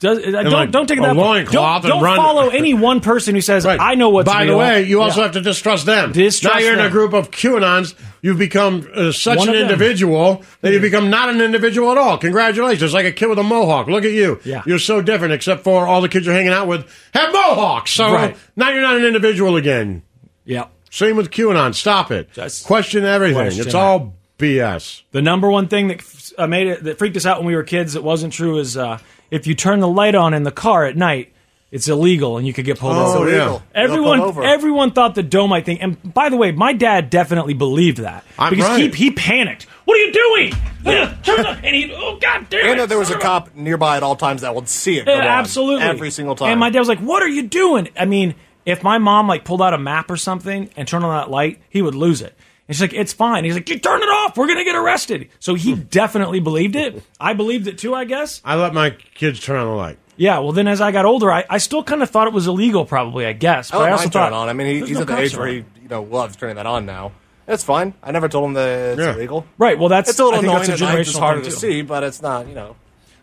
Speaker 1: Does, uh, don't,
Speaker 2: like
Speaker 1: don't take
Speaker 2: a
Speaker 1: it that far.
Speaker 2: loincloth
Speaker 1: Don't,
Speaker 2: and
Speaker 1: don't
Speaker 2: run-
Speaker 1: follow any one person who says, I know what's
Speaker 2: By
Speaker 1: real.
Speaker 2: the way, you also
Speaker 1: Yeah.
Speaker 2: have to distrust them.
Speaker 1: Distrust
Speaker 2: now you're in
Speaker 1: them.
Speaker 2: a group of QAnons. You've become uh, such
Speaker 1: One
Speaker 2: an
Speaker 1: of them.
Speaker 2: individual that you become not an individual at all. Congratulations! Like a kid with a mohawk. Look at you.
Speaker 1: Yeah.
Speaker 2: You're so different, except for all the kids you're hanging out with have mohawks. So
Speaker 1: Right.
Speaker 2: now you're not an individual again.
Speaker 1: Yeah.
Speaker 2: Same with QAnon. Stop it. question everything.
Speaker 1: question it.
Speaker 2: it's all BS.
Speaker 1: The number one thing that f- uh, made it that freaked us out when we were kids that wasn't true is uh, if you turn the light on in the car at night, it's illegal and you could get pulled
Speaker 2: Oh,
Speaker 1: over.
Speaker 2: yeah. Illegal.
Speaker 1: Everyone,
Speaker 2: They'll pull over.
Speaker 1: everyone thought the domite thing. And by the way, my dad definitely believed that
Speaker 3: I'm
Speaker 1: because
Speaker 3: right.
Speaker 1: he he panicked. What are you doing? Uh, turn the and he oh god damn it!
Speaker 3: And that there was a cop nearby at all times that would see it.
Speaker 1: Yeah,
Speaker 3: go on
Speaker 1: absolutely
Speaker 3: Every single time.
Speaker 1: And my dad was like, "What are you doing?" I mean, if my mom like pulled out a map or something and turned on that light, he would lose it. And she's like, "It's fine." He's like, "You turn it off. We're gonna get arrested." So he
Speaker 3: Hmm.
Speaker 1: definitely believed it. I believed it too, I guess.
Speaker 2: I let my kids turn on the light.
Speaker 1: Yeah. Well, then as I got older, I, I still kind of thought it was illegal, probably. I guess.
Speaker 3: I
Speaker 1: But I,
Speaker 3: don't
Speaker 1: also
Speaker 3: mind turning
Speaker 1: thought
Speaker 3: it on. I mean, he,
Speaker 1: there's
Speaker 3: he's
Speaker 1: no
Speaker 3: at the
Speaker 1: cops
Speaker 3: age where he
Speaker 1: around.
Speaker 3: you know loves turning that on now. That's fine. I never told him that it's
Speaker 1: Yeah.
Speaker 3: illegal.
Speaker 1: Right. Well, that's
Speaker 3: It's a little
Speaker 1: I think
Speaker 3: annoying.
Speaker 1: that's a
Speaker 3: at night, it's
Speaker 1: generational
Speaker 3: harder
Speaker 1: thing,
Speaker 3: to
Speaker 1: too.
Speaker 3: see, but it's not. You know,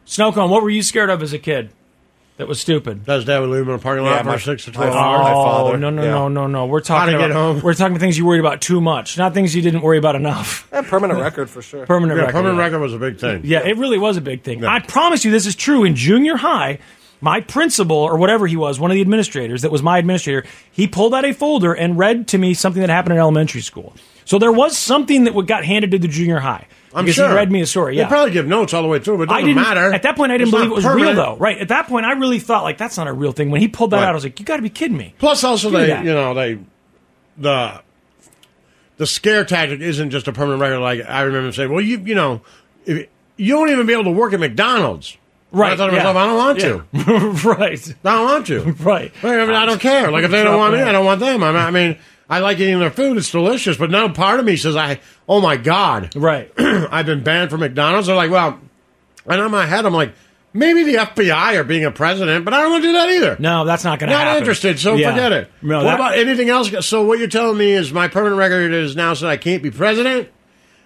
Speaker 1: Snow cone. What were you scared of as a kid? That was stupid.
Speaker 2: Does dad would leave him in a parking lot
Speaker 3: Yeah,
Speaker 2: for
Speaker 3: my-
Speaker 2: six to
Speaker 3: my
Speaker 2: twelve
Speaker 1: Oh
Speaker 2: hours?
Speaker 1: no no no no no! We're talking
Speaker 2: How to
Speaker 1: about
Speaker 2: get home.
Speaker 1: we're talking about things you worried about too much, not things you didn't worry about enough.
Speaker 3: a permanent record for sure.
Speaker 1: Permanent
Speaker 2: Yeah,
Speaker 1: record.
Speaker 2: permanent
Speaker 1: yeah.
Speaker 2: record was a big thing.
Speaker 1: Yeah, it really was a big thing. I promise you, this is true. In junior high, my principal or whatever he was, one of the administrators that was my administrator, he pulled out a folder and read to me something that happened in elementary school. So there was something that would- got handed to the junior high.
Speaker 2: I'm
Speaker 1: because
Speaker 2: sure.
Speaker 1: He read me a story.
Speaker 2: They
Speaker 1: Yeah.
Speaker 2: probably give notes all the way through, but it
Speaker 1: I
Speaker 2: doesn't
Speaker 1: didn't
Speaker 2: matter.
Speaker 1: at that point. I didn't
Speaker 2: It's
Speaker 1: believe
Speaker 2: not
Speaker 1: it was
Speaker 2: permanent.
Speaker 1: real though. Right at that point, I really thought like that's not a real thing. When he pulled that
Speaker 2: Right.
Speaker 1: out, I was like, "You got to be kidding me!"
Speaker 2: Plus, also
Speaker 1: Do
Speaker 2: they,
Speaker 1: that.
Speaker 2: you know, they the the scare tactic isn't just a permanent record. Like I remember saying, well, you you know, if, you won't even be able to work at McDonald's.
Speaker 1: Right,
Speaker 2: I thought to
Speaker 1: yeah.
Speaker 2: myself, I don't want to.
Speaker 1: to. right.
Speaker 2: I don't want to.
Speaker 1: Right.
Speaker 2: Like, I, mean, I don't care. Like if they don't want me, I don't want them. I mean, I mean, I like eating their food; it's delicious. But now part of me says, "I, oh my god,
Speaker 1: right?
Speaker 2: I've been banned from McDonald's." They're like, "Well," and in my head, I'm like, maybe the FBI are being a president, but I don't want to do that either.
Speaker 1: No, that's not going to
Speaker 2: Not
Speaker 1: happen.
Speaker 2: interested, so
Speaker 1: Yeah.
Speaker 2: forget it.
Speaker 1: No,
Speaker 2: what
Speaker 1: that-
Speaker 2: about anything else? So what you're telling me is my permanent record is now so I can't be president.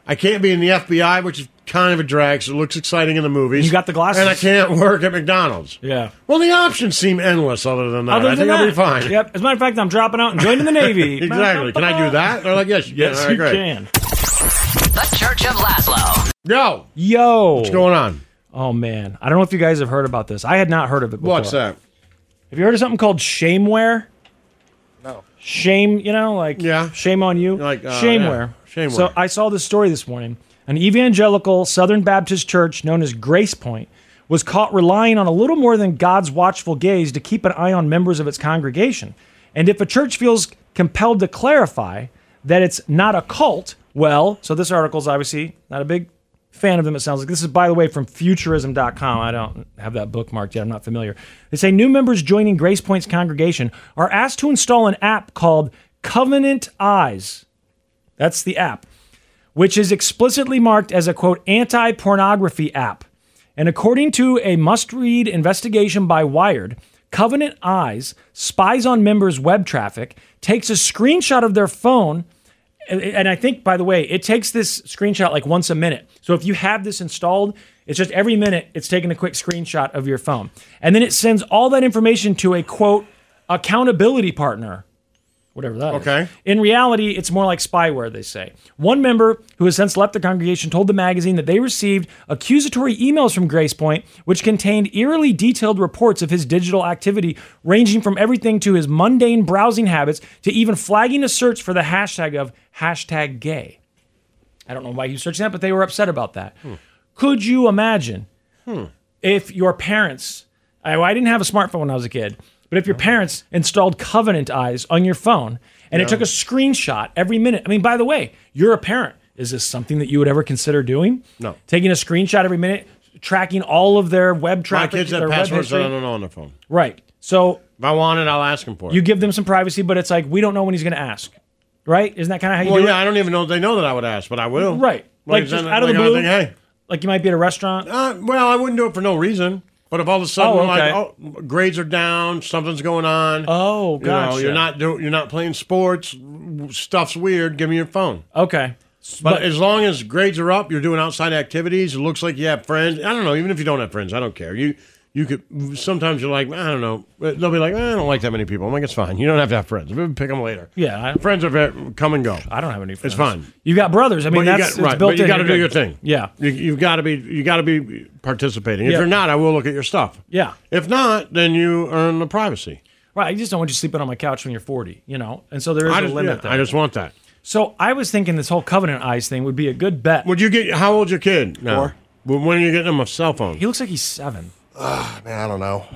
Speaker 2: I can't be in the FBI, which is kind of a drag. So it looks exciting in the movies. You got
Speaker 1: the glasses.
Speaker 2: and I can't work at McDonald's.
Speaker 1: Yeah.
Speaker 2: Well, the options seem endless. Other than that,
Speaker 1: Other
Speaker 2: I
Speaker 1: than
Speaker 2: think
Speaker 1: that,
Speaker 2: I'll be fine.
Speaker 1: Yep. As a matter of fact, I'm dropping out and joining the Navy.
Speaker 2: exactly. Can I do that? They're like, yes, you
Speaker 1: Yes,
Speaker 2: can. All
Speaker 1: you
Speaker 2: right, great.
Speaker 1: can.
Speaker 8: The Church of Laszlo.
Speaker 2: Yo,
Speaker 1: yo,
Speaker 2: what's going on?
Speaker 1: Oh man, I don't know if you guys have heard about this. I had not heard of it before.
Speaker 2: What's that?
Speaker 1: Have you heard of something called shameware?
Speaker 3: No.
Speaker 1: Shame, you know, like yeah. shame on you. Like
Speaker 2: uh,
Speaker 1: shameware.
Speaker 2: yeah, shameware.
Speaker 1: So I saw this story this morning. An evangelical Southern Baptist church known as Grace Point was caught relying on a little more than God's watchful gaze to keep an eye on members of its congregation. And if a church feels compelled to clarify that it's not a cult, well, so this article's obviously not a big fan of them, it sounds like. This is, by the way, from futurism.com. I don't have that bookmarked yet. I'm not familiar. They say new members joining Grace Point's congregation are asked to install an app called Covenant Eyes. That's the app, which is explicitly marked as a quote, anti pornography app. And according to a must read investigation by Wired, Covenant Eyes spies on members' web traffic, takes a screenshot of their phone and- and I think, by the way, it takes this screenshot like once a minute. So if you have this installed, it's just every minute it's taking a quick screenshot of your phone. And then it sends all that information to a quote accountability partner whatever that is.
Speaker 2: Okay.
Speaker 1: In reality, it's more like spyware, they say. One member who has since left the congregation told the magazine that they received accusatory emails from Grace Point, which contained eerily detailed reports of his digital activity, ranging from everything to his mundane browsing habits to even flagging a search for the hashtag of hashtag gay. I don't know why you searched that, but they were upset about that. Could you imagine if your parents, I, I didn't have a smartphone when I was a kid, but if your parents installed Covenant Eyes on your phone and it
Speaker 20: Yeah.
Speaker 1: took a screenshot every minute, I mean, by the way, you're a parent. Is this something that you would ever consider doing?
Speaker 2: No.
Speaker 1: Taking a screenshot every minute, tracking all of their web
Speaker 2: My
Speaker 1: traffic,
Speaker 2: kids
Speaker 1: their
Speaker 2: have
Speaker 1: web
Speaker 2: passwords that
Speaker 1: history?
Speaker 2: I don't know on their phone.
Speaker 1: Right. So
Speaker 2: If I want it, I'll ask them for it.
Speaker 1: you give them some privacy, but it's like, we don't know when he's going to ask. Right? Isn't that kind of how you
Speaker 2: well,
Speaker 1: do
Speaker 2: yeah,
Speaker 1: it?
Speaker 2: I don't even know if they know that I would ask, but I will.
Speaker 1: Right. Like, just
Speaker 2: then-
Speaker 1: out of the
Speaker 2: like, I
Speaker 1: blue?
Speaker 2: think, hey.
Speaker 1: Like you might be at a restaurant.
Speaker 2: Uh, well, I wouldn't do it for no reason. But if all of a sudden,
Speaker 1: Oh,
Speaker 2: like,
Speaker 1: okay.
Speaker 2: oh, grades are down, something's going on.
Speaker 1: Oh,
Speaker 2: god,
Speaker 1: gotcha.
Speaker 2: You are not do, you're not playing sports. Stuff's weird. Give me your phone.
Speaker 1: Okay.
Speaker 2: But,
Speaker 1: But-
Speaker 2: as long as grades are up, you're doing outside activities. It looks like you have friends. I don't know. Even if you don't have friends, I don't care. You you could sometimes you're like I don't know. They'll be like "Eh, I don't like that many people. I'm like it's fine. You don't have to have friends. We'll Pick them later.
Speaker 1: Yeah, I-
Speaker 2: friends are very, come and go.
Speaker 1: I don't have any friends.
Speaker 2: It's fine.
Speaker 1: You've got brothers. I mean,
Speaker 2: But you
Speaker 1: that's it's
Speaker 2: got- right,
Speaker 1: built
Speaker 2: but you
Speaker 1: in.
Speaker 2: got to
Speaker 1: You're
Speaker 2: do
Speaker 1: good.
Speaker 2: your thing.
Speaker 1: Yeah.
Speaker 2: you, you've got to be you got to be participating. If
Speaker 1: Yeah.
Speaker 2: you're not, I will look at your stuff.
Speaker 1: Yeah.
Speaker 2: If not, then you earn the privacy.
Speaker 1: Right. I just don't want you sleeping on my couch when you're 40, you know? And so there is
Speaker 2: I
Speaker 1: a
Speaker 2: just,
Speaker 1: limit
Speaker 2: yeah,
Speaker 1: there.
Speaker 2: I just want that.
Speaker 1: so I was thinking this whole covenant eyes thing would be a good bet.
Speaker 2: Would you get how old's your kid? now? When when are you getting him a cell phone? He
Speaker 1: looks like he's seven.
Speaker 3: man, I don't know.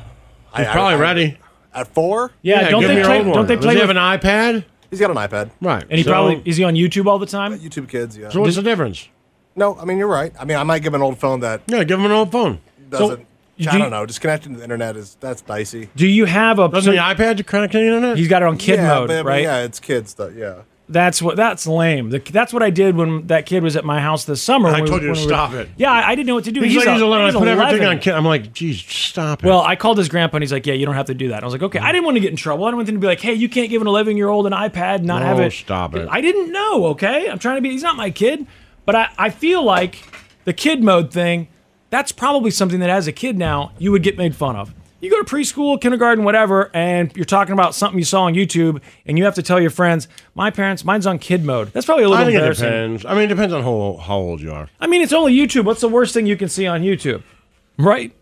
Speaker 2: He's
Speaker 3: I- I-
Speaker 2: probably
Speaker 3: I-
Speaker 2: ready.
Speaker 3: At four?
Speaker 1: Yeah, don't
Speaker 2: give
Speaker 1: they
Speaker 2: me your
Speaker 1: play-
Speaker 2: old
Speaker 1: don't
Speaker 2: one.
Speaker 1: they
Speaker 2: Does
Speaker 1: play
Speaker 2: he
Speaker 1: with-
Speaker 2: have an iPad?
Speaker 3: He's got an iPad.
Speaker 2: Right.
Speaker 1: And he
Speaker 2: So-
Speaker 1: probably is he on YouTube all the time?
Speaker 3: YouTube kids, yeah.
Speaker 2: So what's the difference?
Speaker 3: No, I mean you're right. I mean I might give him an old phone that
Speaker 2: yeah, give him an old phone.
Speaker 3: Doesn't
Speaker 1: So,
Speaker 3: I
Speaker 1: do you-
Speaker 3: don't know. Just connecting to the internet is that's dicey.
Speaker 1: Do you have a
Speaker 2: Doesn't the iPad connect to the internet?
Speaker 1: He's got it on kid
Speaker 3: yeah,
Speaker 1: mode,
Speaker 3: but, I mean,
Speaker 1: right?
Speaker 3: Yeah, it's kids stuff. Yeah.
Speaker 1: That's what. That's lame. The, that's what I did when that kid was at my house this summer.
Speaker 2: I
Speaker 1: when we-
Speaker 2: told you to
Speaker 1: when we were-
Speaker 2: stop it.
Speaker 1: Yeah, I, I didn't know what to do.
Speaker 2: He's, like, he's 11. I put everything
Speaker 1: 11.
Speaker 2: on kid. I'm like, geez, stop it.
Speaker 1: Well, I called his grandpa and he's like, "Yeah, you don't have to do that." And I was like, "Okay." I didn't want to get in trouble. I didn't want him to be like, "Hey, you can't give an 11 year old an iPad, and not
Speaker 2: No,
Speaker 1: have it."
Speaker 2: Oh, stop it.
Speaker 1: I didn't know. Okay, I'm trying to be. He's not my kid, but I, I feel like the kid mode thing. That's probably something that as a kid now you would get made fun of. You go to preschool, kindergarten, whatever, and you're talking about something you saw on YouTube, and you have to tell your friends, "My parents, mine's on kid mode." That's probably a little
Speaker 2: I think it
Speaker 1: embarrassing.
Speaker 2: depends. I mean, it depends on how, how old you are.
Speaker 1: I mean, it's only YouTube. What's the worst thing you can see on YouTube? Right?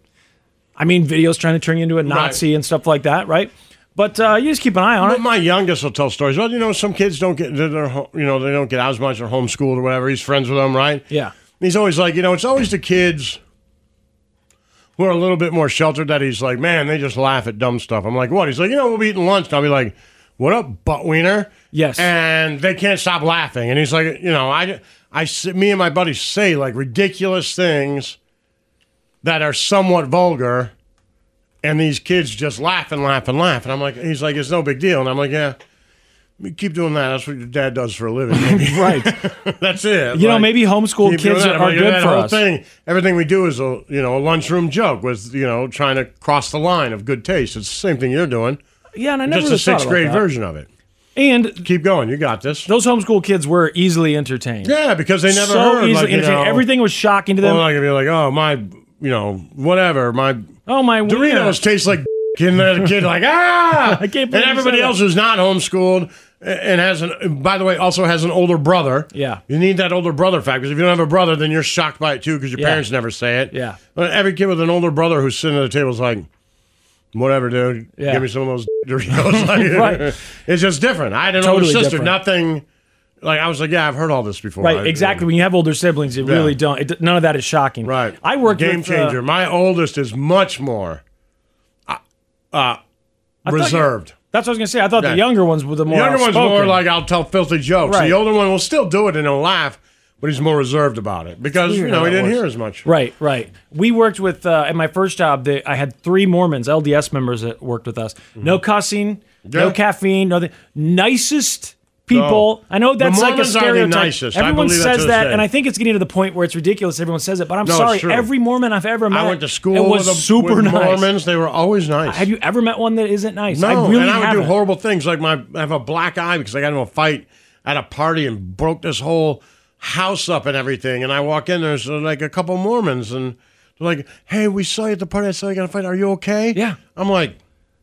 Speaker 1: I mean, videos trying to turn you into a Nazi and stuff like that, right? But uh, you just keep an eye on
Speaker 2: But
Speaker 1: it.
Speaker 2: my youngest will tell stories. Well, you know, some kids don't get they're, they're ho- you know they don't get out as much. They're homeschooled or whatever. He's friends with them, right?
Speaker 1: Yeah.
Speaker 2: And he's always like, you know, it's always the kids who are a little bit more sheltered that he's like, man, they just laugh at dumb stuff. I'm like, what? He's like, you know, we'll be eating lunch. And I'll be like, what up, butt wiener? Yes. And they can't stop laughing. And he's like, you know, I, I, s- me and my buddies say like ridiculous things that are somewhat vulgar. And these kids just laugh and laugh and laugh. And I'm like, he's like, it's no big deal. And I'm like, yeah, you keep doing that. That's what your dad does for a living.
Speaker 1: right.
Speaker 2: That's it.
Speaker 1: You know,
Speaker 2: Like,
Speaker 1: maybe homeschool
Speaker 2: keep
Speaker 1: kids
Speaker 2: doing that.
Speaker 1: are- are
Speaker 2: Like, that
Speaker 1: good for
Speaker 2: whole
Speaker 1: us.
Speaker 2: Thing, everything we do is a you know a lunchroom joke with you know trying to cross the line of good taste. It's the same thing you're doing.
Speaker 1: Yeah, and I never
Speaker 2: just
Speaker 1: really
Speaker 2: a
Speaker 1: thought
Speaker 2: sixth
Speaker 1: about
Speaker 2: grade
Speaker 1: that.
Speaker 2: version of it.
Speaker 1: And
Speaker 2: keep going. You got this.
Speaker 1: Those homeschool kids were easily entertained.
Speaker 2: Yeah, because they never
Speaker 1: so
Speaker 2: heard,
Speaker 1: easily
Speaker 2: like, you
Speaker 1: entertained.
Speaker 2: know-
Speaker 1: Everything was shocking to them.
Speaker 2: Well, I could be like, oh my, you know, whatever. My
Speaker 1: oh my
Speaker 2: Doritos taste like. And the kid like ah,
Speaker 1: I can't
Speaker 2: and
Speaker 1: believe you
Speaker 2: everybody
Speaker 1: said
Speaker 2: else
Speaker 1: that.
Speaker 2: who's not homeschooled and has an by the way also has an older brother.
Speaker 1: Yeah.
Speaker 2: you need that older brother fact because if you don't have a brother, then you're shocked by it too because your
Speaker 1: Yeah.
Speaker 2: parents never say it.
Speaker 1: Yeah.
Speaker 2: But uh, every kid with an older brother who's sitting at the table is like, whatever, dude.
Speaker 1: Yeah.
Speaker 2: Give me some of those Doritos. Like,
Speaker 1: Right.
Speaker 2: It's just different. I had an
Speaker 1: Totally
Speaker 2: older sister.
Speaker 1: different.
Speaker 2: Nothing. Like I was like, yeah, I've heard all this before.
Speaker 1: Right,
Speaker 2: I-
Speaker 1: exactly. When you have older siblings, you
Speaker 2: Yeah.
Speaker 1: really don't. It, none of that is shocking. Right. I worked
Speaker 2: Game
Speaker 1: with, uh,
Speaker 2: changer. My oldest is much more uh, uh,
Speaker 1: I thought you-
Speaker 2: reserved.
Speaker 1: that's what I was gonna say. I thought
Speaker 2: Yeah.
Speaker 1: the younger ones were the more
Speaker 2: younger one's more
Speaker 1: outspoken.
Speaker 2: like I'll tell filthy jokes.
Speaker 1: Right.
Speaker 2: The older one will still do it and he'll laugh, but he's more reserved about it because you
Speaker 1: weird
Speaker 2: know
Speaker 1: how
Speaker 2: he
Speaker 1: that
Speaker 2: didn't
Speaker 1: works.
Speaker 2: hear as much.
Speaker 1: Right, right. We worked with uh, at my first job. They, I had three Mormons, LDS members that worked with us. No cussing, no
Speaker 2: Mm-hmm. Yeah.
Speaker 1: caffeine, no the nicest people.
Speaker 2: No.
Speaker 1: I know that's
Speaker 2: The
Speaker 1: like a
Speaker 2: Mormons are the
Speaker 1: stereotype.
Speaker 2: nicest. I
Speaker 1: Everyone
Speaker 2: believe that to
Speaker 1: says
Speaker 2: this
Speaker 1: that,
Speaker 2: day.
Speaker 1: and I think it's getting to the point where it's ridiculous. Everyone says it, but I'm
Speaker 2: No, it's
Speaker 1: sorry.
Speaker 2: true.
Speaker 1: Every Mormon I've ever met,
Speaker 2: I went to school
Speaker 1: It was
Speaker 2: with, a,
Speaker 1: super
Speaker 2: with
Speaker 1: nice.
Speaker 2: Mormons. They were always nice.
Speaker 1: Have you ever met one that isn't nice?
Speaker 2: No,
Speaker 1: I really
Speaker 2: and I would
Speaker 1: haven't.
Speaker 2: do horrible things like my I have a black eye because I got into a fight at a party and broke this whole house up and everything. And I walk in, there's uh, like a couple Mormons, and they're like, "Hey, we saw you at the party. I saw you got a fight. Are you okay?" Yeah. I'm like,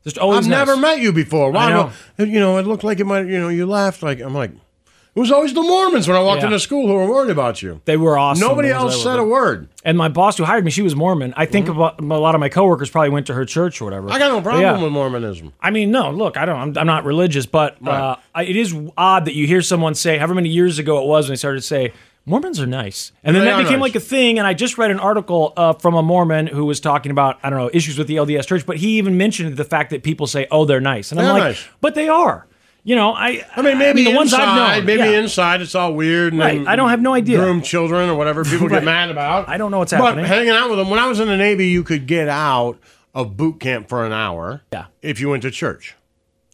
Speaker 1: Just always
Speaker 2: I've
Speaker 1: nice.
Speaker 2: never met you before. Why?
Speaker 1: I know.
Speaker 2: don't- You know, it looked like it might. You know, you laughed. Like I'm like, it was always the Mormons when I walked
Speaker 1: Yeah.
Speaker 2: into school who were worried about you.
Speaker 1: They were awesome.
Speaker 2: Nobody
Speaker 1: the ones
Speaker 2: else
Speaker 1: that I
Speaker 2: said a
Speaker 1: worked with.
Speaker 2: word. Mm-hmm.
Speaker 1: And my boss who hired me, she was Mormon. I think about, a lot of my coworkers probably went to her church or whatever.
Speaker 2: I got no
Speaker 1: But
Speaker 2: problem
Speaker 1: yeah.
Speaker 2: with Mormonism.
Speaker 1: I mean, no. Look, I don't. I'm, I'm not religious, but uh, I- it is odd that you hear someone say, however many years ago it was, when they started to say Mormons are nice, and then
Speaker 2: They
Speaker 1: that
Speaker 2: are
Speaker 1: became
Speaker 2: nice.
Speaker 1: like a thing. And I just read an article uh, from a Mormon who was talking about I don't know issues with the LDS Church, but he even mentioned the fact that people say, "Oh, they're nice," and I'm
Speaker 2: They're
Speaker 1: like,
Speaker 2: nice.
Speaker 1: "But they are." You know, I. I mean,
Speaker 2: Maybe
Speaker 1: the ones
Speaker 2: inside,
Speaker 1: I've known.
Speaker 2: maybe
Speaker 1: yeah.
Speaker 2: inside it's all weird. And
Speaker 1: Right, I don't have no idea.
Speaker 2: Groom children or whatever people
Speaker 1: Right.
Speaker 2: get mad about. I don't know
Speaker 1: what's
Speaker 2: But
Speaker 1: happening.
Speaker 2: hanging out with them when I was in the Navy, you could get out of boot camp for an hour. Yeah. If you went to church.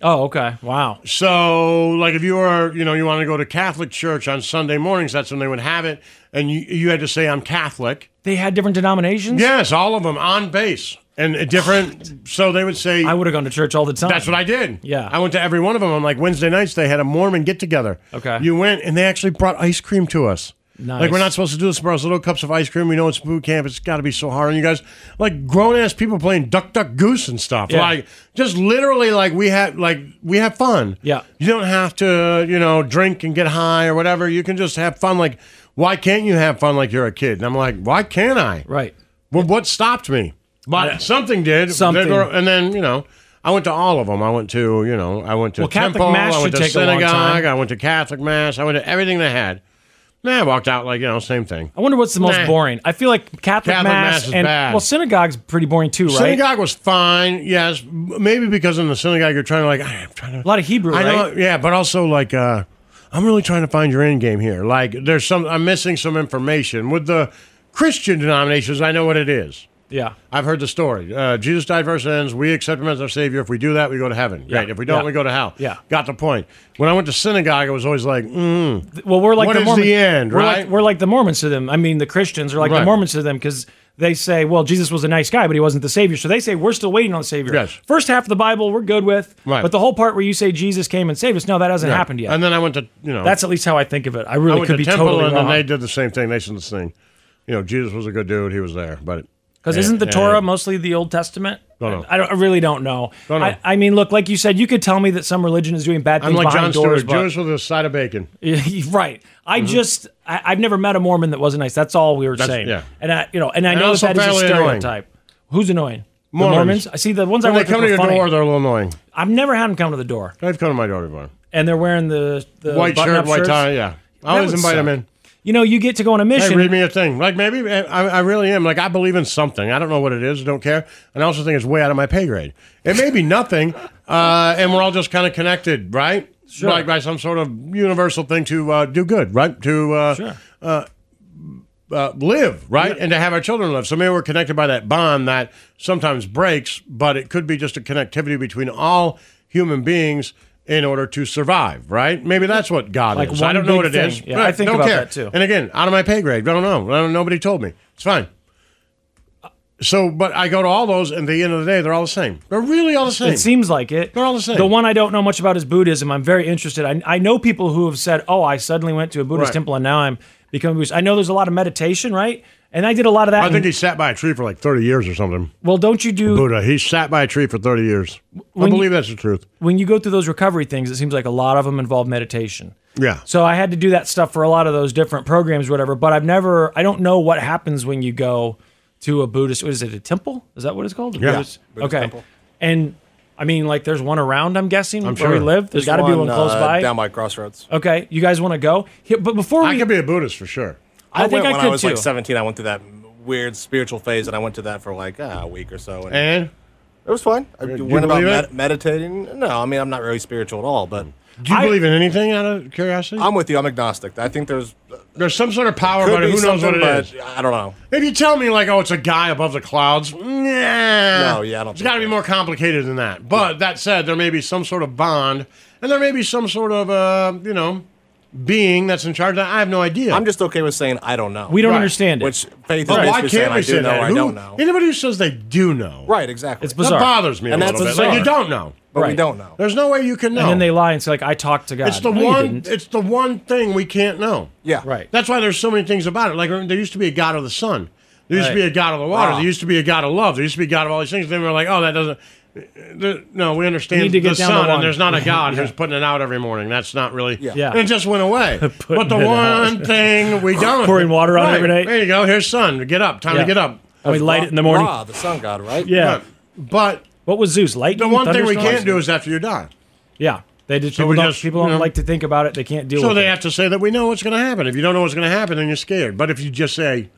Speaker 1: Oh, okay. Wow.
Speaker 2: So, like, if you were, you know, you want to go to Catholic church on Sunday mornings, that's when they would have it, and you you had to say I'm Catholic.
Speaker 1: They had different denominations.
Speaker 2: Yes, all of them on base and a different. so they would say I
Speaker 1: would have gone to church all the time.
Speaker 2: That's what I did.
Speaker 1: Yeah.
Speaker 2: I went to every one of them. I'm like Wednesday nights they had a Mormon get together.
Speaker 1: Okay.
Speaker 2: you went and they actually brought ice cream to us.
Speaker 1: Nice.
Speaker 2: Like we're not supposed to do this, bro. It's little cups of ice cream. We know it's boot camp. It's got to be so hard on you guys. Like grown ass people playing duck, duck, goose and stuff.
Speaker 1: Yeah.
Speaker 2: Like just literally, like we have, like we have fun.
Speaker 1: Yeah.
Speaker 2: You don't have to, you know, drink and get high or whatever. You can just have fun. Like, why can't you have fun like you're a kid? And I'm like, why can't I?
Speaker 1: Right.
Speaker 2: Well, what stopped me? But
Speaker 1: Yeah.
Speaker 2: something did.
Speaker 1: Something.
Speaker 2: And then, you know, I went to all of them. I went to, you know, I went to
Speaker 1: Well, Catholic
Speaker 2: temple.
Speaker 1: Mass
Speaker 2: I went
Speaker 1: should
Speaker 2: to
Speaker 1: take a long
Speaker 2: synagogue.
Speaker 1: time.
Speaker 2: I went to Catholic mass. I went to everything they had. And I walked out like, you know, same thing.
Speaker 1: I wonder what's the most
Speaker 2: Nah.
Speaker 1: boring. I feel like Catholic,
Speaker 2: Catholic
Speaker 1: mass,
Speaker 2: Mass is
Speaker 1: and
Speaker 2: bad.
Speaker 1: well, synagogue's pretty boring too, right?
Speaker 2: Synagogue was fine, yes. m- Maybe because in the synagogue you're trying to like, "Ah, I'm trying to a
Speaker 1: lot of Hebrew,
Speaker 2: I know,
Speaker 1: right?
Speaker 2: yeah, but also like, uh, I'm really trying to find your end game here. Like, there's some I'm missing some information with the Christian denominations. I know what it is.
Speaker 1: Yeah.
Speaker 2: I've heard the story. Uh, Jesus died for our sins. We accept him as our savior. If we do that, we go to heaven.
Speaker 1: Yeah.
Speaker 2: Right. If we don't,
Speaker 1: Yeah.
Speaker 2: we go to hell.
Speaker 1: Yeah.
Speaker 2: Got the point. When I went to synagogue, I was always like, mm,
Speaker 1: Well, we're like
Speaker 2: What
Speaker 1: the
Speaker 2: is
Speaker 1: Mormons.
Speaker 2: the end,
Speaker 1: we're
Speaker 2: right?
Speaker 1: Like, we're like the Mormons to them. I mean, the Christians are like
Speaker 2: Right.
Speaker 1: the Mormons to them because they say, "Well, Jesus was a nice guy, but he wasn't the Savior." So they say we're still waiting on the Savior.
Speaker 2: Yes.
Speaker 1: First half of the Bible we're good with,
Speaker 2: Right.
Speaker 1: but the whole part where you say Jesus came and saved us, no, that hasn't
Speaker 2: Yeah.
Speaker 1: happened yet.
Speaker 2: And then I went to you know
Speaker 1: That's at least how I think of it. I really
Speaker 2: went
Speaker 1: could
Speaker 2: to
Speaker 1: be
Speaker 2: temple,
Speaker 1: totally
Speaker 2: and
Speaker 1: wrong.
Speaker 2: then they did the same thing. They said the same thing. You know, Jesus was a good dude. He was there, but
Speaker 1: Because isn't the Torah mostly the Old Testament?
Speaker 2: Don't know.
Speaker 1: I, don't, I really don't know.
Speaker 2: Don't know.
Speaker 1: I, I mean, look, like you said, you could tell me that some religion is doing bad
Speaker 2: I'm
Speaker 1: things
Speaker 2: like John
Speaker 1: behind
Speaker 2: Stewart,
Speaker 1: doors, but
Speaker 2: Jewish with a side of bacon.
Speaker 1: right. I
Speaker 2: Mhm.
Speaker 1: just I, I've never met a Mormon that wasn't nice. That's all we were
Speaker 2: That's-
Speaker 1: saying.
Speaker 2: yeah.
Speaker 1: And I you know, Oh, and I
Speaker 2: And
Speaker 1: know
Speaker 2: also
Speaker 1: that, that is a
Speaker 2: fairly annoying.
Speaker 1: stereotype. Who's annoying? The
Speaker 2: Mormons.
Speaker 1: Mormons. I see the ones
Speaker 2: when
Speaker 1: I
Speaker 2: they
Speaker 1: work
Speaker 2: come to
Speaker 1: with
Speaker 2: your
Speaker 1: were funny.
Speaker 2: door, they're a little annoying.
Speaker 1: I've never had them come to the door.
Speaker 2: They've come to my door before.
Speaker 1: And they're wearing the, the
Speaker 2: White
Speaker 1: button-up
Speaker 2: shirt, white
Speaker 1: shirts.
Speaker 2: tie. Yeah,
Speaker 1: That
Speaker 2: I always
Speaker 1: would
Speaker 2: invite them
Speaker 1: suck.
Speaker 2: in.
Speaker 1: You know, you get to go on a mission.
Speaker 2: Hey, read me a thing. Like maybe I, I really am. Like I believe in something. I don't know what it is. Don't care. And I also think it's way out of my pay grade. It may be nothing, uh, and we're all just kind of connected, right?
Speaker 1: Sure.
Speaker 2: Like by some sort of universal thing to uh, do good, right? To uh, uh, uh, live, right? And to have our children live. So maybe we're connected by that bond that sometimes breaks, but it could be just a connectivity between all human beings in order to survive, right? Maybe that's what God
Speaker 1: Like
Speaker 2: is. I
Speaker 1: one
Speaker 2: don't know
Speaker 1: big
Speaker 2: what it
Speaker 1: thing.
Speaker 2: is.
Speaker 1: Yeah, I think
Speaker 2: don't
Speaker 1: about
Speaker 2: care.
Speaker 1: that too.
Speaker 2: And again, out of my pay grade. I don't know. I don't, nobody told me. It's fine. So, but I go to all those, and at the end of the day, they're all the same. They're really all the same.
Speaker 1: It seems like it. They're all the
Speaker 2: same.
Speaker 1: The one I don't know much about is Buddhism. I'm very interested. I, I know people who have said, "Oh, I suddenly went to a Buddhist
Speaker 2: Right.
Speaker 1: temple and now I'm becoming Buddhist." I know there's a lot of meditation, right? And I did a lot of that.
Speaker 2: I think
Speaker 1: in-
Speaker 2: he sat by a tree for like 30 years or something.
Speaker 1: well, don't you do
Speaker 2: Buddha, he sat by a tree for 30 years. I
Speaker 1: When you-
Speaker 2: believe that's the truth.
Speaker 1: when you go through those recovery things? It seems like a lot of them involve meditation.
Speaker 2: Yeah.
Speaker 1: So I had to do that stuff for a lot of those different programs, or whatever. But I've never, I don't know what happens when you go to a Buddhist. What is it? A temple? Is that what it's called? A
Speaker 2: Yeah.
Speaker 1: Buddhist-
Speaker 2: Buddhist
Speaker 1: okay.
Speaker 2: temple.
Speaker 1: And I mean, like, there's one around. I'm guessing
Speaker 3: I'm
Speaker 1: where we
Speaker 3: sure.
Speaker 1: live. there's got to be one close
Speaker 3: uh,
Speaker 1: by.
Speaker 3: down by Crossroads.
Speaker 1: Okay, you guys want to go? Here, but before we,
Speaker 2: I could be a Buddhist for sure.
Speaker 1: I, think
Speaker 3: went
Speaker 1: I
Speaker 3: when
Speaker 1: could
Speaker 3: I was
Speaker 1: too.
Speaker 3: like 17. I went through that weird spiritual phase, and I went to that for like ah, a week or so. And,
Speaker 2: And
Speaker 3: it was fun. I
Speaker 2: Do you
Speaker 3: went about
Speaker 2: believe it?
Speaker 3: med- meditating. No, I mean I'm not really spiritual at all, but
Speaker 2: Do you believe in anything out of curiosity?
Speaker 3: I'm with you. I'm agnostic. I think there's
Speaker 2: There's some sort of power,
Speaker 3: could
Speaker 2: but
Speaker 3: be
Speaker 2: who knows what
Speaker 3: something,
Speaker 2: it
Speaker 3: but
Speaker 2: is.
Speaker 3: I don't know.
Speaker 2: If you tell me like, oh, it's a guy above the clouds, nah, no,
Speaker 3: yeah, I don't
Speaker 2: It's got to be more complicated than that. But that said, there may be some sort of bond, and there may be some sort of, uh, you know, being that's in charge of that? I have no idea. I'm
Speaker 3: just okay with saying I don't know.
Speaker 1: We don't understand it.
Speaker 3: Which Faith
Speaker 2: But
Speaker 3: is
Speaker 2: why
Speaker 3: basically saying
Speaker 2: can't
Speaker 3: I
Speaker 2: we
Speaker 3: do
Speaker 2: say
Speaker 3: know or
Speaker 2: that?
Speaker 3: I
Speaker 2: Who-
Speaker 3: don't know.
Speaker 2: Anybody who says they do know,
Speaker 3: Right, exactly.
Speaker 1: It's bizarre.
Speaker 2: That bothers me
Speaker 1: And
Speaker 2: a
Speaker 1: that's
Speaker 2: little bit. Like
Speaker 1: bizarre.
Speaker 2: you don't know,
Speaker 1: But we Right. don't know.
Speaker 2: There's no way you can know.
Speaker 1: And then they lie and say, like, I talked to God.
Speaker 2: It's the
Speaker 1: No, you
Speaker 2: one.
Speaker 1: didn't.
Speaker 2: It's the one thing we can't know.
Speaker 3: Yeah,
Speaker 1: right.
Speaker 2: That's why there's so many things about it. Like there used to be a god of the sun. There used to be
Speaker 3: Right.
Speaker 2: a god of the water.
Speaker 3: Wow.
Speaker 2: There used to be a god of love. There used to be a god of all these things. Then we're like, oh, that doesn't. there- No, we
Speaker 3: We
Speaker 2: understand
Speaker 3: need to
Speaker 2: the
Speaker 3: get down to
Speaker 2: sun,
Speaker 3: one.
Speaker 2: and there's not a god
Speaker 3: Yeah.
Speaker 2: who's putting it out every morning. That's not really.
Speaker 3: Yeah. Yeah.
Speaker 2: And it just went away. but the
Speaker 1: it out.
Speaker 2: one thing we don't
Speaker 1: Pouring water on it
Speaker 2: Right.
Speaker 1: every night.
Speaker 2: There you go. Here's sun. Get up. Time
Speaker 1: Yeah.
Speaker 2: to get up.
Speaker 1: And we light it in the morning. Ra, the
Speaker 3: sun god, right?
Speaker 1: Yeah.
Speaker 2: But, but
Speaker 1: what was Zeus? Lightning.
Speaker 2: the one thing we
Speaker 1: Thunderstorms?
Speaker 2: can't do is after you die.
Speaker 1: Yeah, they just
Speaker 2: So
Speaker 1: people
Speaker 2: we
Speaker 1: don't,
Speaker 2: just,
Speaker 1: people
Speaker 2: you
Speaker 1: don't
Speaker 2: know.
Speaker 1: like to think about it. They can't deal
Speaker 2: so
Speaker 1: with
Speaker 2: they
Speaker 1: it.
Speaker 2: have to say that we know what's going to happen. If you don't know what's going to happen, then you're scared. But if you just say,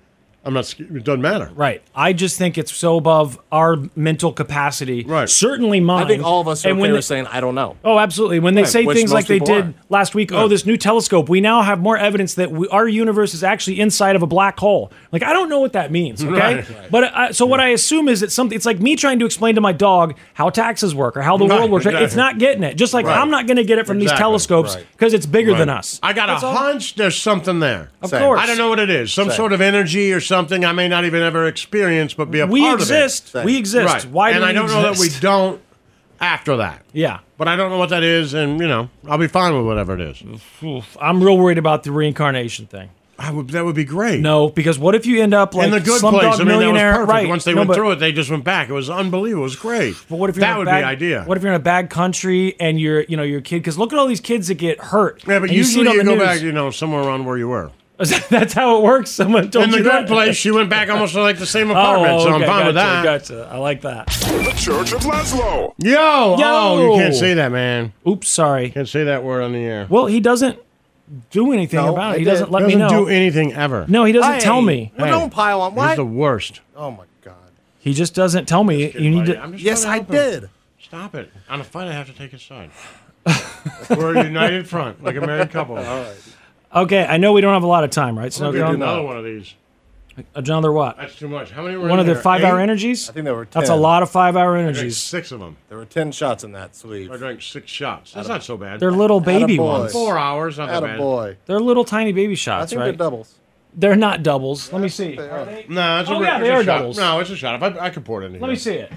Speaker 2: "I'm not," scared, it doesn't matter.
Speaker 1: Right. I just think it's so above our mental capacity. Right. Certainly mine.
Speaker 3: I think all of us are
Speaker 1: And
Speaker 3: okay
Speaker 1: when
Speaker 3: with
Speaker 1: they-
Speaker 3: saying I don't know.
Speaker 1: Oh, absolutely. When they
Speaker 3: Right,
Speaker 1: say
Speaker 3: which
Speaker 1: things
Speaker 3: most
Speaker 1: like they
Speaker 3: people
Speaker 1: did
Speaker 3: are.
Speaker 1: last week,
Speaker 3: Yeah.
Speaker 1: oh, this new telescope, we now have more evidence that we, our universe is actually inside of a black hole. Like, I don't know what that means, okay?
Speaker 3: Right, right.
Speaker 1: But I, so what I assume is that something, it's like me trying to explain to my dog how taxes work or how the
Speaker 2: Right,
Speaker 1: world works. right? It's
Speaker 2: exactly.
Speaker 1: not getting it. Just like
Speaker 2: Right.
Speaker 1: I'm not going to get it from these
Speaker 2: Exactly,
Speaker 1: telescopes
Speaker 2: right.
Speaker 1: because it's bigger
Speaker 2: Right.
Speaker 1: than us.
Speaker 2: I got
Speaker 1: That's
Speaker 2: a
Speaker 1: all.
Speaker 2: hunch there's something there.
Speaker 1: Of course.
Speaker 2: I don't know what it is. Some
Speaker 1: Same.
Speaker 2: sort of energy or something I may not even ever experience, but be a
Speaker 1: We
Speaker 2: part
Speaker 1: exist.
Speaker 2: of it.
Speaker 1: Same. We exist.
Speaker 2: Right.
Speaker 1: Why do
Speaker 2: and I
Speaker 1: we
Speaker 2: don't know that we
Speaker 1: exist?
Speaker 2: don't after that.
Speaker 1: Yeah.
Speaker 2: But I don't know what that is, and you know, I'll be fine with whatever it is.
Speaker 1: Oof, I'm real worried about the reincarnation thing.
Speaker 2: I would, that would be great.
Speaker 1: No, because what if you end up like
Speaker 2: In the good
Speaker 1: Slumdog
Speaker 2: place, I mean, that was
Speaker 1: Millionaire?
Speaker 2: perfect.
Speaker 1: Right.
Speaker 2: Once they
Speaker 1: No,
Speaker 2: went
Speaker 1: but-
Speaker 2: through it, they just went back. It was unbelievable. It was great. But
Speaker 1: what if you're in
Speaker 2: that
Speaker 1: a
Speaker 2: would
Speaker 1: bad,
Speaker 2: be idea?
Speaker 1: What if you're in a bad country and you're, you know, your kid? Because look at all these kids that get hurt.
Speaker 2: Yeah, but
Speaker 1: and see
Speaker 2: usually
Speaker 1: it
Speaker 2: you,
Speaker 1: on the
Speaker 2: go
Speaker 1: news.
Speaker 2: back, you know, somewhere around where you were.
Speaker 1: That's how it works. Someone told
Speaker 2: in the
Speaker 1: you
Speaker 2: good
Speaker 1: that.
Speaker 2: place, she went back almost to like the same
Speaker 1: Oh,
Speaker 2: apartment, so I'm
Speaker 1: okay,
Speaker 2: fine with that.
Speaker 1: gotcha, Gotcha. I like that.
Speaker 9: The Church of Laszlo.
Speaker 2: Yo, oh,
Speaker 1: Yo!
Speaker 2: you can't say that, man.
Speaker 1: Oops, sorry.
Speaker 2: Can't say that word on the air.
Speaker 1: Well, he doesn't do anything
Speaker 3: No,
Speaker 1: about
Speaker 3: I
Speaker 1: it. He
Speaker 3: did.
Speaker 1: doesn't let
Speaker 2: doesn't
Speaker 1: me know.
Speaker 2: do anything ever.
Speaker 1: No, he doesn't tell me.
Speaker 3: Well, don't pile on.
Speaker 2: He's
Speaker 3: Why?
Speaker 2: the worst.
Speaker 3: oh my.
Speaker 1: He just doesn't tell me. you need to.
Speaker 2: I'm just
Speaker 3: Yes, I
Speaker 2: trying to help him.
Speaker 3: did.
Speaker 2: Stop it. On a fight, I have to take his side. We're a united front, like a married couple. All right.
Speaker 1: Okay, I know we don't have a lot of time, right?
Speaker 2: We're
Speaker 1: So
Speaker 2: going to do
Speaker 1: John-
Speaker 2: another one of these.
Speaker 1: another what?
Speaker 2: That's too much. How many were
Speaker 1: One
Speaker 2: in
Speaker 1: of the
Speaker 2: there?
Speaker 1: five-hour
Speaker 2: Eight?
Speaker 1: energies.
Speaker 3: I think there were
Speaker 1: That's a
Speaker 3: 10.
Speaker 1: lot of five-hour
Speaker 2: I drank
Speaker 1: energies.
Speaker 2: six of them.
Speaker 3: There were ten shots in that sleeve.
Speaker 2: I drank six shots. That's not so bad.
Speaker 1: They're little baby
Speaker 3: Attaboy.
Speaker 1: ones.
Speaker 2: Four hours. Not that bad.
Speaker 3: Attaboy.
Speaker 1: They're little tiny baby
Speaker 3: I
Speaker 1: shots,
Speaker 3: think
Speaker 1: right?
Speaker 3: they're doubles.
Speaker 1: They're not doubles. Let me see.
Speaker 2: No, it's a
Speaker 1: Oh,
Speaker 2: re-
Speaker 1: yeah,
Speaker 2: it's
Speaker 1: they
Speaker 2: a
Speaker 1: are
Speaker 2: shot.
Speaker 1: doubles.
Speaker 2: No, it's a shot. If I, I could pour it in here.
Speaker 1: Let me see it.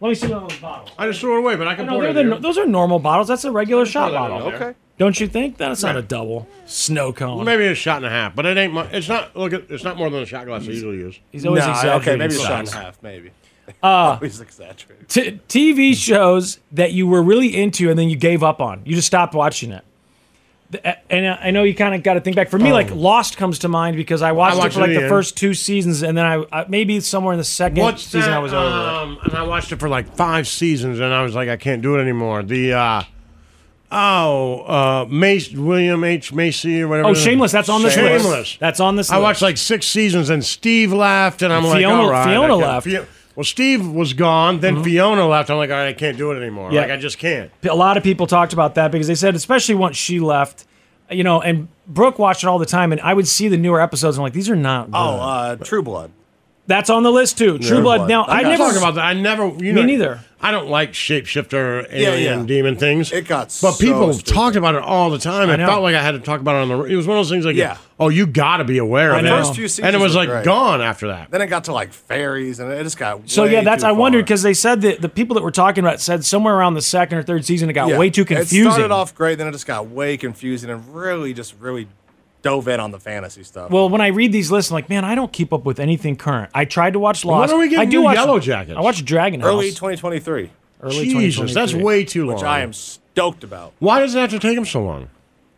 Speaker 1: Let me see one of those bottles.
Speaker 2: I just threw it away, but I
Speaker 1: Oh,
Speaker 2: can
Speaker 1: no,
Speaker 2: pour it
Speaker 1: they're
Speaker 2: in
Speaker 1: the, no-
Speaker 2: here.
Speaker 1: those are normal bottles. That's a regular shot
Speaker 2: that in
Speaker 1: bottle.
Speaker 2: there. Okay.
Speaker 1: Don't you think? Then it's not
Speaker 2: Yeah.
Speaker 1: a double snow cone.
Speaker 2: Maybe a shot and a half, but it ain't. Mu- it's not. Look, at, it's not more than a shot glass I usually use.
Speaker 1: He's always
Speaker 3: Nah, okay,
Speaker 1: exaggerating.
Speaker 3: maybe a
Speaker 1: so
Speaker 3: shot and a
Speaker 1: much.
Speaker 3: half, maybe.
Speaker 1: Uh,
Speaker 3: Always exaggerating.
Speaker 1: T- TV shows that you were really into and then you gave up on. You just stopped watching it. The- a- And I I know you kind of got to think back. For me, like
Speaker 3: Oh.
Speaker 1: Lost comes to mind because I watched, it
Speaker 2: watched
Speaker 1: for
Speaker 2: it
Speaker 1: like the
Speaker 2: again.
Speaker 1: first two seasons, and then I, I maybe somewhere in the second
Speaker 2: What's
Speaker 1: season
Speaker 2: that?
Speaker 1: I was over it.
Speaker 2: um, and I watched it for like five seasons, and I was like, I can't do it anymore. The uh, oh, uh, Mace William H Macy or whatever.
Speaker 1: Oh, Shameless. That's on this
Speaker 2: Shameless.
Speaker 1: list. That's on this
Speaker 2: I
Speaker 1: list.
Speaker 2: watched like six seasons, and Steve left, and I'm
Speaker 1: Fiona-
Speaker 2: like, all right,
Speaker 1: Fiona
Speaker 2: I can't-
Speaker 1: left. Mm-hmm.
Speaker 2: Fio- well, Steve was gone. Then Fiona left. I'm like, all right, I can't do it anymore.
Speaker 1: Yeah.
Speaker 2: Like, I just can't.
Speaker 1: a lot of people talked about that because they said, especially once she left, you know, and Brooke watched it all the time, and I would see the newer episodes. And I'm like, these are not. Good.
Speaker 3: Oh, uh, True Blood.
Speaker 1: that's on the list too. True
Speaker 3: True
Speaker 1: Blood.
Speaker 3: Blood.
Speaker 1: Now
Speaker 3: I
Speaker 1: I
Speaker 3: got
Speaker 1: never
Speaker 2: talk about that. I never.
Speaker 1: Me
Speaker 2: You know,
Speaker 1: neither.
Speaker 2: I don't like shapeshifter,
Speaker 3: Yeah,
Speaker 2: alien,
Speaker 3: yeah.
Speaker 2: demon things.
Speaker 3: It got
Speaker 2: But
Speaker 3: so
Speaker 2: people
Speaker 3: stupid.
Speaker 2: talked about it all the time.
Speaker 3: I
Speaker 2: It
Speaker 3: know.
Speaker 2: felt like I had to talk about it on the. It was one of those things like,
Speaker 3: Yeah.
Speaker 2: oh, you got to be aware
Speaker 3: I
Speaker 2: of
Speaker 3: know.
Speaker 2: it.
Speaker 3: First few seasons
Speaker 2: and it was
Speaker 3: were
Speaker 2: like
Speaker 3: great.
Speaker 2: gone after that.
Speaker 3: Then it got to like fairies, and it just got.
Speaker 1: So
Speaker 3: way
Speaker 1: yeah, that's
Speaker 3: too
Speaker 1: I
Speaker 3: far.
Speaker 1: wondered because they said that the people that were talking about it said somewhere around the second or third season it got
Speaker 3: Yeah.
Speaker 1: way too confusing.
Speaker 3: It started off great, then it just got way confusing, and really just really dove in on the fantasy stuff.
Speaker 1: Well, when I read these lists, I'm like, man, I don't keep up with anything current. I tried to watch
Speaker 3: When
Speaker 1: Lost.
Speaker 3: are we getting
Speaker 1: I do
Speaker 3: new
Speaker 1: watch
Speaker 3: Yellow Jackets?
Speaker 1: I watched Dragon
Speaker 3: early
Speaker 1: House.
Speaker 3: 2023.
Speaker 1: Early
Speaker 2: Jesus, that's
Speaker 1: 2023.
Speaker 2: way too long.
Speaker 3: which I am stoked about.
Speaker 2: Why does it have to take them so long?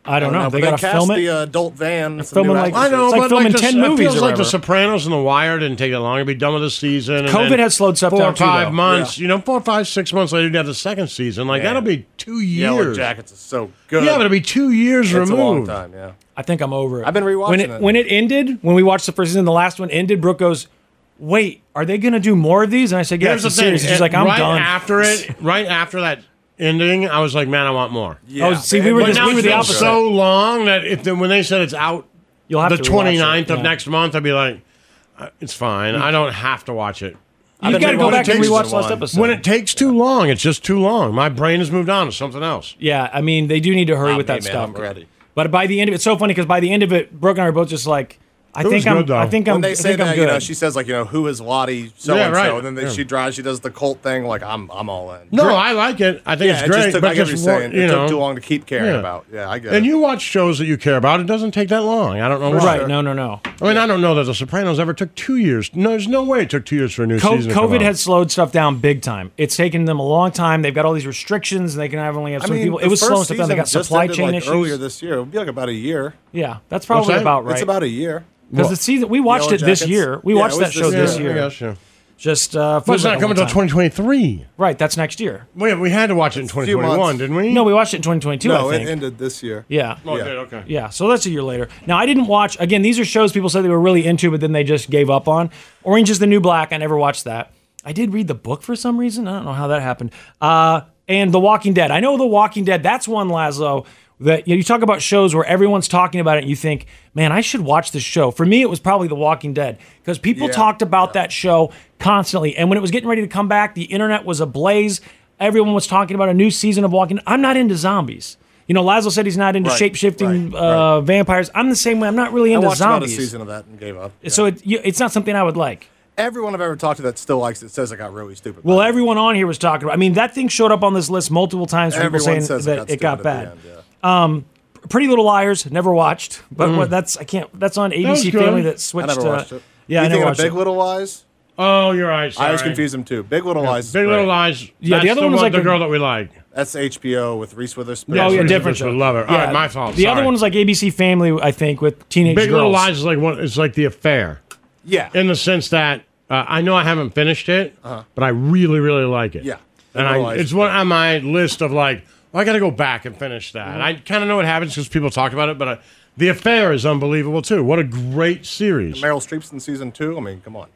Speaker 1: I don't, know.
Speaker 3: but
Speaker 1: They got to
Speaker 3: cast
Speaker 1: film it.
Speaker 3: The uh, adult van. They're
Speaker 1: filming like-
Speaker 2: I know,
Speaker 1: It's like
Speaker 2: but
Speaker 1: filming
Speaker 2: the-
Speaker 1: 10
Speaker 2: it
Speaker 1: movies
Speaker 2: feels
Speaker 1: or
Speaker 2: like The
Speaker 1: whatever.
Speaker 2: Sopranos and The Wire didn't take that long. It'd be done with the season. and
Speaker 1: COVID
Speaker 2: then
Speaker 1: has slowed stuff
Speaker 2: four
Speaker 1: down
Speaker 2: or
Speaker 1: too,
Speaker 2: five
Speaker 1: though.
Speaker 2: months. You know, four or five, six months later, you'd have the second season. Like
Speaker 3: Yeah.
Speaker 2: that'll be two years.
Speaker 3: Yellow Jackets is so good.
Speaker 2: Yeah, but it'll be two years
Speaker 3: it's
Speaker 2: removed.
Speaker 3: a long time. Yeah.
Speaker 1: I think I'm over it.
Speaker 3: I've been rewatching
Speaker 1: when it,
Speaker 3: it.
Speaker 1: When it ended, when we watched the first season, the last one ended. Brooke goes, "Wait, are they going to do more of these?" And I said, "Yeah,
Speaker 2: Here's the
Speaker 1: it's a
Speaker 2: thing.
Speaker 1: series." And She's
Speaker 2: it-
Speaker 1: like, "I'm
Speaker 2: right
Speaker 1: done."
Speaker 2: After it, right after that ending, I was like, man, I want more.
Speaker 1: Yeah. Oh, see, we were
Speaker 2: but
Speaker 1: just-
Speaker 2: now
Speaker 1: we were
Speaker 2: it's
Speaker 1: the
Speaker 2: been
Speaker 1: opposite.
Speaker 2: so long that if the, when they said it's out,
Speaker 1: You'll have
Speaker 2: the
Speaker 1: to rewatch it,
Speaker 2: 29th of
Speaker 1: yeah.
Speaker 2: next month, I'd be like, uh, it's fine. I don't have to watch it.
Speaker 1: You've got to go
Speaker 2: When it
Speaker 1: back and
Speaker 2: takes-
Speaker 1: rewatch the last episode.
Speaker 2: When it takes too long, it's just too long. My brain has moved on to something else.
Speaker 1: yeah, I mean, they do need to hurry with that stuff.
Speaker 3: ready.
Speaker 1: But by the end of it, it's so funny because by the end of it, Brooke and I are both just like, I
Speaker 3: It was
Speaker 1: think I'm,
Speaker 3: good, though.
Speaker 1: I think
Speaker 3: When
Speaker 1: I'm,
Speaker 3: they
Speaker 1: I
Speaker 3: say
Speaker 1: think
Speaker 3: that,
Speaker 1: I'm good.
Speaker 3: you know, she says like, you know, who is Lottie so
Speaker 2: Yeah,
Speaker 3: and
Speaker 2: right.
Speaker 3: so, and then they,
Speaker 2: Yeah.
Speaker 3: she drives, she does the Colt thing. Like I'm, I'm all in.
Speaker 2: No, I like it. I think
Speaker 3: Yeah,
Speaker 2: it's
Speaker 3: it
Speaker 2: great.
Speaker 3: just took-
Speaker 2: but
Speaker 3: I get what
Speaker 2: just
Speaker 3: you're
Speaker 2: wa-
Speaker 3: saying. It
Speaker 2: You know,
Speaker 3: took too long to keep caring about. Yeah, I get
Speaker 2: And
Speaker 3: it.
Speaker 2: you watch shows that you care about. It doesn't take that long. I don't know
Speaker 1: For
Speaker 2: why.
Speaker 1: sure. No, no, no.
Speaker 2: I mean, I don't know that The Sopranos ever took two years. No, there's no way it took two years for a new
Speaker 1: Co-
Speaker 2: season. to come
Speaker 1: COVID
Speaker 2: out.
Speaker 1: had slowed stuff down big time. It's taken them a long time. They've got all these restrictions, and they can have only have
Speaker 3: I
Speaker 1: so many
Speaker 3: mean,
Speaker 1: people.
Speaker 3: the
Speaker 1: It was
Speaker 3: first
Speaker 1: slowing stuff down. They
Speaker 3: season
Speaker 1: got
Speaker 3: just
Speaker 1: supply
Speaker 3: ended,
Speaker 1: chain
Speaker 3: like,
Speaker 1: issues.
Speaker 3: earlier this year. It'll be like about a year.
Speaker 1: Yeah, that's probably
Speaker 3: What's that?
Speaker 1: about right.
Speaker 3: It's about a year.
Speaker 1: Because the season we watched
Speaker 3: Yellow
Speaker 1: it this
Speaker 3: Jackets?
Speaker 1: year. We
Speaker 3: Yeah,
Speaker 1: watched
Speaker 3: it
Speaker 1: that
Speaker 3: was
Speaker 1: show this
Speaker 2: yeah,
Speaker 1: year.
Speaker 2: I guess, yeah.
Speaker 1: Just uh,
Speaker 2: But
Speaker 1: feels
Speaker 2: it's
Speaker 1: like
Speaker 2: not
Speaker 1: a
Speaker 2: coming
Speaker 1: long
Speaker 2: until
Speaker 1: time.
Speaker 2: 2023.
Speaker 1: Right, that's next year.
Speaker 2: We, we had to watch it in 2021, didn't we?
Speaker 1: No, we watched it in 2022.
Speaker 3: No,
Speaker 1: I
Speaker 3: it
Speaker 1: think.
Speaker 3: ended this year.
Speaker 1: Yeah.
Speaker 2: Oh, it did, okay.
Speaker 1: Yeah, so that's a year later. Now, I didn't watch, again, these are shows people said they were really into, but then they just gave up on. Orange is the New Black, I never watched that. I did read the book for some reason. I don't know how that happened. Uh, and The Walking Dead. I know The Walking Dead, that's one, Laszlo, that you, know, you talk about shows where everyone's talking about it and you think, man, I should watch this show. For me, it was probably The Walking Dead because people
Speaker 20: Yeah.
Speaker 1: talked about that show constantly. And when it was getting ready to come back, the internet was ablaze. Everyone was talking about a new season of Walking I'm not into zombies. You know, Laszlo said he's not into
Speaker 3: Right,
Speaker 1: shape shifting uh, vampires. I'm the same way. I'm not really
Speaker 3: I
Speaker 1: into
Speaker 3: watched about a
Speaker 1: zombies.
Speaker 3: season of that and gave up.
Speaker 1: So it, you, it's not something I would like.
Speaker 3: Everyone I've ever talked to that still likes it says it got really stupid.
Speaker 1: Well, everyone on here was talking about. I mean, that thing showed up on this list multiple times. For people
Speaker 3: Everyone
Speaker 1: saying
Speaker 3: says it
Speaker 1: that
Speaker 3: got
Speaker 1: it got
Speaker 3: stupid at
Speaker 1: bad. um, Pretty Little Liars, never watched, but
Speaker 3: Mm.
Speaker 1: what, that's I can't. That's on
Speaker 3: was
Speaker 1: ABC
Speaker 3: good.
Speaker 1: Family
Speaker 3: I
Speaker 1: that switched.
Speaker 3: never
Speaker 1: uh,
Speaker 3: watched it.
Speaker 1: Yeah,
Speaker 3: You
Speaker 1: I never
Speaker 3: thinking of
Speaker 1: watched
Speaker 3: Big
Speaker 1: it.
Speaker 3: Little Lies?
Speaker 2: Oh, you're right.
Speaker 3: I always
Speaker 2: sorry.
Speaker 3: confuse them too. Big Little Lies. is
Speaker 2: Big
Speaker 3: great.
Speaker 2: Little Lies.
Speaker 1: Yeah, the
Speaker 2: that's
Speaker 1: other one was like
Speaker 2: the
Speaker 1: a-
Speaker 2: girl that we like.
Speaker 3: That's HBO with Reese Witherspoon.
Speaker 1: oh yeah, different show.
Speaker 2: Love her. All
Speaker 1: Yeah.
Speaker 2: right, my fault.
Speaker 1: The other
Speaker 2: Sorry.
Speaker 1: one was like ABC Family, I think, with teenage
Speaker 2: Big Little
Speaker 1: girls.
Speaker 2: Lies is like one. It's like the affair.
Speaker 3: Yeah. Uh-huh.
Speaker 2: In the sense that uh, I know I haven't finished it, but I really, really like it.
Speaker 3: Yeah.
Speaker 2: And
Speaker 3: Big Little
Speaker 2: I,
Speaker 3: Lies
Speaker 2: it's
Speaker 3: is
Speaker 2: one on my list of like, well, I got to go back and finish that.
Speaker 3: Mm-hmm.
Speaker 2: I kind of know what happens because people talk about it, but uh, the affair is unbelievable too. What a great series.
Speaker 3: Meryl Streep's in season two. I mean, come on.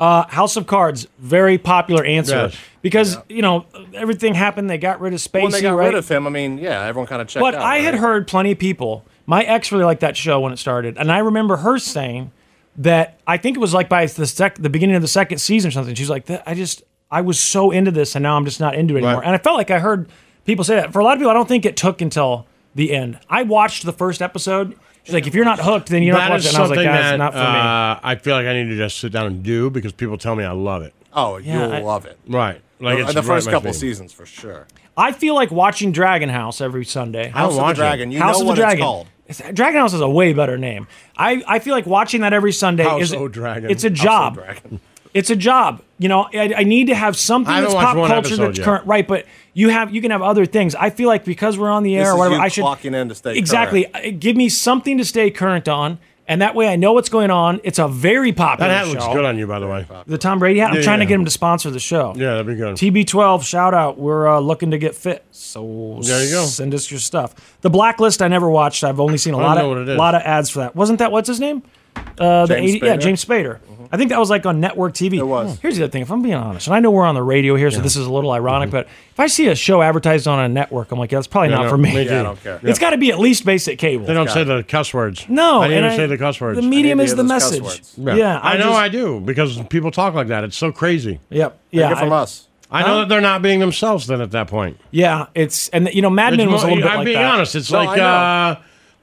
Speaker 1: Uh, House of Cards, very popular answer
Speaker 3: Yes.
Speaker 1: because you know everything happened. They got rid of Spacey,
Speaker 3: when they got
Speaker 1: right?
Speaker 3: rid of him, I mean, yeah, everyone kind of checked
Speaker 1: but
Speaker 3: out.
Speaker 1: I had heard plenty of people. My ex really liked that show when it started, and I remember her saying that I think it was like by the sec- the beginning of the second season or something. She's like, "Th- I just I was so into this, and now I'm just not into it anymore.
Speaker 3: Right.
Speaker 1: And I felt like I heard people say that. For a lot of people, I don't think it took until the end. I watched the first episode. She's like, if you're not hooked, then you're not
Speaker 2: That
Speaker 1: watching. it.
Speaker 2: is
Speaker 1: And I was like,
Speaker 2: something
Speaker 1: "Guys,
Speaker 2: that
Speaker 1: not for me.
Speaker 2: uh, I feel like I need to just sit down and do because people tell me I love it.
Speaker 3: Oh,
Speaker 1: Yeah,
Speaker 3: you'll
Speaker 1: I-
Speaker 3: love it.
Speaker 2: Right. Like
Speaker 3: The-
Speaker 2: it's
Speaker 3: the
Speaker 2: right
Speaker 3: first
Speaker 2: my
Speaker 3: couple
Speaker 2: speed.
Speaker 3: seasons for sure.
Speaker 1: I feel like watching Dragon House every Sunday.
Speaker 3: House of the watch it. Dragon. You
Speaker 1: House
Speaker 3: know
Speaker 1: of
Speaker 3: what
Speaker 1: the
Speaker 3: it's
Speaker 1: Dragon.
Speaker 3: called.
Speaker 1: It's- Dragon House is a way better name. I, I feel like watching that every Sunday
Speaker 2: House
Speaker 1: is
Speaker 2: O' Dragon.
Speaker 1: It's a
Speaker 2: House O'
Speaker 1: job.
Speaker 2: Dragon.
Speaker 1: It's a job. You know, I, I need to have something
Speaker 2: I haven't
Speaker 1: that's
Speaker 2: watched
Speaker 1: pop
Speaker 2: one
Speaker 1: culture
Speaker 2: episode
Speaker 1: that's
Speaker 2: yet.
Speaker 1: current, right? But you have you can have other things. I feel like because we're on the air
Speaker 3: this
Speaker 1: or
Speaker 3: is
Speaker 1: whatever,
Speaker 3: you
Speaker 1: I should
Speaker 3: clocking in to stay
Speaker 1: exactly
Speaker 3: current.
Speaker 1: uh, give me something to stay current on, and that way I know what's going on. It's a very popular.
Speaker 2: That hat
Speaker 1: show.
Speaker 2: looks good on you, by the way.
Speaker 1: The Tom Brady hat. I'm
Speaker 2: Yeah,
Speaker 1: trying
Speaker 2: yeah.
Speaker 1: to get him to sponsor the show.
Speaker 2: Yeah, that'd be good.
Speaker 1: TB12 shout out. We're uh, looking to get fit, so
Speaker 2: There you go.
Speaker 1: Send us your stuff. The Blacklist. I never watched. I've only seen a
Speaker 2: I don't
Speaker 1: lot
Speaker 2: know
Speaker 1: of
Speaker 2: what it is.
Speaker 1: lot of ads for that. Wasn't that what's his name? Uh, the
Speaker 3: James
Speaker 1: 80, yeah,
Speaker 3: Spader?
Speaker 1: James Spader. I think that was like on network TV. It
Speaker 3: was.
Speaker 1: Here's the other thing. If I'm being honest, and I know we're on the radio here, so this is a little ironic, but if I see a show advertised on a network, I'm like, yeah, that's probably
Speaker 2: Yeah,
Speaker 1: not
Speaker 2: no,
Speaker 1: for me.
Speaker 2: me Yeah, I too. Mm-hmm. don't care.
Speaker 1: It's
Speaker 2: Yeah.
Speaker 1: got to be at least basic cable.
Speaker 2: They don't say the cuss words.
Speaker 1: No,
Speaker 2: I didn't
Speaker 1: and
Speaker 2: even
Speaker 1: I-
Speaker 2: say the cuss words.
Speaker 1: the medium I didn't is hear the those cuss message. words. Yeah,
Speaker 2: I,
Speaker 1: I
Speaker 2: know
Speaker 1: just-
Speaker 2: I do because people talk like that. It's so crazy.
Speaker 1: Yep. Yeah.
Speaker 2: Take it from
Speaker 1: I-
Speaker 2: us. I know
Speaker 1: Huh?
Speaker 2: that they're not being themselves then at that point.
Speaker 1: Yeah, it's and you know Mad
Speaker 2: It's
Speaker 1: Men was a
Speaker 2: mo-
Speaker 1: little bit
Speaker 2: I'm
Speaker 1: like
Speaker 2: being
Speaker 1: that.
Speaker 2: honest. It's
Speaker 3: No, I
Speaker 2: like
Speaker 3: know.
Speaker 2: uh,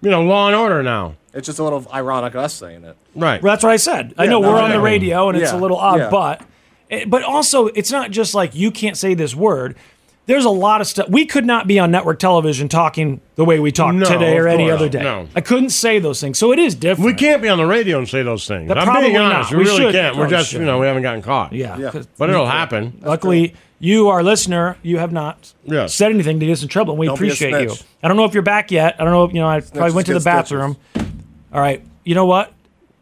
Speaker 2: you know Law and Order now.
Speaker 3: It's just a little ironic us saying it.
Speaker 2: Right.
Speaker 1: Well, that's what I said. I
Speaker 3: Yeah,
Speaker 1: know
Speaker 3: no,
Speaker 1: we're
Speaker 3: I
Speaker 1: on the
Speaker 3: know.
Speaker 1: radio and it's a
Speaker 3: Yeah,
Speaker 1: little odd,
Speaker 3: yeah.
Speaker 1: but it- but also it's not just like you can't say this word. There's a lot of stuff. We could not be on network television talking the way we talk
Speaker 2: No,
Speaker 1: today or
Speaker 2: of
Speaker 1: any
Speaker 2: course.
Speaker 1: other day.
Speaker 2: No.
Speaker 1: I couldn't say those things. So it is different.
Speaker 2: We can't be on the radio and say those things.
Speaker 1: But
Speaker 2: I'm being
Speaker 1: probably not.
Speaker 2: honest. We,
Speaker 1: We
Speaker 2: really
Speaker 1: should.
Speaker 2: can't. We're
Speaker 1: Probably
Speaker 2: just you know
Speaker 1: shouldn't.
Speaker 2: we haven't gotten caught.
Speaker 1: Yeah. Yeah. 'Cause-
Speaker 2: But it'll happen.
Speaker 1: Luckily, you, our listener, you have not
Speaker 2: Yeah.
Speaker 1: said anything to get us in trouble, and we
Speaker 2: Don't be a
Speaker 1: appreciate you.
Speaker 2: snitch.
Speaker 1: I don't know if you're back yet. I don't know if, you know, I probably
Speaker 3: Snitches
Speaker 1: went to the
Speaker 3: get
Speaker 1: bathroom. All right. You know what?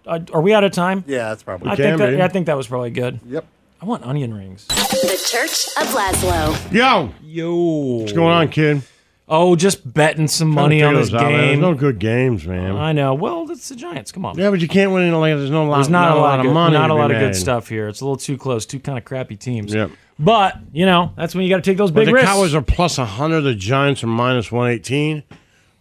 Speaker 1: Uh, are we out of time?
Speaker 3: Yeah, that's probably.
Speaker 1: I think, that, yeah, I think that was probably good.
Speaker 3: Yep.
Speaker 1: I want onion rings.
Speaker 4: The Church of Laszlo.
Speaker 2: Yo.
Speaker 1: Yo. What's
Speaker 2: going on, kid?
Speaker 1: Oh, just betting some
Speaker 2: Trying to
Speaker 1: money on
Speaker 2: figure
Speaker 1: this
Speaker 2: those out, man. There's
Speaker 1: game.
Speaker 2: no good games, man.
Speaker 1: I know. Well, that's the Giants. Come on.
Speaker 2: Yeah, but you can't win in like there's no lot.
Speaker 1: There's not, a lot, of
Speaker 2: of money.
Speaker 1: Not
Speaker 2: to
Speaker 1: a
Speaker 2: be
Speaker 1: lot of
Speaker 2: made.
Speaker 1: good stuff here. It's a little too close. Two kind of crappy teams.
Speaker 2: Yep.
Speaker 1: But you know, that's when you got to take those
Speaker 2: But
Speaker 1: big
Speaker 2: the
Speaker 1: risks.
Speaker 2: Cowboys are plus 100. The Giants are minus 118.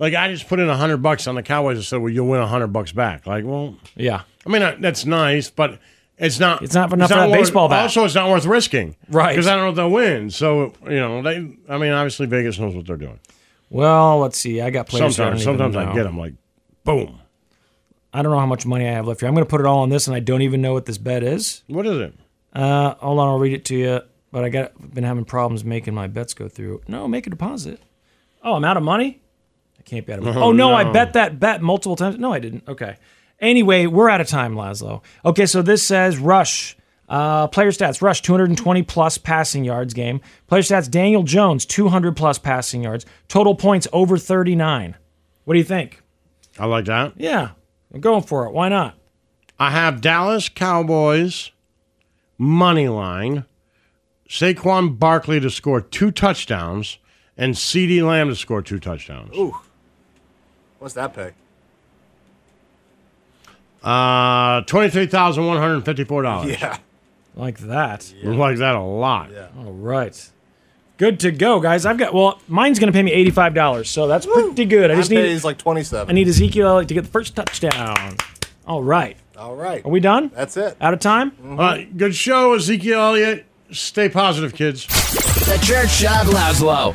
Speaker 2: Like, I just put in 100 bucks on the Cowboys and said, well, you'll win 100 bucks back. Like, well,
Speaker 1: yeah.
Speaker 2: I mean, I- that's nice, but it's not.
Speaker 1: It's not enough for that
Speaker 2: worth-
Speaker 1: baseball bat.
Speaker 2: Also, it's not worth risking.
Speaker 1: Right.
Speaker 2: Because I don't know if they'll win. So, you know, they, I mean, obviously, Vegas knows what they're doing.
Speaker 1: Well, let's see. I got players. who
Speaker 2: Sometimes,
Speaker 1: I don't even
Speaker 2: sometimes I
Speaker 1: know.
Speaker 2: get them like, boom.
Speaker 1: I don't know how much money I have left here. I'm going to put it all on this, and I don't even know what this bet is.
Speaker 2: What is it?
Speaker 1: Uh, hold on, I'll read it to you. But I got been having problems making my bets go through. No, make a deposit. Oh, I'm out of money. I can't be out of money.
Speaker 20: Oh,
Speaker 1: Oh, no, I
Speaker 20: no.
Speaker 1: bet that bet multiple times. No, I didn't. Okay. Anyway, we're out of time, Laszlo. Okay, so this says Rush. Uh, player stats: Rush 220 plus passing yards game. Player stats: Daniel Jones 200 plus passing yards. Total points over 39. What do you think?
Speaker 2: I like that.
Speaker 1: Yeah, I'm going for it. Why not?
Speaker 2: I have Dallas Cowboys money line, Saquon Barkley to score two touchdowns, and C.D. Lamb to score two touchdowns.
Speaker 3: Ooh. What's that pick?
Speaker 2: Uh, twenty-three thousand one hundred fifty-four dollars.
Speaker 3: Yeah.
Speaker 1: Like that.
Speaker 2: Like that a lot.
Speaker 3: Yeah.
Speaker 1: All right. Good to go, guys. I've got well, mine's gonna pay me eighty-five dollars, so that's pretty good. I just
Speaker 3: Mine
Speaker 1: need
Speaker 3: pays like 27.
Speaker 1: I need Ezekiel Elliott to get the first touchdown. All right.
Speaker 3: All right.
Speaker 1: Are we done?
Speaker 3: That's it. Mm-hmm.
Speaker 1: Out of time?
Speaker 2: Uh, good show, Ezekiel Elliott. Stay positive, kids.
Speaker 12: The Church of Laszlo.